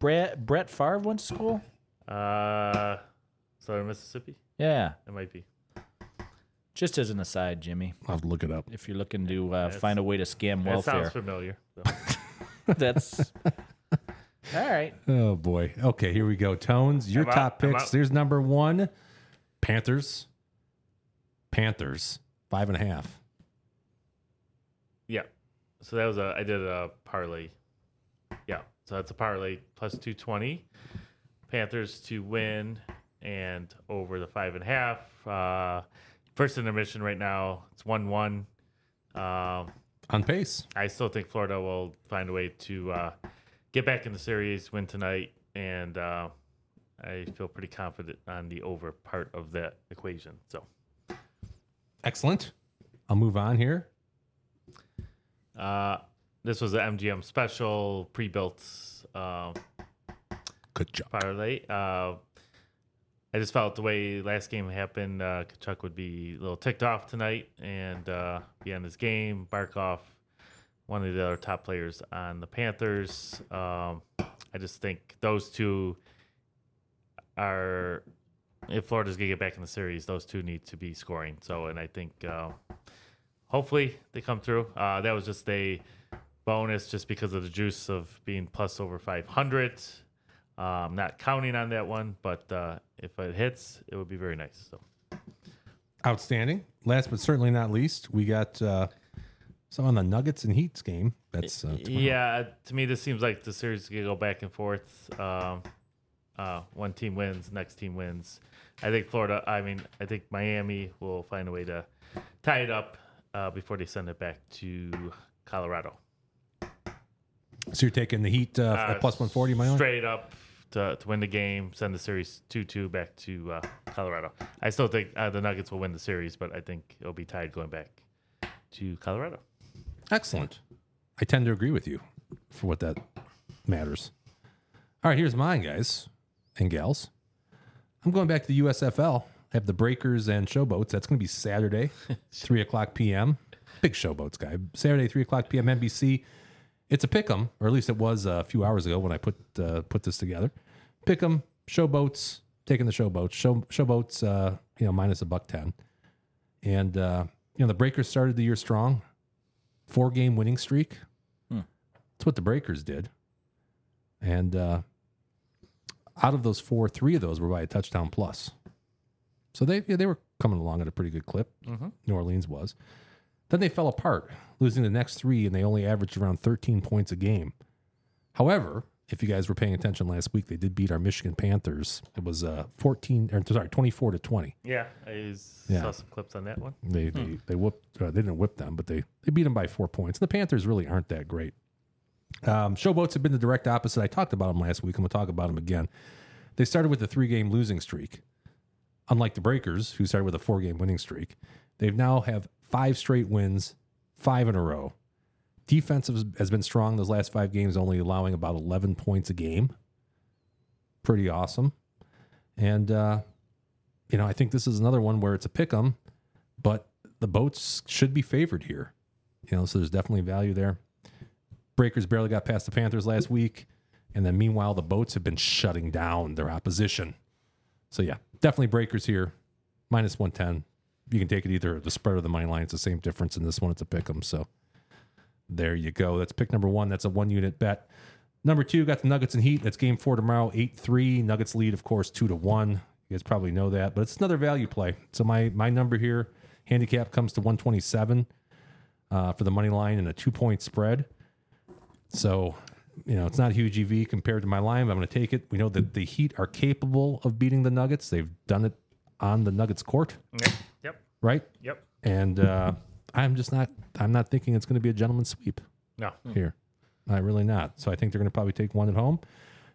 Speaker 5: Brett Brett Favre went to school?
Speaker 4: Uh, Southern Mississippi.
Speaker 5: Yeah.
Speaker 4: It might be.
Speaker 5: Just as an aside, Jimmy,
Speaker 3: I'll have to look it up.
Speaker 5: if you're looking to uh, find a way to scam
Speaker 4: That
Speaker 7: <laughs>
Speaker 5: welfare,
Speaker 4: sounds familiar. So. <laughs>
Speaker 5: that's all right.
Speaker 3: Oh boy. Okay, here we go. Tones, your
Speaker 4: I'm out,
Speaker 3: top
Speaker 4: I'm
Speaker 3: picks.
Speaker 4: out.
Speaker 3: There's number one, Panthers. Panthers, five and a half.
Speaker 4: yeah. So that was a. I did a parlay. Yeah. So that's a parlay plus two twenty. Panthers to win and over the five and a half. Uh, first intermission right now. It's one one. Um,
Speaker 3: On pace.
Speaker 4: I still think Florida will find a way to uh, get back in the series, win tonight, and uh, I feel pretty confident on the over part of that equation. So
Speaker 3: Excellent. I'll move on here.
Speaker 4: uh, this was the MGM special pre-built um,
Speaker 3: Good job.
Speaker 4: parlay. Uh, I just felt the way last game happened, uh, Kachuk would be a little ticked off tonight and uh, be on his game. Barkov, one of the other top players on the Panthers. Um, I just think those two are. If Florida's gonna get back in the series, those two need to be scoring. So, and I think uh, hopefully they come through. Uh, that was just a bonus, just because of the juice of being plus over five hundred. Um, not counting on that one, but uh, if it hits, it would be very nice. So
Speaker 3: Outstanding. Last but certainly not least, we got uh some on the Nuggets and Heats game. That's uh, tomorrow.
Speaker 4: yeah, to me this seems like the series is gonna go back and forth. Um, uh, one team wins, next team wins. I think Florida. I mean, I think Miami will find a way to tie it up uh, before they send it back to Colorado.
Speaker 3: So you're taking the Heat uh,
Speaker 4: Uh,
Speaker 3: at plus one forty, my own.
Speaker 4: Straight up to, to win the game, send the series 2 2 back to uh, Colorado. I still think uh, the Nuggets will win the series, but I think it'll be tied going back to Colorado.
Speaker 3: Excellent. I tend to agree with you. for what that matters. All right, here's mine, guys and gals. I'm going back to the USFL. I have the Breakers and Showboats. That's going to be Saturday, 3 o'clock p.m. Big Showboats guy. Saturday, 3 o'clock p.m. NBC. It's a pick 'em, or at least it was a few hours ago when I put uh, put this together. Pick 'em, Showboats, taking the Showboats. Show, showboats, uh, you know, minus a buck 10. And, uh, you know, the Breakers started the year strong. Four game winning streak. That's what the Breakers did. And uh, out of those four, three of those were by a touchdown plus. So they yeah, they were coming along at a pretty good clip. New Orleans was. Then they fell apart, losing the next three, and they only averaged around 13 points a game. However, if you guys were paying attention last week, they did beat our Michigan Panthers. It was uh, 14 or sorry, 24 to 20.
Speaker 4: Yeah, I s-
Speaker 3: Yeah.
Speaker 4: saw some clips on that one.
Speaker 3: They they, they whooped. Uh, they didn't whip them, but they they beat them by four points. The Panthers really aren't that great. Um, showboats have been the direct opposite. I talked about them last week. I'm going to talk about them again. They started with a three game losing streak. Unlike the Breakers, who started with a four game winning streak, they've now have five straight wins, five in a row. Defense has- has been strong those last five games, only allowing about 11 points a game. Pretty awesome. And, uh, you know, I think this is another one where it's a pick 'em but the boats should be favored here. You know, so there's definitely value there. Breakers barely got past the Panthers last week, and then meanwhile the boats have been shutting down their opposition. So yeah, definitely breakers here, minus one ten. You can take it either the spread or the money line. It's the same difference in this one. It's a pick 'em. So there you go. That's pick number one. That's a one unit bet. Number two got the Nuggets and Heat. That's game four tomorrow, eight three. Nuggets lead, of course, two to one. You guys probably know that, but it's another value play. So my my number here, handicap comes to one twenty seven uh, for the money line and a two point spread. So you know it's not a huge EV compared to my line, but I'm going to take it. We know that the Heat are capable of beating the Nuggets. They've done it on the Nuggets court,
Speaker 4: Yep, yep,
Speaker 3: right?
Speaker 4: yep.
Speaker 3: And uh, I'm just not I'm not thinking it's going to be a gentleman's sweep
Speaker 4: No,
Speaker 3: here. I really not. So I think they're going to probably take one at home.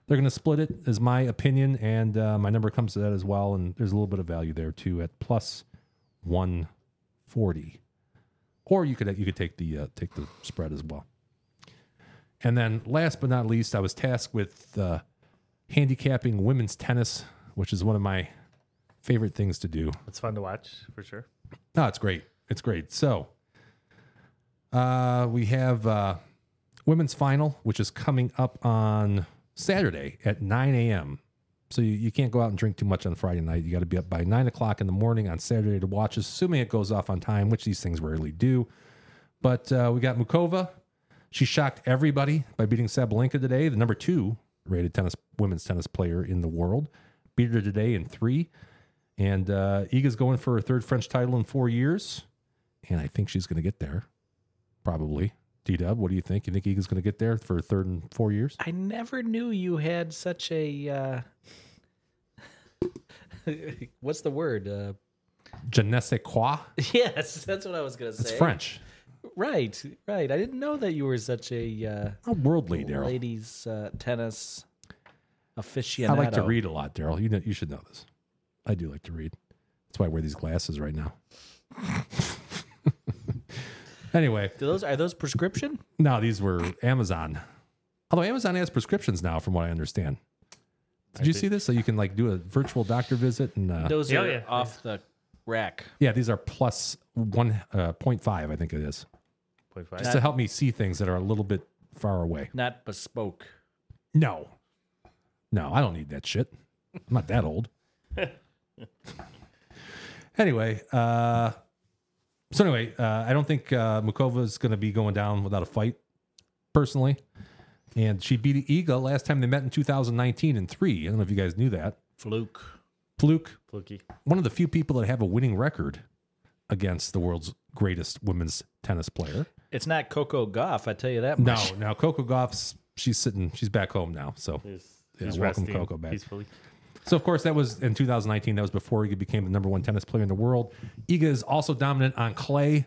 Speaker 3: They're going to split it, is my opinion, and uh, my number comes to that as well. And there's a little bit of value there too at plus one forty, or you could you could take the uh, take the spread as well. And then last but not least, I was tasked with uh, handicapping women's tennis, which is one of my favorite things to do.
Speaker 4: it's fun to watch for sure.
Speaker 3: No, it's great. It's great. So uh, we have uh, women's final, which is coming up on Saturday at 9 a.m. So you, you can't go out and drink too much on Friday night. You got to be up by 9 o'clock in the morning on Saturday to watch, assuming it goes off on time, which these things rarely do. But uh, we got Mukova. She shocked everybody by beating Sabalenka today, the number two rated tennis women's tennis player in the world. Beat her today in three. And uh, Iga's going for her third French title in four years. And I think she's going to get there, probably. D Dub, what do you think? You think Iga's going to get there for her third in four years?
Speaker 7: I never knew you had such a. Uh, <laughs> what's the word? Uh, <laughs>
Speaker 3: Je ne sais quoi.
Speaker 7: yes, that's what I was gonna say.
Speaker 3: It's French.
Speaker 7: Right, right. I didn't know that you were such a uh,
Speaker 3: How worldly, Daryl.
Speaker 7: ladies uh, tennis aficionado.
Speaker 3: I like to read a lot, Daryl. You know, you should know this. I do like to read. That's why I wear these glasses right now. <laughs> anyway,
Speaker 7: Do those are those prescription?
Speaker 3: no, these were Amazon. Although Amazon has prescriptions now, from what I understand. Did you see this? So you can like do a virtual doctor visit and uh,
Speaker 7: Those
Speaker 4: Yeah,
Speaker 7: are
Speaker 4: Oh, yeah.
Speaker 7: off the rack.
Speaker 3: Yeah, these are plus one uh, point five, I think it is,
Speaker 4: Point five.
Speaker 3: just to help me see things that are a little bit far away.
Speaker 7: not bespoke.
Speaker 3: No, no, I don't need that shit. I'm not that old. anyway, uh, so anyway, uh, I don't think uh, Mukova is going to be going down without a fight, personally. And she beat Iga last time they met in 2019 in three. I don't know if you guys knew that.
Speaker 5: Fluke.
Speaker 3: Fluke
Speaker 4: Fluky.
Speaker 3: one of the few people that have a winning record against the world's greatest women's tennis player.
Speaker 5: It's not Coco Goff, I tell you that
Speaker 3: No,
Speaker 5: much.
Speaker 3: now Coco Goff's she's sitting, she's back home now. So,
Speaker 4: He's,
Speaker 3: Yeah,
Speaker 4: he's
Speaker 3: welcome
Speaker 4: resting
Speaker 3: Coco back.
Speaker 4: peacefully.
Speaker 3: so of course that was in 2019. That was before he became the number one tennis player in the world. Iga is also dominant on clay.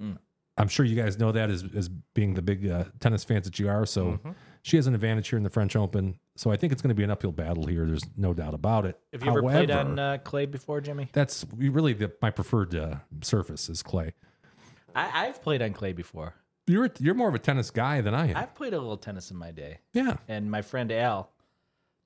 Speaker 5: Mm.
Speaker 3: I'm sure you guys know that as as being the big uh, tennis fans that you are. So
Speaker 5: Mm-hmm.
Speaker 3: she has an advantage here in the French Open. So I think it's going to be an uphill battle here. There's no doubt about it.
Speaker 5: Have you ever played
Speaker 3: However,
Speaker 5: on uh, clay before, Jimmy?
Speaker 3: that's really the, my preferred uh, surface is clay.
Speaker 7: I, I've played on clay before.
Speaker 3: You're you're more of a tennis guy than I am.
Speaker 5: I've played a little tennis in my day,
Speaker 3: yeah,
Speaker 5: and my friend Al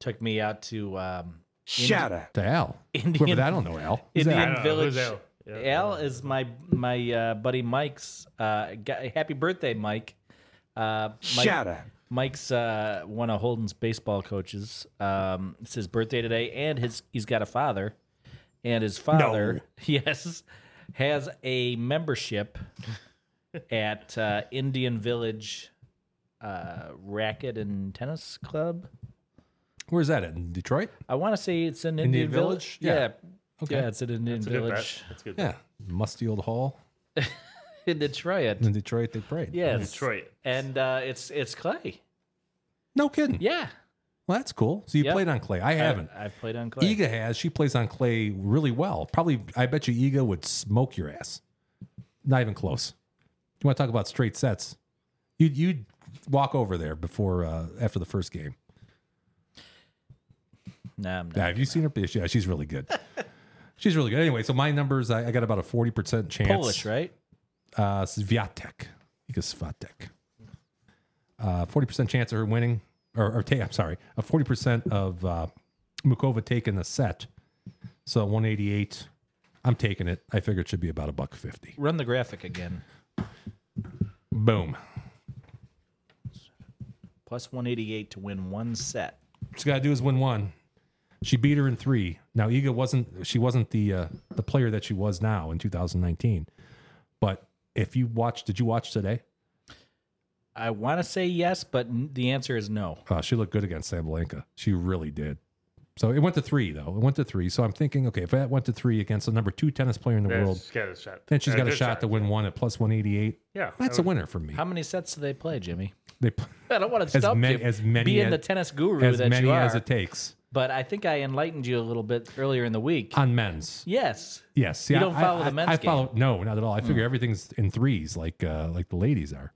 Speaker 5: took me out to um,
Speaker 10: Shut up.
Speaker 3: to Al.
Speaker 5: Indian-
Speaker 3: Whoever that I don't know Al. Who's
Speaker 5: Indian
Speaker 3: Al?
Speaker 4: don't know.
Speaker 5: Village.
Speaker 4: Who's Al? Yeah, I
Speaker 5: Al is my my uh, buddy Mike's. Uh, guy, happy birthday, Mike. Uh, Mike
Speaker 10: Shut up.
Speaker 5: Mike's uh, one of Holden's baseball coaches. Um, it's his birthday today, and his he's got a father, and his father, <laughs> yes, has a membership at uh, Indian Village uh, Racket and Tennis Club.
Speaker 3: Where's that at? In Detroit?
Speaker 5: I want to say it's in Indian,
Speaker 3: Indian Village?
Speaker 5: Village.
Speaker 3: Yeah.
Speaker 5: Yeah.
Speaker 3: Okay.
Speaker 5: Yeah, it's in Indian
Speaker 4: That's a good bet.
Speaker 5: Village
Speaker 4: That's a good.
Speaker 3: Yeah. Musty old hall.
Speaker 5: in Detroit.
Speaker 3: In Detroit, they played.
Speaker 5: Yes,
Speaker 4: Detroit.
Speaker 5: and uh, it's it's clay.
Speaker 3: No kidding.
Speaker 5: Yeah,
Speaker 3: Well, that's cool. So you
Speaker 5: Yep.
Speaker 3: played on clay. I haven't.
Speaker 5: I, have played on clay.
Speaker 3: Iga has. She plays on clay really well. Probably, I bet you Iga would smoke your ass. Not even close. You want to talk about straight sets? You'd, you'd walk over there before uh, after the first game.
Speaker 5: No, I'm not.
Speaker 3: Yeah, have you seen her? Yeah, she's really good. she's really good. Anyway, so my numbers, I, I got about a forty percent chance.
Speaker 5: Polish, right?
Speaker 3: Uh, Sviatek, Iga Sviatek. Uh, forty percent chance of her winning, or, or ta- I'm sorry, a forty percent of uh, Mukova taking the set. So one eighty eight. I'm taking it. I figure it should be about a buck fifty.
Speaker 5: Run the graphic again.
Speaker 3: Boom.
Speaker 5: Plus 188 to win one set.
Speaker 3: What you got to do is win one. She beat her in three. Now Iga wasn't she wasn't the uh, the player that she was now in 2019. But if you watch, did you watch today?
Speaker 5: I want to say yes, but n- the answer is no.
Speaker 3: Uh, she looked good against Sabalenka. She really did. So it went to three though. It went to three. So I'm thinking, okay, if that went to three against the number two tennis player in the
Speaker 4: Then
Speaker 3: world,
Speaker 4: she's got a shot.
Speaker 3: then she's got a
Speaker 4: good
Speaker 3: shot to win one at plus 188.
Speaker 4: Yeah,
Speaker 3: That's a winner for me.
Speaker 5: How many sets do they play, Jimmy?
Speaker 3: They
Speaker 5: I don't want to
Speaker 3: as
Speaker 5: stop
Speaker 3: many
Speaker 5: you
Speaker 3: as many
Speaker 5: being
Speaker 3: as,
Speaker 5: the tennis guru
Speaker 3: as
Speaker 5: that
Speaker 3: many
Speaker 5: you are,
Speaker 3: as it takes
Speaker 5: but I think I enlightened you a little bit earlier in the week.
Speaker 3: on men's.
Speaker 5: yes.
Speaker 3: Yes. See,
Speaker 5: You don't
Speaker 3: I,
Speaker 5: follow
Speaker 3: I,
Speaker 5: the men's Mm.
Speaker 3: I follow no, not at all. I figure everything's in threes, like uh, like the ladies are.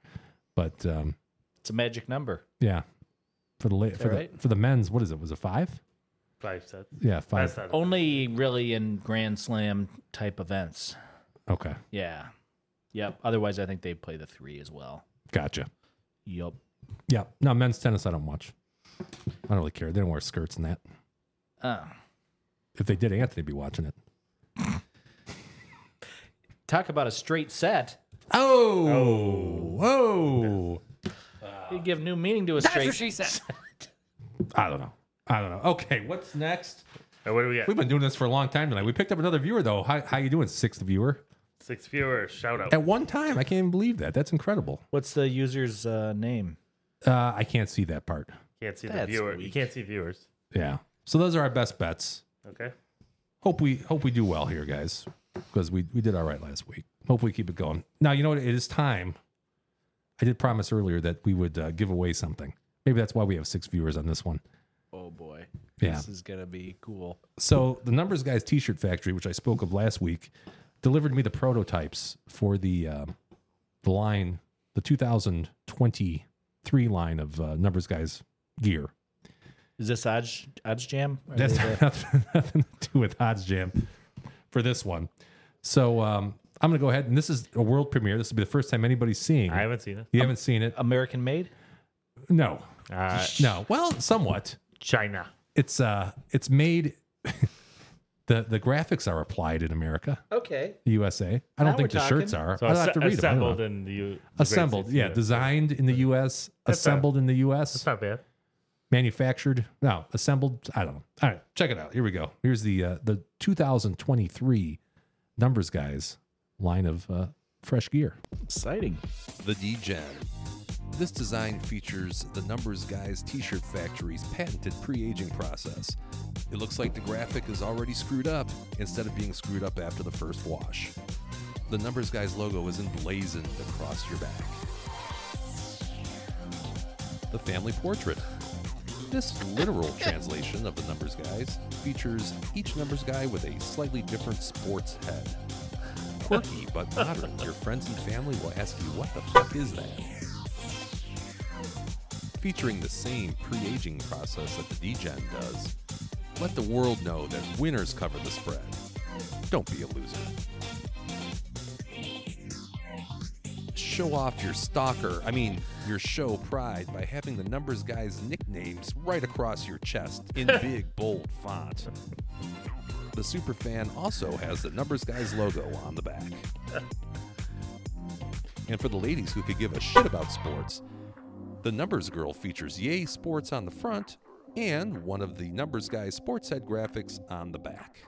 Speaker 3: But um,
Speaker 5: It's a magic number.
Speaker 3: yeah, for the la- for the
Speaker 5: right?
Speaker 3: for the men's, what is it? Was it five?
Speaker 4: five sets.
Speaker 3: Yeah, five. Oh.
Speaker 4: That's not
Speaker 5: Only really in Grand Slam type events.
Speaker 3: Okay,
Speaker 5: Yeah. Yep. Otherwise, I think they play the three as well.
Speaker 3: gotcha.
Speaker 5: Yep.
Speaker 3: Yeah, no men's tennis. I don't watch. I don't really care. They don't wear skirts and that.
Speaker 5: Oh.
Speaker 3: If they did, Anthony'd be watching it.
Speaker 5: Talk about a straight set.
Speaker 3: Oh, whoa!
Speaker 5: You give new meaning to a straight set.
Speaker 3: I don't know. I don't know. Okay, what's next?
Speaker 4: Now, what do we got?
Speaker 3: We've been doing this for a long time tonight. We picked up another viewer though. How how you doing, sixth viewer?
Speaker 4: Six viewers. Shout out.
Speaker 3: At one time, I can't even believe that. That's incredible.
Speaker 5: What's the user's uh, name?
Speaker 3: Uh, I can't see that part.
Speaker 4: Can't see the
Speaker 5: That's
Speaker 4: viewer. You
Speaker 5: weak.
Speaker 4: can't see viewers.
Speaker 3: Yeah. So those are our best bets.
Speaker 4: Okay.
Speaker 3: Hope we hope we do well here, guys, because we we did all right last week. Hope we keep it going. Now you know what? It is time. I did promise earlier that we would uh, give away something. Maybe that's why we have six viewers on this one.
Speaker 5: Oh boy,
Speaker 3: Yeah.
Speaker 5: this is gonna be cool.
Speaker 3: So the Numbers Guys T-shirt factory, which I spoke of last week, delivered me the prototypes for the um, the line, the 2023 line of uh, Numbers Guys gear.
Speaker 5: Is this Odds Odds Jam? Are
Speaker 3: That's
Speaker 5: they the-
Speaker 3: <laughs> nothing, nothing to do with Odds Jam for this one. So um, I'm going to go ahead, and this is a world premiere. This will be the first time anybody's seeing.
Speaker 4: I
Speaker 3: it.
Speaker 4: haven't seen it.
Speaker 3: You haven't seen it?
Speaker 5: American made.
Speaker 3: No,
Speaker 4: Uh,
Speaker 3: no. Well, somewhat.
Speaker 4: China.
Speaker 3: It's uh, it's made. <laughs> the The graphics are applied in America,
Speaker 5: Okay.
Speaker 3: the USA. I don't
Speaker 5: Now
Speaker 3: think the
Speaker 5: we're
Speaker 3: shirts are.
Speaker 4: So
Speaker 3: I'll have to read them. I don't
Speaker 4: assembled
Speaker 3: know.
Speaker 4: in the U-
Speaker 3: Assembled,
Speaker 4: Great
Speaker 3: yeah.
Speaker 4: States,
Speaker 3: Designed in the U.S.,
Speaker 4: That's not-
Speaker 3: assembled in the U.S.,
Speaker 4: That's not bad.
Speaker 3: manufactured. No, assembled. I don't know. All right, check it out. Here we go. Here's the uh, the 2023 numbers guys line of uh, fresh gear.
Speaker 5: Exciting.
Speaker 1: The D-Gen. This design features the Numbers Guys T-shirt factory's patented pre-aging process. It looks like the graphic is already screwed up instead of being screwed up after the first wash. The Numbers Guys logo is emblazoned across your back. The family portrait. This literal translation of the Numbers Guys features each Numbers Guy with a slightly different sports head quirky but modern, your friends and family will ask you, what the fuck is that? Featuring the same pre aging process that the DGen does, let the world know that winners cover the spread. Don't be a loser. Show off your stalker, I mean, your show pride by having the numbers guys' nicknames right across your chest in big, bold font. The superfan also has the numbers guys logo on the back. And for the ladies who could give a shit about sports, the Numbers Girl features Yay Sports on the front and one of the Numbers Guys sports head graphics on the back.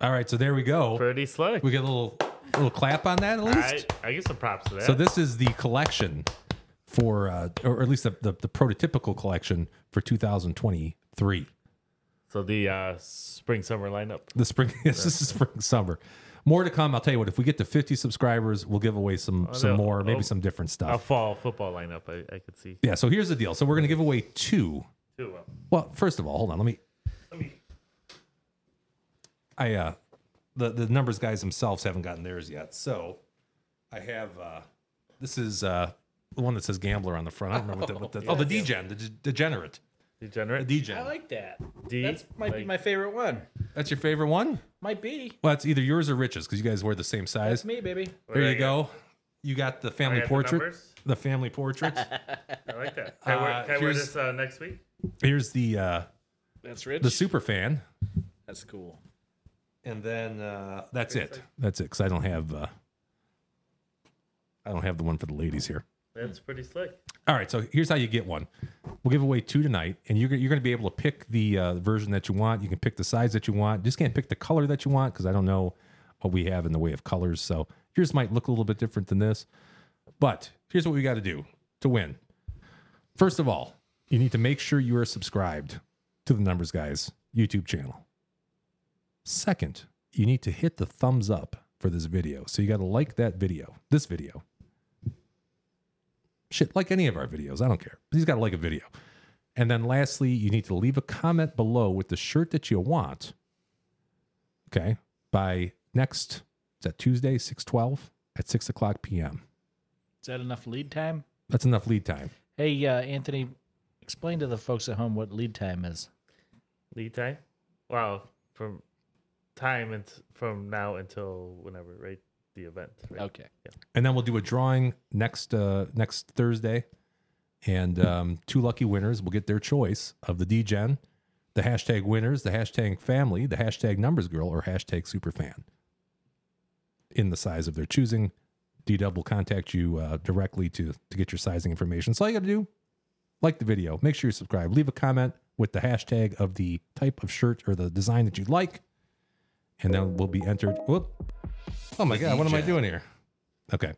Speaker 3: All right, so there we go.
Speaker 4: Pretty slick.
Speaker 3: We get a little little clap on that at least.
Speaker 4: I, I give some props to that.
Speaker 3: So this is the collection for, uh, or at least the, the, the prototypical collection for 2023.
Speaker 4: So the uh, spring summer lineup.
Speaker 3: The spring, <laughs> yes, this is spring summer. More to come. I'll tell you what. If we get to 50 subscribers, we'll give away some some
Speaker 4: no.
Speaker 3: more, maybe
Speaker 4: Oh.
Speaker 3: some different
Speaker 4: A
Speaker 3: stuff.
Speaker 4: fall football lineup. I, I could see
Speaker 3: yeah. So here's the deal. So we're gonna give away two.
Speaker 4: too. Well,
Speaker 3: Well, first of all, hold on. Let me. I uh, the the numbers guys themselves haven't gotten theirs yet. So I have uh, this is uh the one that says gambler on the front. I don't remember what the, what the oh the degen the de- degenerate the
Speaker 4: degenerate.
Speaker 3: degen.
Speaker 5: I like that.
Speaker 4: D,
Speaker 5: That's might be
Speaker 4: like-
Speaker 5: my favorite one.
Speaker 3: That's your favorite one.
Speaker 5: Might be.
Speaker 3: Well, it's either yours or Rich's because you guys wear the same
Speaker 5: That's
Speaker 3: size.
Speaker 5: me, baby.
Speaker 3: There
Speaker 4: What
Speaker 3: you
Speaker 4: do I got?
Speaker 3: go. You got the family
Speaker 4: got the
Speaker 3: portrait.
Speaker 4: numbers?
Speaker 3: The, family portrait.
Speaker 4: I like that. Can I wear,
Speaker 3: Uh,
Speaker 4: can I wear
Speaker 3: here's-
Speaker 4: this uh, next week?
Speaker 3: Here's the uh
Speaker 5: That's rich.
Speaker 3: the super fan.
Speaker 5: That's cool.
Speaker 3: And then uh that's it. That's it cuz I don't have uh I don't have the one for the ladies here.
Speaker 4: That's pretty slick.
Speaker 3: All right, so here's how you get one. We'll give away two tonight, and you're, you're going to be able to pick the uh, version that you want. You can pick the size that you want. Just can't pick the color that you want because I don't know what we have in the way of colors. So yours might look a little bit different than this. But here's what we got to do to win. First of all, you need to make sure you are subscribed to the Numbers Guys YouTube channel. Second, you need to hit the thumbs up for this video. So you got to like that video, this video shit, like any of our videos. I don't care. But he's got to like a video. And then lastly, you need to leave a comment below with the shirt that you want. Okay. By next, is that Tuesday, 612 at 6 o'clock p.m.
Speaker 5: Is that enough lead time?
Speaker 3: That's enough lead time.
Speaker 5: Hey, uh, Anthony, explain to the folks at home what lead time is.
Speaker 4: Lead time. Wow, from time and from now until whenever, right? The event. Right?
Speaker 5: Okay.
Speaker 3: And then we'll do a drawing next uh, next Thursday. And um, two lucky winners will get their choice of the DGen, the hashtag winners, the hashtag family, the hashtag numbers girl, or hashtag superfan in the size of their choosing. DW will contact you uh, directly to, to get your sizing information. So all you got to do, like the video, make sure you subscribe, leave a comment with the hashtag of the type of shirt or the design that you'd like, and then we'll be entered. Whoop. Oh my God, what am I doing here? Okay.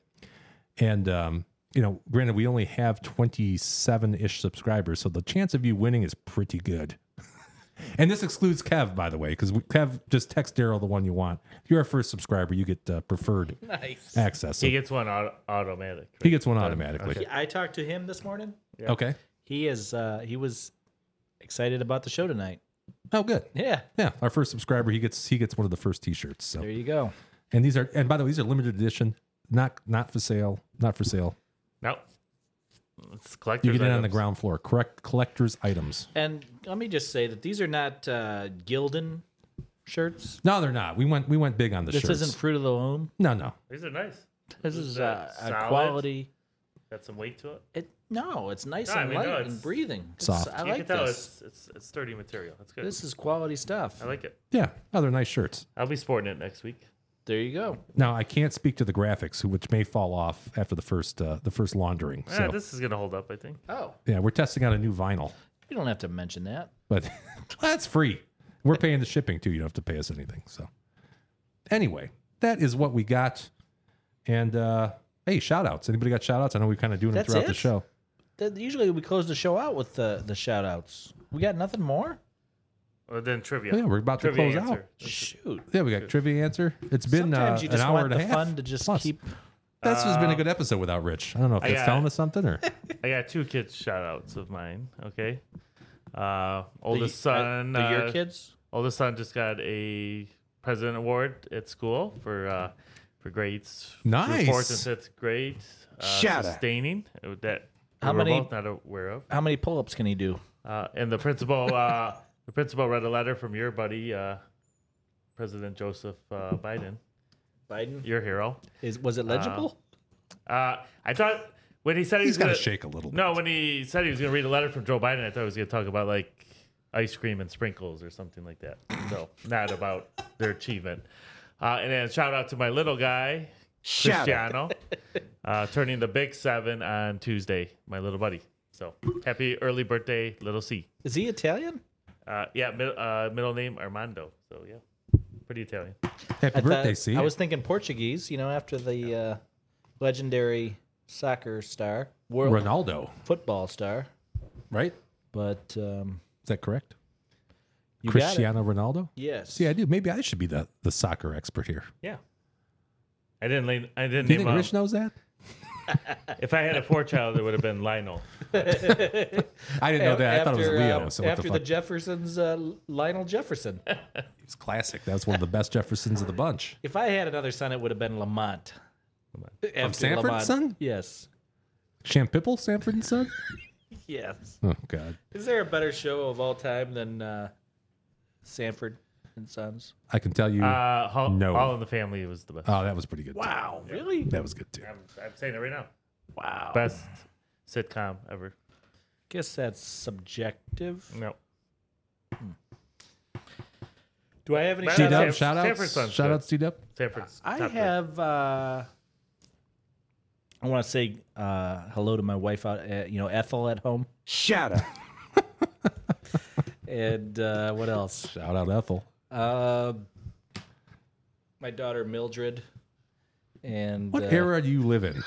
Speaker 3: And, um, you know, granted, we only have 27 ish subscribers, so the chance of you winning is pretty good. <laughs> and this excludes Kev, by the way, because Kev just text Daryl the one you want. If you're our first subscriber, you get uh, preferred
Speaker 5: Nice.
Speaker 3: access. So
Speaker 4: He gets one auto- automatic.
Speaker 3: he gets one automatically. Okay.
Speaker 5: I talked to him this morning. He is. Uh, he was excited about the show tonight.
Speaker 3: Oh, good.
Speaker 5: Yeah.
Speaker 3: Yeah, our first subscriber, he gets he gets one of the first T-shirts. So,
Speaker 5: There you go.
Speaker 3: and these are and by the way, these are limited edition, not not for sale, not for sale.
Speaker 4: No. It's collector's.
Speaker 3: You get it on the
Speaker 4: items.
Speaker 3: ground floor, correct? Collectors items.
Speaker 5: And let me just say that these are not uh, Gildan shirts.
Speaker 3: No, they're not. We went we went big on the
Speaker 5: This
Speaker 3: shirts.
Speaker 5: isn't Fruit of the Loom.
Speaker 3: no, no.
Speaker 4: These are nice.
Speaker 5: This is uh,
Speaker 4: that
Speaker 5: a
Speaker 4: solid?
Speaker 5: quality.
Speaker 4: Got some weight to it.
Speaker 5: It, no, it's nice
Speaker 4: No, I
Speaker 5: and
Speaker 4: mean, no,
Speaker 5: light
Speaker 4: it's
Speaker 5: and breathing. It's-
Speaker 3: soft.
Speaker 5: I
Speaker 4: you
Speaker 5: like
Speaker 4: can tell
Speaker 5: this.
Speaker 4: it's, it's it's sturdy material. That's good.
Speaker 5: This is quality stuff.
Speaker 4: I like it.
Speaker 3: Yeah, no, they're nice shirts.
Speaker 4: I'll be sporting it next week.
Speaker 5: There you go.
Speaker 3: Now I can't speak to the graphics, which may fall off after the first uh, the first laundering.
Speaker 4: Ah,
Speaker 3: So
Speaker 4: this is gonna hold up, I think.
Speaker 5: Oh,
Speaker 3: yeah, we're testing out a new vinyl,
Speaker 5: you don't have to mention that.
Speaker 3: but <laughs> that's free. We're paying the shipping too. You don't have to pay us anything. So anyway, that is what we got. And uh, hey, shout outs. Anybody got shout outs? I know we kind of doing
Speaker 5: That's
Speaker 3: them throughout the
Speaker 5: it?
Speaker 3: show.
Speaker 5: That- Usually we close the show out with the the shout outs. We got nothing more?
Speaker 4: Well, then trivia.
Speaker 3: Yeah, we're about to
Speaker 4: Trivia
Speaker 3: close out.
Speaker 4: answer.
Speaker 5: Shoot.
Speaker 3: Yeah, we got trivia answer. It's been uh,
Speaker 5: Sometimes you just
Speaker 3: an hour
Speaker 5: want
Speaker 3: and
Speaker 5: the
Speaker 3: a half.
Speaker 5: fun to just
Speaker 3: plus.
Speaker 5: keep
Speaker 3: That's just been a good episode without Rich. I don't know if
Speaker 4: I
Speaker 3: that's
Speaker 4: got-
Speaker 3: telling us something or
Speaker 4: I got two kids shout outs of mine. Okay. Uh, oldest son.
Speaker 5: the, your
Speaker 4: uh,
Speaker 5: kids.
Speaker 4: Oldest son just got a president award at school for uh, for grades through
Speaker 3: Nice.
Speaker 4: fourth and fifth grade. Uh,
Speaker 7: Shout out.
Speaker 4: sustaining uh, that we
Speaker 5: How
Speaker 4: were
Speaker 5: many-
Speaker 4: both not aware of.
Speaker 5: How many pull ups can he do?
Speaker 4: Uh, and the principal uh, the principal read a letter from your buddy uh, President Joseph uh, Biden
Speaker 7: Biden
Speaker 4: Your hero.
Speaker 7: is was it legible?
Speaker 4: Uh, I thought when he said he
Speaker 3: He's
Speaker 4: was
Speaker 3: got to
Speaker 4: gonna
Speaker 3: shake a little.
Speaker 4: No, when he said he was going to read a letter from Joe Biden, I thought he was going to talk about like ice cream and sprinkles or something like that. No, not about their achievement. Uh, and then shout out to my little guy, Cristiano, uh, turning the big seven on Tuesday, my little buddy. So happy early birthday, little C.
Speaker 7: Is he Italian?
Speaker 4: Uh, yeah, mid- uh, middle name Armando. So yeah, pretty Italian.
Speaker 3: bit. Happy
Speaker 7: I thought-
Speaker 3: birthday, C.
Speaker 7: I was thinking Portuguese. You know, after the uh, legendary soccer star, world
Speaker 3: Ronaldo,
Speaker 7: football star.
Speaker 3: right?
Speaker 7: But um,
Speaker 3: Is that correct?
Speaker 7: you got
Speaker 3: Cristiano Ronaldo.
Speaker 7: it. Yes.
Speaker 3: See, I do. Maybe I should be the, the soccer expert here.
Speaker 7: yeah.
Speaker 4: I didn't. Lean, I didn't
Speaker 3: Do you
Speaker 4: name.
Speaker 3: think
Speaker 4: um,
Speaker 3: Rich knows that?
Speaker 4: if I had a four child, it would have
Speaker 3: <laughs>
Speaker 4: been Lionel.
Speaker 3: I didn't know that. I thought it was
Speaker 7: After,
Speaker 3: Leo.
Speaker 7: uh,
Speaker 3: so what
Speaker 7: after
Speaker 3: the
Speaker 7: the,
Speaker 3: fuck?
Speaker 7: Jeffersons, uh, Lionel
Speaker 5: <laughs>
Speaker 7: Jefferson.
Speaker 3: It's classic. That was one of the best Jeffersons of the bunch.
Speaker 7: if I had another son, it would have been Lamont. <laughs> After
Speaker 3: Sanford
Speaker 7: Lamont.
Speaker 3: son?
Speaker 7: Yes.
Speaker 3: Shampipple, Sanford
Speaker 7: <laughs>
Speaker 3: and Son.
Speaker 7: Yes.
Speaker 3: Oh God,
Speaker 7: Is there a better show of all time than uh, Sanford and Sons?
Speaker 3: I can tell you.
Speaker 4: Uh, Hall,
Speaker 3: No.
Speaker 4: All in the Family was the best.
Speaker 3: oh, that was pretty good. too.
Speaker 7: Wow, really?
Speaker 3: that was good too.
Speaker 4: I'm, I'm saying it right now.
Speaker 7: Wow.
Speaker 4: Best sitcom ever.
Speaker 7: Guess that's subjective.
Speaker 4: No.
Speaker 7: Do I have any?
Speaker 4: Best-
Speaker 3: D
Speaker 4: Shout out
Speaker 3: Dub,
Speaker 4: Sanf-
Speaker 3: shout
Speaker 4: Sanford
Speaker 3: outs,
Speaker 4: Son's
Speaker 3: shout
Speaker 4: good.
Speaker 3: outs, D Dub.
Speaker 4: Sanford's
Speaker 7: I
Speaker 4: top three.
Speaker 7: have. Uh,
Speaker 5: I want to say uh, hello to my wife out, at, you know, Ethel at home.
Speaker 7: <laughs> and uh, what else?
Speaker 3: Shout out Ethel.
Speaker 7: Uh, my daughter Mildred. And
Speaker 3: What
Speaker 7: uh,
Speaker 3: era do you live in?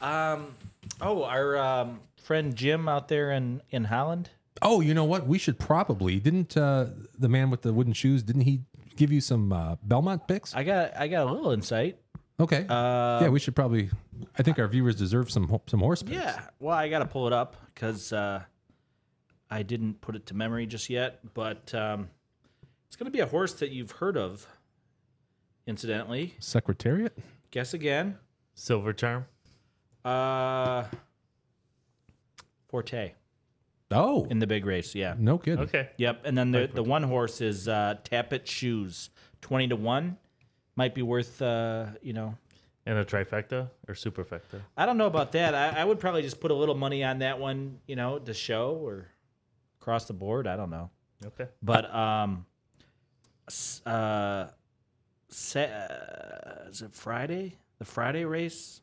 Speaker 7: Um, oh, our um, friend Jim out there in in Holland.
Speaker 3: Oh, you know what? We should probably didn't uh, the man with the wooden shoes? Didn't he give you some uh, Belmont picks?
Speaker 5: I got I got a little insight.
Speaker 3: Okay.
Speaker 7: uh,
Speaker 3: yeah,
Speaker 5: Uh,
Speaker 3: we should probably. I think our viewers deserve some ho- some horse picks.
Speaker 5: Yeah. Well, I got to pull it up because uh, I didn't put it to memory just yet. But um, it's going to be a horse that you've heard of, incidentally.
Speaker 3: Secretariat.
Speaker 5: Guess again.
Speaker 4: Silver Charm.
Speaker 5: Uh, Forte
Speaker 3: Oh,
Speaker 5: in the big race. Yeah.
Speaker 3: no kidding.
Speaker 4: Okay.
Speaker 5: Yep. And then the, the one horse is uh, Tappet Shoes, 20 to 1. Might be worth, uh, you know.
Speaker 4: And a trifecta or superfecta.
Speaker 5: I don't know about that. I, I would probably just put a little money on that one, you know, to show or across the board. I don't know.
Speaker 4: Okay.
Speaker 5: But um, s- uh, sa- uh, is it Friday? The Friday race?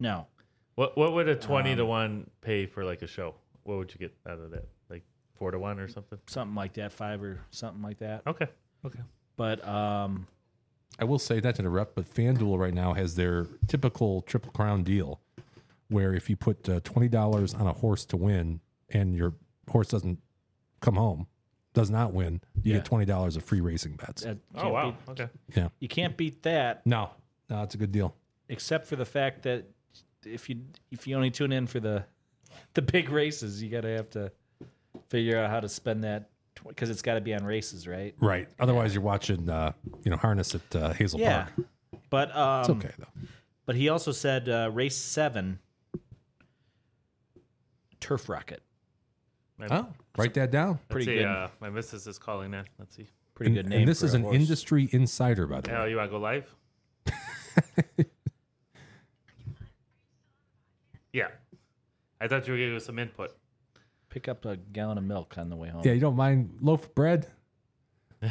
Speaker 5: No,
Speaker 4: What What would a twenty
Speaker 3: Um,
Speaker 4: to one pay for like a show? What would you get out of that? Like four to one or something?
Speaker 5: something like that, five or something like that.
Speaker 4: Okay. Okay.
Speaker 5: But um,
Speaker 3: I will say not to interrupt, but FanDuel right now has their typical triple crown deal, where if you put uh, twenty dollars on a horse to win, and your horse doesn't come home, does not win, you
Speaker 5: Yeah.
Speaker 3: get twenty dollars of free racing bets.
Speaker 5: that
Speaker 4: Oh
Speaker 5: can't
Speaker 4: wow.
Speaker 5: beat-
Speaker 4: Okay.
Speaker 3: yeah.
Speaker 5: you can't beat that,
Speaker 3: No, no, it's a good deal.
Speaker 5: except for the fact that if you if you only tune in for the <laughs> the big races, you gotta have to figure out how to spend that because it's got to be on races, right?
Speaker 3: Right. Otherwise, you're watching, uh, you know, harness at uh, Hazel
Speaker 5: Yeah.
Speaker 3: Park.
Speaker 5: But um,
Speaker 3: It's okay though.
Speaker 5: But he also said uh, race seven, turf rocket.
Speaker 4: My,
Speaker 3: Oh, write that down.
Speaker 5: Pretty
Speaker 4: see,
Speaker 5: good,
Speaker 4: Uh, my missus is calling in. Let's see.
Speaker 5: pretty
Speaker 3: And-
Speaker 5: good name.
Speaker 3: and this
Speaker 5: for
Speaker 3: is
Speaker 5: a
Speaker 3: an
Speaker 5: horse.
Speaker 3: industry insider, by the way.
Speaker 4: Oh, you want to go live? yeah. I thought you were giving us some input.
Speaker 5: Pick up a gallon of milk on the way home.
Speaker 3: Yeah, you don't mind loaf of bread?
Speaker 4: All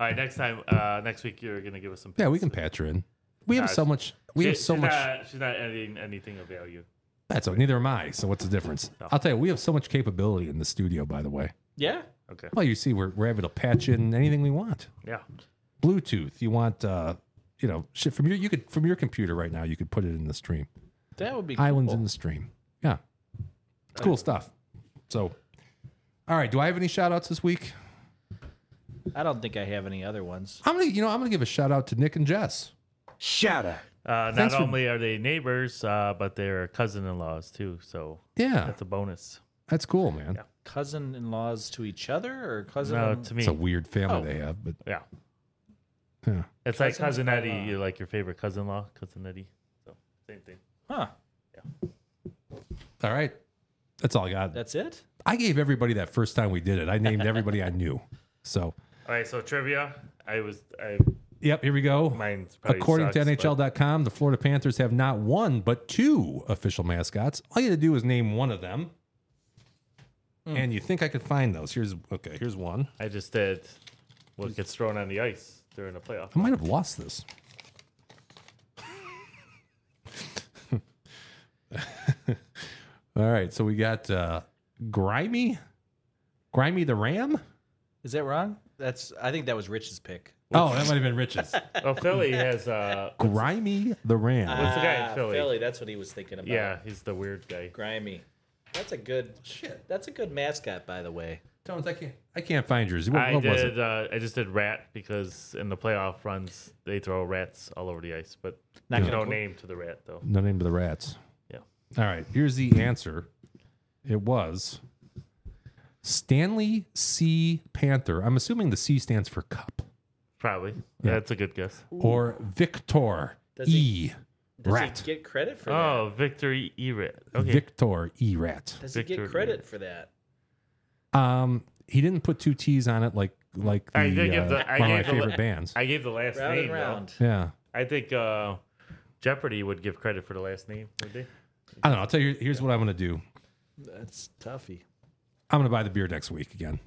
Speaker 4: right. Next time. Uh, next week you're gonna give us some.
Speaker 3: Yeah, we
Speaker 4: picks.
Speaker 3: can patch her in. We have
Speaker 4: Nah,
Speaker 3: so much. We
Speaker 4: She-
Speaker 3: have so
Speaker 4: she's
Speaker 3: much.
Speaker 4: Not, she's not editing anything of value.
Speaker 3: That's neither am I. So what's the difference? I'll tell you, we have so much capability in the studio. By the way,
Speaker 5: Yeah.
Speaker 4: Okay.
Speaker 3: well, you see, we're we're able to patch in anything we want.
Speaker 4: Yeah.
Speaker 3: Bluetooth. You want, uh, you know, shit from your you could from your computer right now. You could put it in the stream.
Speaker 5: That would be
Speaker 3: Islands
Speaker 5: cool.
Speaker 3: in the stream. Yeah, it's cool stuff. So, all right. Do I have any shout outs this week?
Speaker 5: I don't think I have any other ones.
Speaker 3: I'm gonna, you know, I'm gonna give a shout out to Nick and Jess.
Speaker 4: Uh, not
Speaker 3: Thanks for-
Speaker 4: only are they neighbors, uh, but they're cousin-in-laws too. So
Speaker 3: Yeah,
Speaker 4: that's a bonus.
Speaker 3: that's cool, man.
Speaker 4: Yeah.
Speaker 5: Cousin-in-laws to each other, or cousin?
Speaker 4: No, to me,
Speaker 3: It's a weird family
Speaker 5: Oh.
Speaker 3: they have, but
Speaker 4: yeah,
Speaker 3: yeah.
Speaker 4: it's like cousin Eddie.
Speaker 5: Cousin-in-law.
Speaker 4: You like your favorite cousin-in-law, cousin Eddie. So same thing.
Speaker 5: huh?
Speaker 3: All right, that's all I got.
Speaker 5: That's it.
Speaker 3: I gave everybody that first time we did it. I named everybody I knew. So
Speaker 4: All right, so trivia. I was I
Speaker 3: Yep, here we go.
Speaker 4: Mine's probably
Speaker 3: According to
Speaker 4: sucks, but-
Speaker 3: NHL.com, the Florida Panthers have not one but two official mascots. All you got to do is name one of them,
Speaker 4: Hmm.
Speaker 3: and you think I could find those? Here's okay. Here's one.
Speaker 4: I just did what gets thrown on the ice during the playoff.
Speaker 3: I might have lost this. <laughs> All right, so we got uh, Grimy, Grimy the Ram.
Speaker 7: Is that wrong? That's I think that was Rich's pick.
Speaker 3: Oh, that might have been Rich's.
Speaker 4: <laughs>
Speaker 7: <laughs>
Speaker 4: Oh, Philly has uh,
Speaker 3: Grimy the Ram.
Speaker 4: what's the guy in Philly?
Speaker 7: Ah, That's what he was thinking about.
Speaker 4: Yeah, he's the weird guy.
Speaker 7: grimy. That's a good shit. That's a good mascot, by the way.
Speaker 3: Tones, I can't, I can't find yours. What,
Speaker 4: I
Speaker 3: what was
Speaker 4: did.
Speaker 3: it?
Speaker 4: Uh, I just did rat because in the playoff runs they throw rats all over the ice, but
Speaker 7: Not
Speaker 4: no
Speaker 7: gonna-
Speaker 4: name to the rat though.
Speaker 3: No name of the rats.
Speaker 4: Yeah.
Speaker 3: All right, here's the answer. It was Stanley C. Panther. I'm assuming the C stands for cup.
Speaker 4: Probably.
Speaker 3: Yeah.
Speaker 4: That's a good guess.
Speaker 3: Or Victor
Speaker 7: Does
Speaker 3: E.
Speaker 7: Does
Speaker 3: Rat.
Speaker 7: he get credit for that?
Speaker 4: Oh, Victory E Rat. Okay.
Speaker 3: Victor E. Rat.
Speaker 7: Does he
Speaker 4: Victor
Speaker 7: get credit
Speaker 4: Grimy.
Speaker 7: for that?
Speaker 3: Um, he didn't put two T's on it like like the,
Speaker 4: I did give
Speaker 3: uh,
Speaker 4: the- I
Speaker 3: one of my
Speaker 4: gave the-
Speaker 3: favorite bands.
Speaker 4: I gave the last
Speaker 7: Round
Speaker 4: name.
Speaker 7: and
Speaker 4: though.
Speaker 7: round.
Speaker 3: yeah.
Speaker 4: I think uh, Jeopardy would give credit for the last name, would they?
Speaker 3: I don't know. I'll tell you. Here's what I'm gonna do.
Speaker 7: That's toughy.
Speaker 3: I'm gonna buy the beer next week again.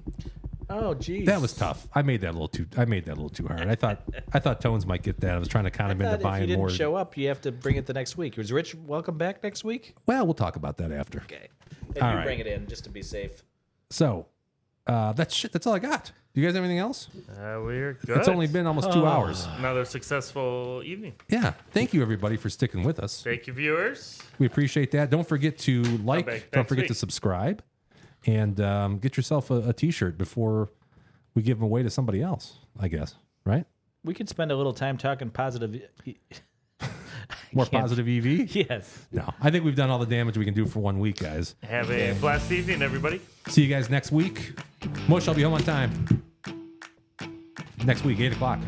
Speaker 7: Oh, geez.
Speaker 3: That was tough. I made that a little too. I made that a little too hard. I thought. I thought Tones might get that. I was trying to con
Speaker 7: I
Speaker 3: him into
Speaker 7: thought if you
Speaker 3: buying
Speaker 7: didn't
Speaker 3: more.
Speaker 7: show up, you have to bring it the next week. Was Rich welcome back next week?
Speaker 3: Well, we'll talk about that after.
Speaker 7: Okay. And
Speaker 3: All
Speaker 7: you
Speaker 3: right.
Speaker 7: bring it in just to be safe.
Speaker 3: So, uh, that's shit. That's all I got. Do you guys have anything else?
Speaker 4: Uh, we're good.
Speaker 3: It's only been almost two hours.
Speaker 4: another successful evening.
Speaker 3: Yeah. Thank you everybody for sticking with us.
Speaker 4: Thank you, viewers.
Speaker 3: We appreciate that. Don't forget to like.
Speaker 4: back
Speaker 3: Don't
Speaker 4: next
Speaker 3: forget to
Speaker 4: week.
Speaker 3: subscribe, and um, get yourself a, a T-shirt before we give them away to somebody else. I guess. Right.
Speaker 5: We could spend a little time
Speaker 7: <laughs>
Speaker 5: talking positive.
Speaker 3: More
Speaker 5: can't-
Speaker 3: positive
Speaker 4: <laughs>
Speaker 3: EV.
Speaker 5: Yes.
Speaker 3: No, I think we've done all the damage we can do for one week, guys.
Speaker 4: Have a blessed evening, everybody.
Speaker 3: See you guys next week. Mosh, I'll be home on time. Next week, 8 o'clock.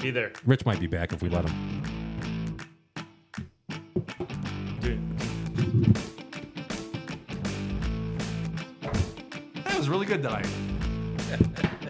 Speaker 4: Be there.
Speaker 3: Rich might be back if we let him. That was really good tonight.